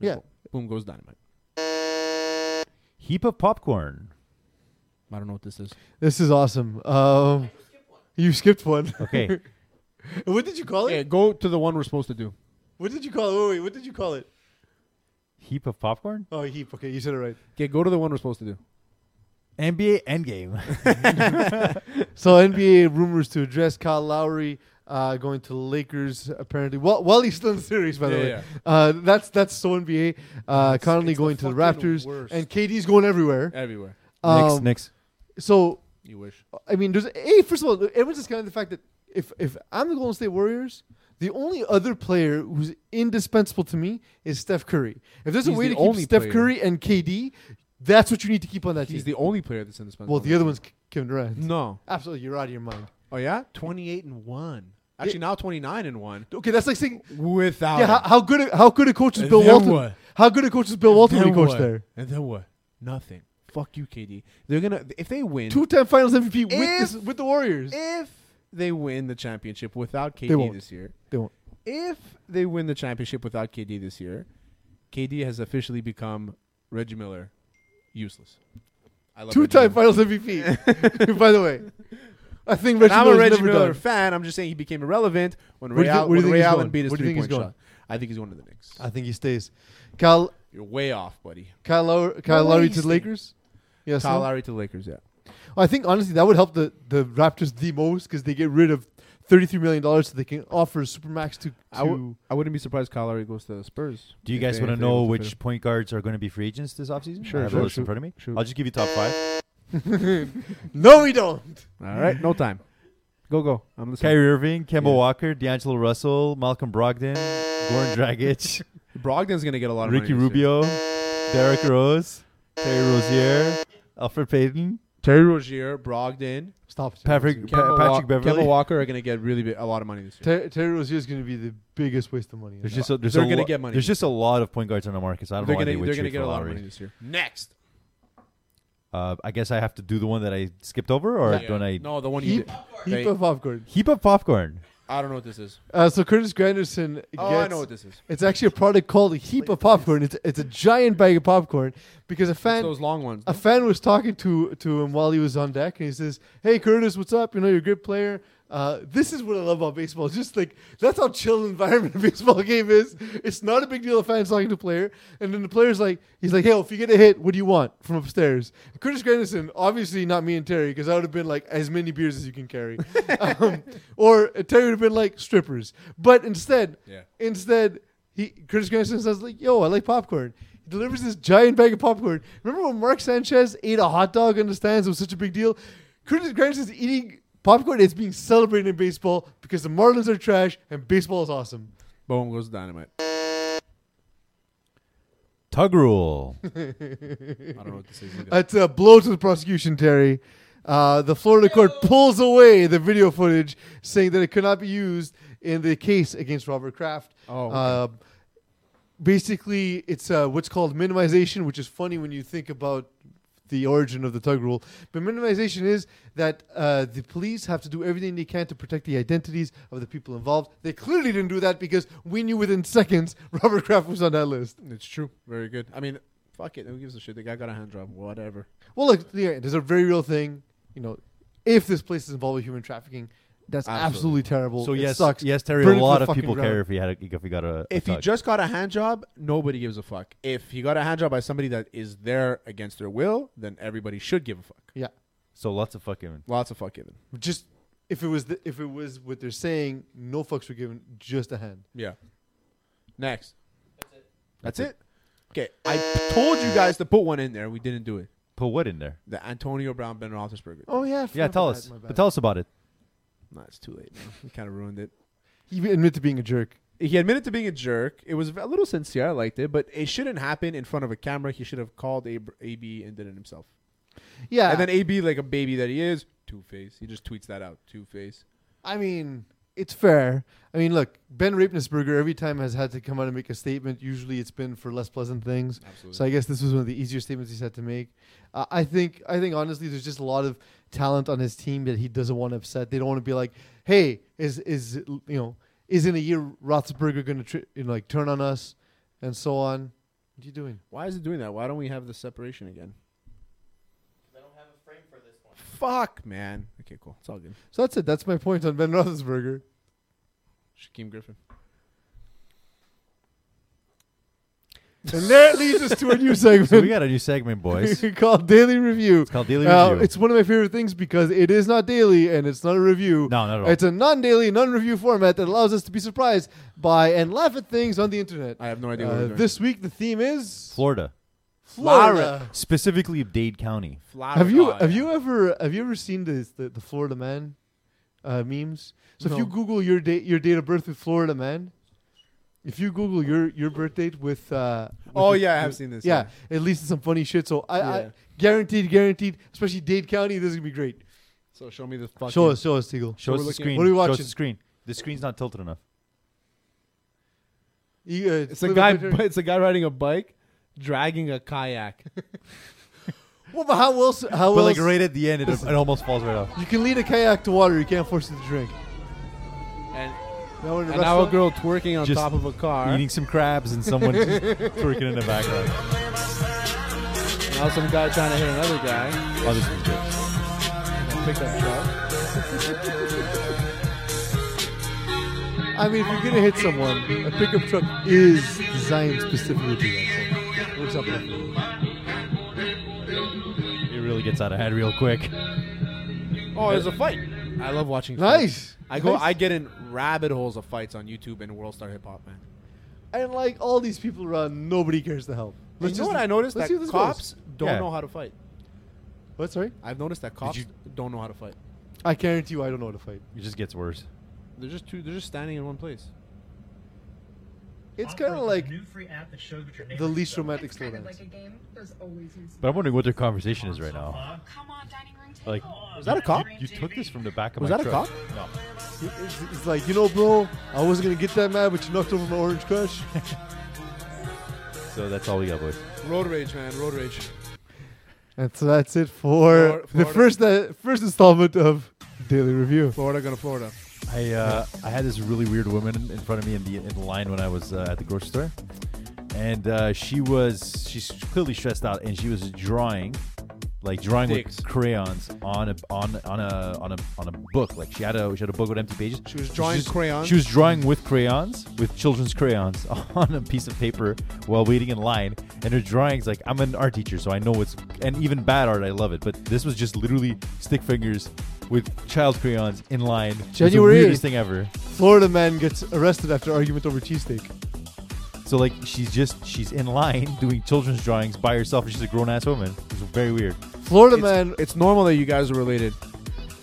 [SPEAKER 5] Yeah.
[SPEAKER 4] Boom goes dynamite.
[SPEAKER 7] Heap of popcorn.
[SPEAKER 4] I don't know what this is.
[SPEAKER 5] This is awesome. Um, you skipped one.
[SPEAKER 7] Okay.
[SPEAKER 5] what did you call it?
[SPEAKER 4] Yeah, go to the one we're supposed to do.
[SPEAKER 5] What did you call it? Wait, wait, what did you call it?
[SPEAKER 7] Heap of popcorn.
[SPEAKER 5] Oh, heap. Okay, you said it right.
[SPEAKER 4] Okay, go to the one we're supposed to do.
[SPEAKER 7] NBA Endgame.
[SPEAKER 5] So NBA rumors to address Kyle Lowry uh, going to the Lakers apparently. Well, while he's still in the series, by the
[SPEAKER 4] Yeah,
[SPEAKER 5] way,
[SPEAKER 4] yeah.
[SPEAKER 5] uh, that's that's so NBA. Uh, Conley
[SPEAKER 4] it's the
[SPEAKER 5] going to the
[SPEAKER 4] fucking
[SPEAKER 5] Raptors,
[SPEAKER 4] worst.
[SPEAKER 5] and KD's going everywhere.
[SPEAKER 4] Everywhere.
[SPEAKER 5] Um,
[SPEAKER 7] Knicks.
[SPEAKER 5] So
[SPEAKER 4] You wish.
[SPEAKER 5] I mean, there's hey, first of all, everyone's discounting the fact that if if I'm the Golden State Warriors, the only other player who's indispensable to me is Steph Curry. If there's a
[SPEAKER 4] He's
[SPEAKER 5] way
[SPEAKER 4] the
[SPEAKER 5] to keep
[SPEAKER 4] only
[SPEAKER 5] Steph
[SPEAKER 4] player.
[SPEAKER 5] Curry and KD, that's what you need to keep on that
[SPEAKER 4] He's
[SPEAKER 5] team.
[SPEAKER 4] the only player that's in the
[SPEAKER 5] well, the other one's K- Kevin Durant.
[SPEAKER 4] No.
[SPEAKER 5] Absolutely, you're out of your mind.
[SPEAKER 4] Oh yeah, twenty eight and one. Actually, now twenty nine and one
[SPEAKER 5] Okay, that's like saying
[SPEAKER 4] without.
[SPEAKER 5] yeah. How, how good? a- How good a coach is
[SPEAKER 4] And
[SPEAKER 5] Bill
[SPEAKER 4] then
[SPEAKER 5] Walton?
[SPEAKER 4] what?
[SPEAKER 5] How good a coach is Bill Walton when he coached there?
[SPEAKER 4] And then what? Nothing. fuck you, KD. They're gonna if they win
[SPEAKER 5] Two-time Finals MVP with,
[SPEAKER 4] If-
[SPEAKER 5] this, with the Warriors.
[SPEAKER 4] If they win the championship without KD
[SPEAKER 5] They won't.
[SPEAKER 4] this year.
[SPEAKER 5] They won't.
[SPEAKER 4] If they win the championship without KD this year, KD has officially become Reggie Miller useless. I love Reggie
[SPEAKER 5] Two-time
[SPEAKER 4] Miller.
[SPEAKER 5] Finals MVP. By the way, I think Reggie
[SPEAKER 4] And I'm a
[SPEAKER 5] Miller's
[SPEAKER 4] Reggie
[SPEAKER 5] never
[SPEAKER 4] Miller
[SPEAKER 5] done.
[SPEAKER 4] fan. I'm just saying he became irrelevant when
[SPEAKER 5] Where do
[SPEAKER 4] Ray,
[SPEAKER 5] you
[SPEAKER 4] Al-
[SPEAKER 5] think- where do
[SPEAKER 4] when
[SPEAKER 5] you think
[SPEAKER 4] Ray
[SPEAKER 5] he's
[SPEAKER 4] Allen
[SPEAKER 5] going?
[SPEAKER 4] beat his
[SPEAKER 5] Where do you think
[SPEAKER 4] three-point
[SPEAKER 5] he's going?
[SPEAKER 4] shot. I think he's going to the Knicks.
[SPEAKER 5] I think he stays. Kyle,
[SPEAKER 4] You're way off, buddy.
[SPEAKER 5] Kyle, Low- Kyle
[SPEAKER 4] way
[SPEAKER 5] Lowry to
[SPEAKER 4] he's
[SPEAKER 5] the
[SPEAKER 4] staying.
[SPEAKER 5] Lakers. Yes,
[SPEAKER 4] Kyle
[SPEAKER 5] no?
[SPEAKER 4] Lowry to the Lakers. Yeah.
[SPEAKER 5] I think honestly that would help the, the Raptors the most because they get rid of thirty three million dollars so they can offer supermax to. to
[SPEAKER 4] I w- I wouldn't be surprised Kyle Lowry goes to the Spurs.
[SPEAKER 7] Do you
[SPEAKER 4] if
[SPEAKER 7] guys
[SPEAKER 4] they-
[SPEAKER 7] want to
[SPEAKER 4] if they're
[SPEAKER 7] know
[SPEAKER 4] able to fit
[SPEAKER 7] which point guards are going to be free agents this offseason?
[SPEAKER 4] Sure,
[SPEAKER 7] I have
[SPEAKER 4] sure,
[SPEAKER 7] a list
[SPEAKER 4] shoot,
[SPEAKER 7] in front of me.
[SPEAKER 4] shoot.
[SPEAKER 7] I'll just give you top five.
[SPEAKER 5] no, we don't.
[SPEAKER 4] him. All right, no time. Go go. I'm listening.
[SPEAKER 7] Kyrie Irving, Kemba
[SPEAKER 4] Yeah.
[SPEAKER 7] Walker, D'Angelo Russell, Malcolm Brogdon, Goran Dragic,
[SPEAKER 4] Brogdon's gonna get a lot of
[SPEAKER 7] Ricky
[SPEAKER 4] money this year.
[SPEAKER 7] Rubio, Derek Rose, Terry Rozier, Alfred Payton,
[SPEAKER 4] Terry Rozier, Brogdon,
[SPEAKER 5] stop.
[SPEAKER 7] Patrick, Pa-
[SPEAKER 4] Kemba
[SPEAKER 7] Patrick
[SPEAKER 4] Wa-
[SPEAKER 7] Beverly.
[SPEAKER 4] Kemba Walker are gonna get really big, a lot of money this year.
[SPEAKER 5] Ter- Terry Rozier is going to be the biggest waste of money.
[SPEAKER 7] There's just a, there's
[SPEAKER 4] They're
[SPEAKER 7] a
[SPEAKER 4] gonna
[SPEAKER 7] lo-
[SPEAKER 4] get money.
[SPEAKER 7] There's just a lot of point guards on the market. So I don't
[SPEAKER 4] They're
[SPEAKER 7] know why
[SPEAKER 4] gonna
[SPEAKER 7] they would
[SPEAKER 4] they're
[SPEAKER 7] trade
[SPEAKER 4] gonna get
[SPEAKER 7] for
[SPEAKER 4] a lot of
[SPEAKER 7] Lowry.
[SPEAKER 4] money this year. Next.
[SPEAKER 7] Uh, I guess I have to do the one that I skipped over, or
[SPEAKER 4] Yeah.
[SPEAKER 7] don't I?
[SPEAKER 4] No, the one you
[SPEAKER 5] heap,
[SPEAKER 4] did.
[SPEAKER 5] heap
[SPEAKER 4] They-
[SPEAKER 5] of popcorn.
[SPEAKER 7] Heap of popcorn.
[SPEAKER 4] I don't know what this is.
[SPEAKER 5] Uh, so Curtis Granderson.
[SPEAKER 4] Oh, I
[SPEAKER 5] gets-
[SPEAKER 4] know what this is.
[SPEAKER 5] It's actually a product called a heap of popcorn. It's it's a giant bag of popcorn because a fan
[SPEAKER 4] those long ones,
[SPEAKER 5] A fan was talking to to him while he was on deck, and he says, "Hey Curtis, what's up? You know you're a good player." Uh, this is what I love about baseball. It's Just like that's how chill an environment a baseball game is. It's not a big deal. A fan's talking to a player, and then the player's like, he's like, "Hey, well, if you get a hit, what do you want from upstairs?" Curtis Granderson, obviously not me and Terry, because I would have been like as many beers as you can carry, um, or Terry would have been like strippers. But instead,
[SPEAKER 4] Yeah.
[SPEAKER 5] Instead, he Curtis Granderson says like, "Yo, I like popcorn." He delivers this giant bag of popcorn. Remember when Mark Sanchez ate a hot dog on the stands? It was such a big deal. Curtis Granderson's eating popcorn. It's being celebrated in baseball because the Marlins are trash and baseball is awesome.
[SPEAKER 4] Boom goes dynamite.
[SPEAKER 7] Tug rule.
[SPEAKER 4] I don't know what this is either.
[SPEAKER 5] That's a blow to the prosecution, Terry. Uh, the Florida court pulls away the video footage, saying that it could not be used in the case against Robert Kraft.
[SPEAKER 4] Oh, okay.
[SPEAKER 5] Uh, basically, it's uh, what's called minimization, which is funny when you think about the origin of the tug rule. But minimization is that uh, the police have to do everything they can to protect the identities of the people involved. They clearly didn't do that because we knew within seconds Robert Kraft was on that list.
[SPEAKER 4] It's true. Very good. I mean, fuck it. Who gives a shit? The guy got a hand job. Whatever.
[SPEAKER 5] Well, look, yeah, there's a very real thing. You know, if this place is involved with human trafficking, that's absolutely, terrible.
[SPEAKER 7] So
[SPEAKER 5] it
[SPEAKER 7] yes,
[SPEAKER 5] sucks.
[SPEAKER 7] yes, Terry.
[SPEAKER 5] Burn it
[SPEAKER 7] a
[SPEAKER 5] to the
[SPEAKER 7] lot of
[SPEAKER 5] fucking
[SPEAKER 7] people
[SPEAKER 5] ground.
[SPEAKER 7] care if he had a, if he got a. a
[SPEAKER 4] If he
[SPEAKER 7] tug.
[SPEAKER 4] just got a hand job, nobody gives a fuck. If he got a hand job by somebody that is there against their will, then everybody should give a fuck.
[SPEAKER 5] Yeah,
[SPEAKER 7] so lots of fucking.
[SPEAKER 4] Lots of fuck given.
[SPEAKER 5] just if it was the, if it was what they're saying, no fucks were given, just a hand.
[SPEAKER 4] Yeah. Next. That's it. Okay. I told you guys to put one in there. We didn't do it.
[SPEAKER 7] Put what in there?
[SPEAKER 4] The Antonio Brown Ben Roethlisberger.
[SPEAKER 5] Oh yeah, I
[SPEAKER 7] Yeah,
[SPEAKER 5] forgot
[SPEAKER 7] tell
[SPEAKER 5] about
[SPEAKER 7] us.
[SPEAKER 5] that. My bad.
[SPEAKER 7] But tell us about it.
[SPEAKER 4] No, it's too late. Man. We kind of ruined it.
[SPEAKER 5] He admitted to being a jerk.
[SPEAKER 4] He admitted to being a jerk. It was a little sincere. I liked it, but it shouldn't happen in front of a camera. He should have called AB, AB and did it himself.
[SPEAKER 5] Yeah,
[SPEAKER 4] And then AB, like a baby that he is, Two Face. He just tweets that out. Two Face.
[SPEAKER 5] I mean, it's fair. I mean, look, Ben Rapnisberger every time has had to come out and make a statement. Usually, it's been for less pleasant things.
[SPEAKER 4] Absolutely.
[SPEAKER 5] So I guess this was one of the easier statements he's had to make. Uh, I think. I think honestly, there's just a lot of talent on his team that he doesn't want to upset. They don't want to be like, "Hey, is is you know, is in a year Roethlisberger going to tri- you know, like turn on us, and so on." What are you doing?
[SPEAKER 4] Why is it doing that? Why don't we have the separation again? I don't have a frame for this one. Fuck, man. Okay, cool. It's all good.
[SPEAKER 5] So that's it. That's my point on Ben Roethlisberger.
[SPEAKER 4] Shaquem Griffin.
[SPEAKER 5] And that leads us to a new segment.
[SPEAKER 7] So we got a new segment, boys.
[SPEAKER 5] called Daily Review. It's
[SPEAKER 7] called Daily Review.
[SPEAKER 5] It's one of my favorite things because it is not daily and it's not a review.
[SPEAKER 7] No, not at all.
[SPEAKER 5] It's a non daily, non review format that allows us to be surprised by and laugh at things on the internet.
[SPEAKER 4] I have no idea
[SPEAKER 5] Uh,
[SPEAKER 4] what we're doing.
[SPEAKER 5] This week, the theme is
[SPEAKER 7] Florida,
[SPEAKER 5] Florida.
[SPEAKER 7] specifically Dade County.
[SPEAKER 4] Flower.
[SPEAKER 5] Have you
[SPEAKER 4] Oh,
[SPEAKER 5] have
[SPEAKER 4] yeah.
[SPEAKER 5] you ever have you ever seen this, the the Florida man uh, memes? So if
[SPEAKER 4] No.
[SPEAKER 5] you Google your date your date of birth with Florida man, if you Google your your birth date with uh, with
[SPEAKER 4] Oh,
[SPEAKER 5] the-
[SPEAKER 4] yeah, I have
[SPEAKER 5] the-
[SPEAKER 4] seen this,
[SPEAKER 5] Yeah, at least it's some funny shit. So I,
[SPEAKER 4] Yeah.
[SPEAKER 5] I guaranteed, guaranteed, especially Dade County, this is gonna be great.
[SPEAKER 4] So show me the fucking.
[SPEAKER 5] Show us, show us, Teagle.
[SPEAKER 7] Show
[SPEAKER 4] we're
[SPEAKER 7] us the
[SPEAKER 4] looking-
[SPEAKER 7] screen.
[SPEAKER 5] What are we
[SPEAKER 7] Show us
[SPEAKER 5] watching?
[SPEAKER 7] the screen. The screen's not tilted enough.
[SPEAKER 5] You, uh,
[SPEAKER 4] It's a
[SPEAKER 5] flip
[SPEAKER 4] guy.
[SPEAKER 5] picture.
[SPEAKER 4] It's a guy riding a bike, dragging a kayak.
[SPEAKER 5] Well, but how else? How
[SPEAKER 7] but
[SPEAKER 5] else?
[SPEAKER 7] like right at the end, it, it almost falls right off.
[SPEAKER 5] you can lead a kayak to water. You can't force it to drink.
[SPEAKER 4] And,
[SPEAKER 5] Now we're in a
[SPEAKER 4] and now a
[SPEAKER 5] restaurant?
[SPEAKER 4] girl twerking on
[SPEAKER 7] Just
[SPEAKER 4] top of a car.
[SPEAKER 7] eating some crabs and someone just twerking in the background.
[SPEAKER 4] Now some guy trying to hit another guy.
[SPEAKER 7] Oh, this is good.
[SPEAKER 4] Pick up shot.
[SPEAKER 5] I mean, if you're gonna hit someone, a pickup truck is designed specifically to do that. So, what's up?
[SPEAKER 7] It really gets out of hand real quick.
[SPEAKER 4] Oh, there's a fight. I love watching.
[SPEAKER 5] Nice.
[SPEAKER 4] fights. I go.
[SPEAKER 5] Nice.
[SPEAKER 4] I get in rabbit holes of fights on YouTube and World Star Hip Hop, man.
[SPEAKER 5] And like all these people around, nobody cares to help.
[SPEAKER 4] You know what I noticed?
[SPEAKER 5] let's
[SPEAKER 4] That
[SPEAKER 5] see how this
[SPEAKER 4] cops
[SPEAKER 5] goes.
[SPEAKER 4] don't know how to fight.
[SPEAKER 5] What? Sorry.
[SPEAKER 4] I've noticed that cops don't know how to fight.
[SPEAKER 5] I guarantee you, I don't know how to fight.
[SPEAKER 7] It just gets worse.
[SPEAKER 4] They're just two. They're just standing in one place.
[SPEAKER 5] It's kind of like the least romantic slowdown.
[SPEAKER 7] But I'm wondering what their conversation is right now. Like, was
[SPEAKER 5] that a cop?
[SPEAKER 7] You, took this from the back of
[SPEAKER 5] Was
[SPEAKER 7] my
[SPEAKER 5] that a
[SPEAKER 7] truck.
[SPEAKER 5] cop?
[SPEAKER 7] No.
[SPEAKER 5] It's, it's like you know, bro. I wasn't gonna get that mad, but you knocked over my orange crush.
[SPEAKER 7] So that's all we got, boys.
[SPEAKER 4] Road rage, man. Road rage.
[SPEAKER 5] and so that's it for
[SPEAKER 4] Flor-
[SPEAKER 5] the
[SPEAKER 4] Florida.
[SPEAKER 5] first uh, first installment of Daily Review.
[SPEAKER 4] Florida gonna Florida.
[SPEAKER 7] I uh, I had this really weird woman in front of me in the in the line when I was uh, at the grocery store, and uh, she was she's clearly stressed out, and she was drawing, like drawing
[SPEAKER 4] Dicks.
[SPEAKER 7] with crayons on a on on a on a on a book. Like she had a she had a book with empty pages. She
[SPEAKER 4] was drawing crayons?
[SPEAKER 7] She was drawing with crayons, with children's crayons, on a piece of paper while waiting in line. And her drawings, like I'm an art teacher, so I know it's and even bad art, I love it. But this was just literally stick fingers with child crayons in line. It was the
[SPEAKER 5] January
[SPEAKER 7] weirdest
[SPEAKER 5] 8th.
[SPEAKER 7] thing ever.
[SPEAKER 5] Florida man gets arrested after argument over cheesesteak.
[SPEAKER 7] So like she's just she's in line doing children's drawings by herself, and she's a grown ass woman. It's very weird.
[SPEAKER 5] Florida
[SPEAKER 7] It's-
[SPEAKER 5] man.
[SPEAKER 4] It's normal that you guys are related.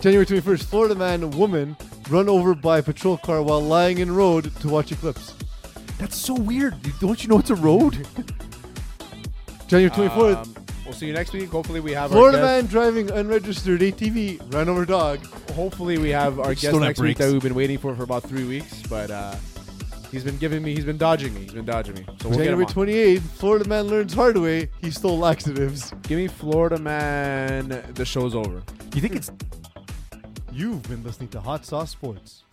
[SPEAKER 5] January 21st, Florida man woman run over by patrol car while lying in road to watch eclipse.
[SPEAKER 7] That's so weird. You- Don't you know it's a road?
[SPEAKER 5] January 24th,
[SPEAKER 4] Um, we'll see you next week. Hopefully we have
[SPEAKER 5] Florida
[SPEAKER 4] our guest.
[SPEAKER 5] man driving unregistered ATV ran over dog.
[SPEAKER 4] Hopefully we have our
[SPEAKER 5] Just
[SPEAKER 4] guest
[SPEAKER 5] don't have
[SPEAKER 4] next week that
[SPEAKER 5] brakes.
[SPEAKER 4] we've been waiting for for about three weeks, but uh, he's been giving me, he's been dodging me, he's been dodging me. So we'll get him
[SPEAKER 5] January
[SPEAKER 4] on.
[SPEAKER 5] 28th, Florida man learns hard way he stole laxatives.
[SPEAKER 4] Give me Florida man. The show's over.
[SPEAKER 7] You think it's?
[SPEAKER 5] You've been listening to Hot Sauce Sports.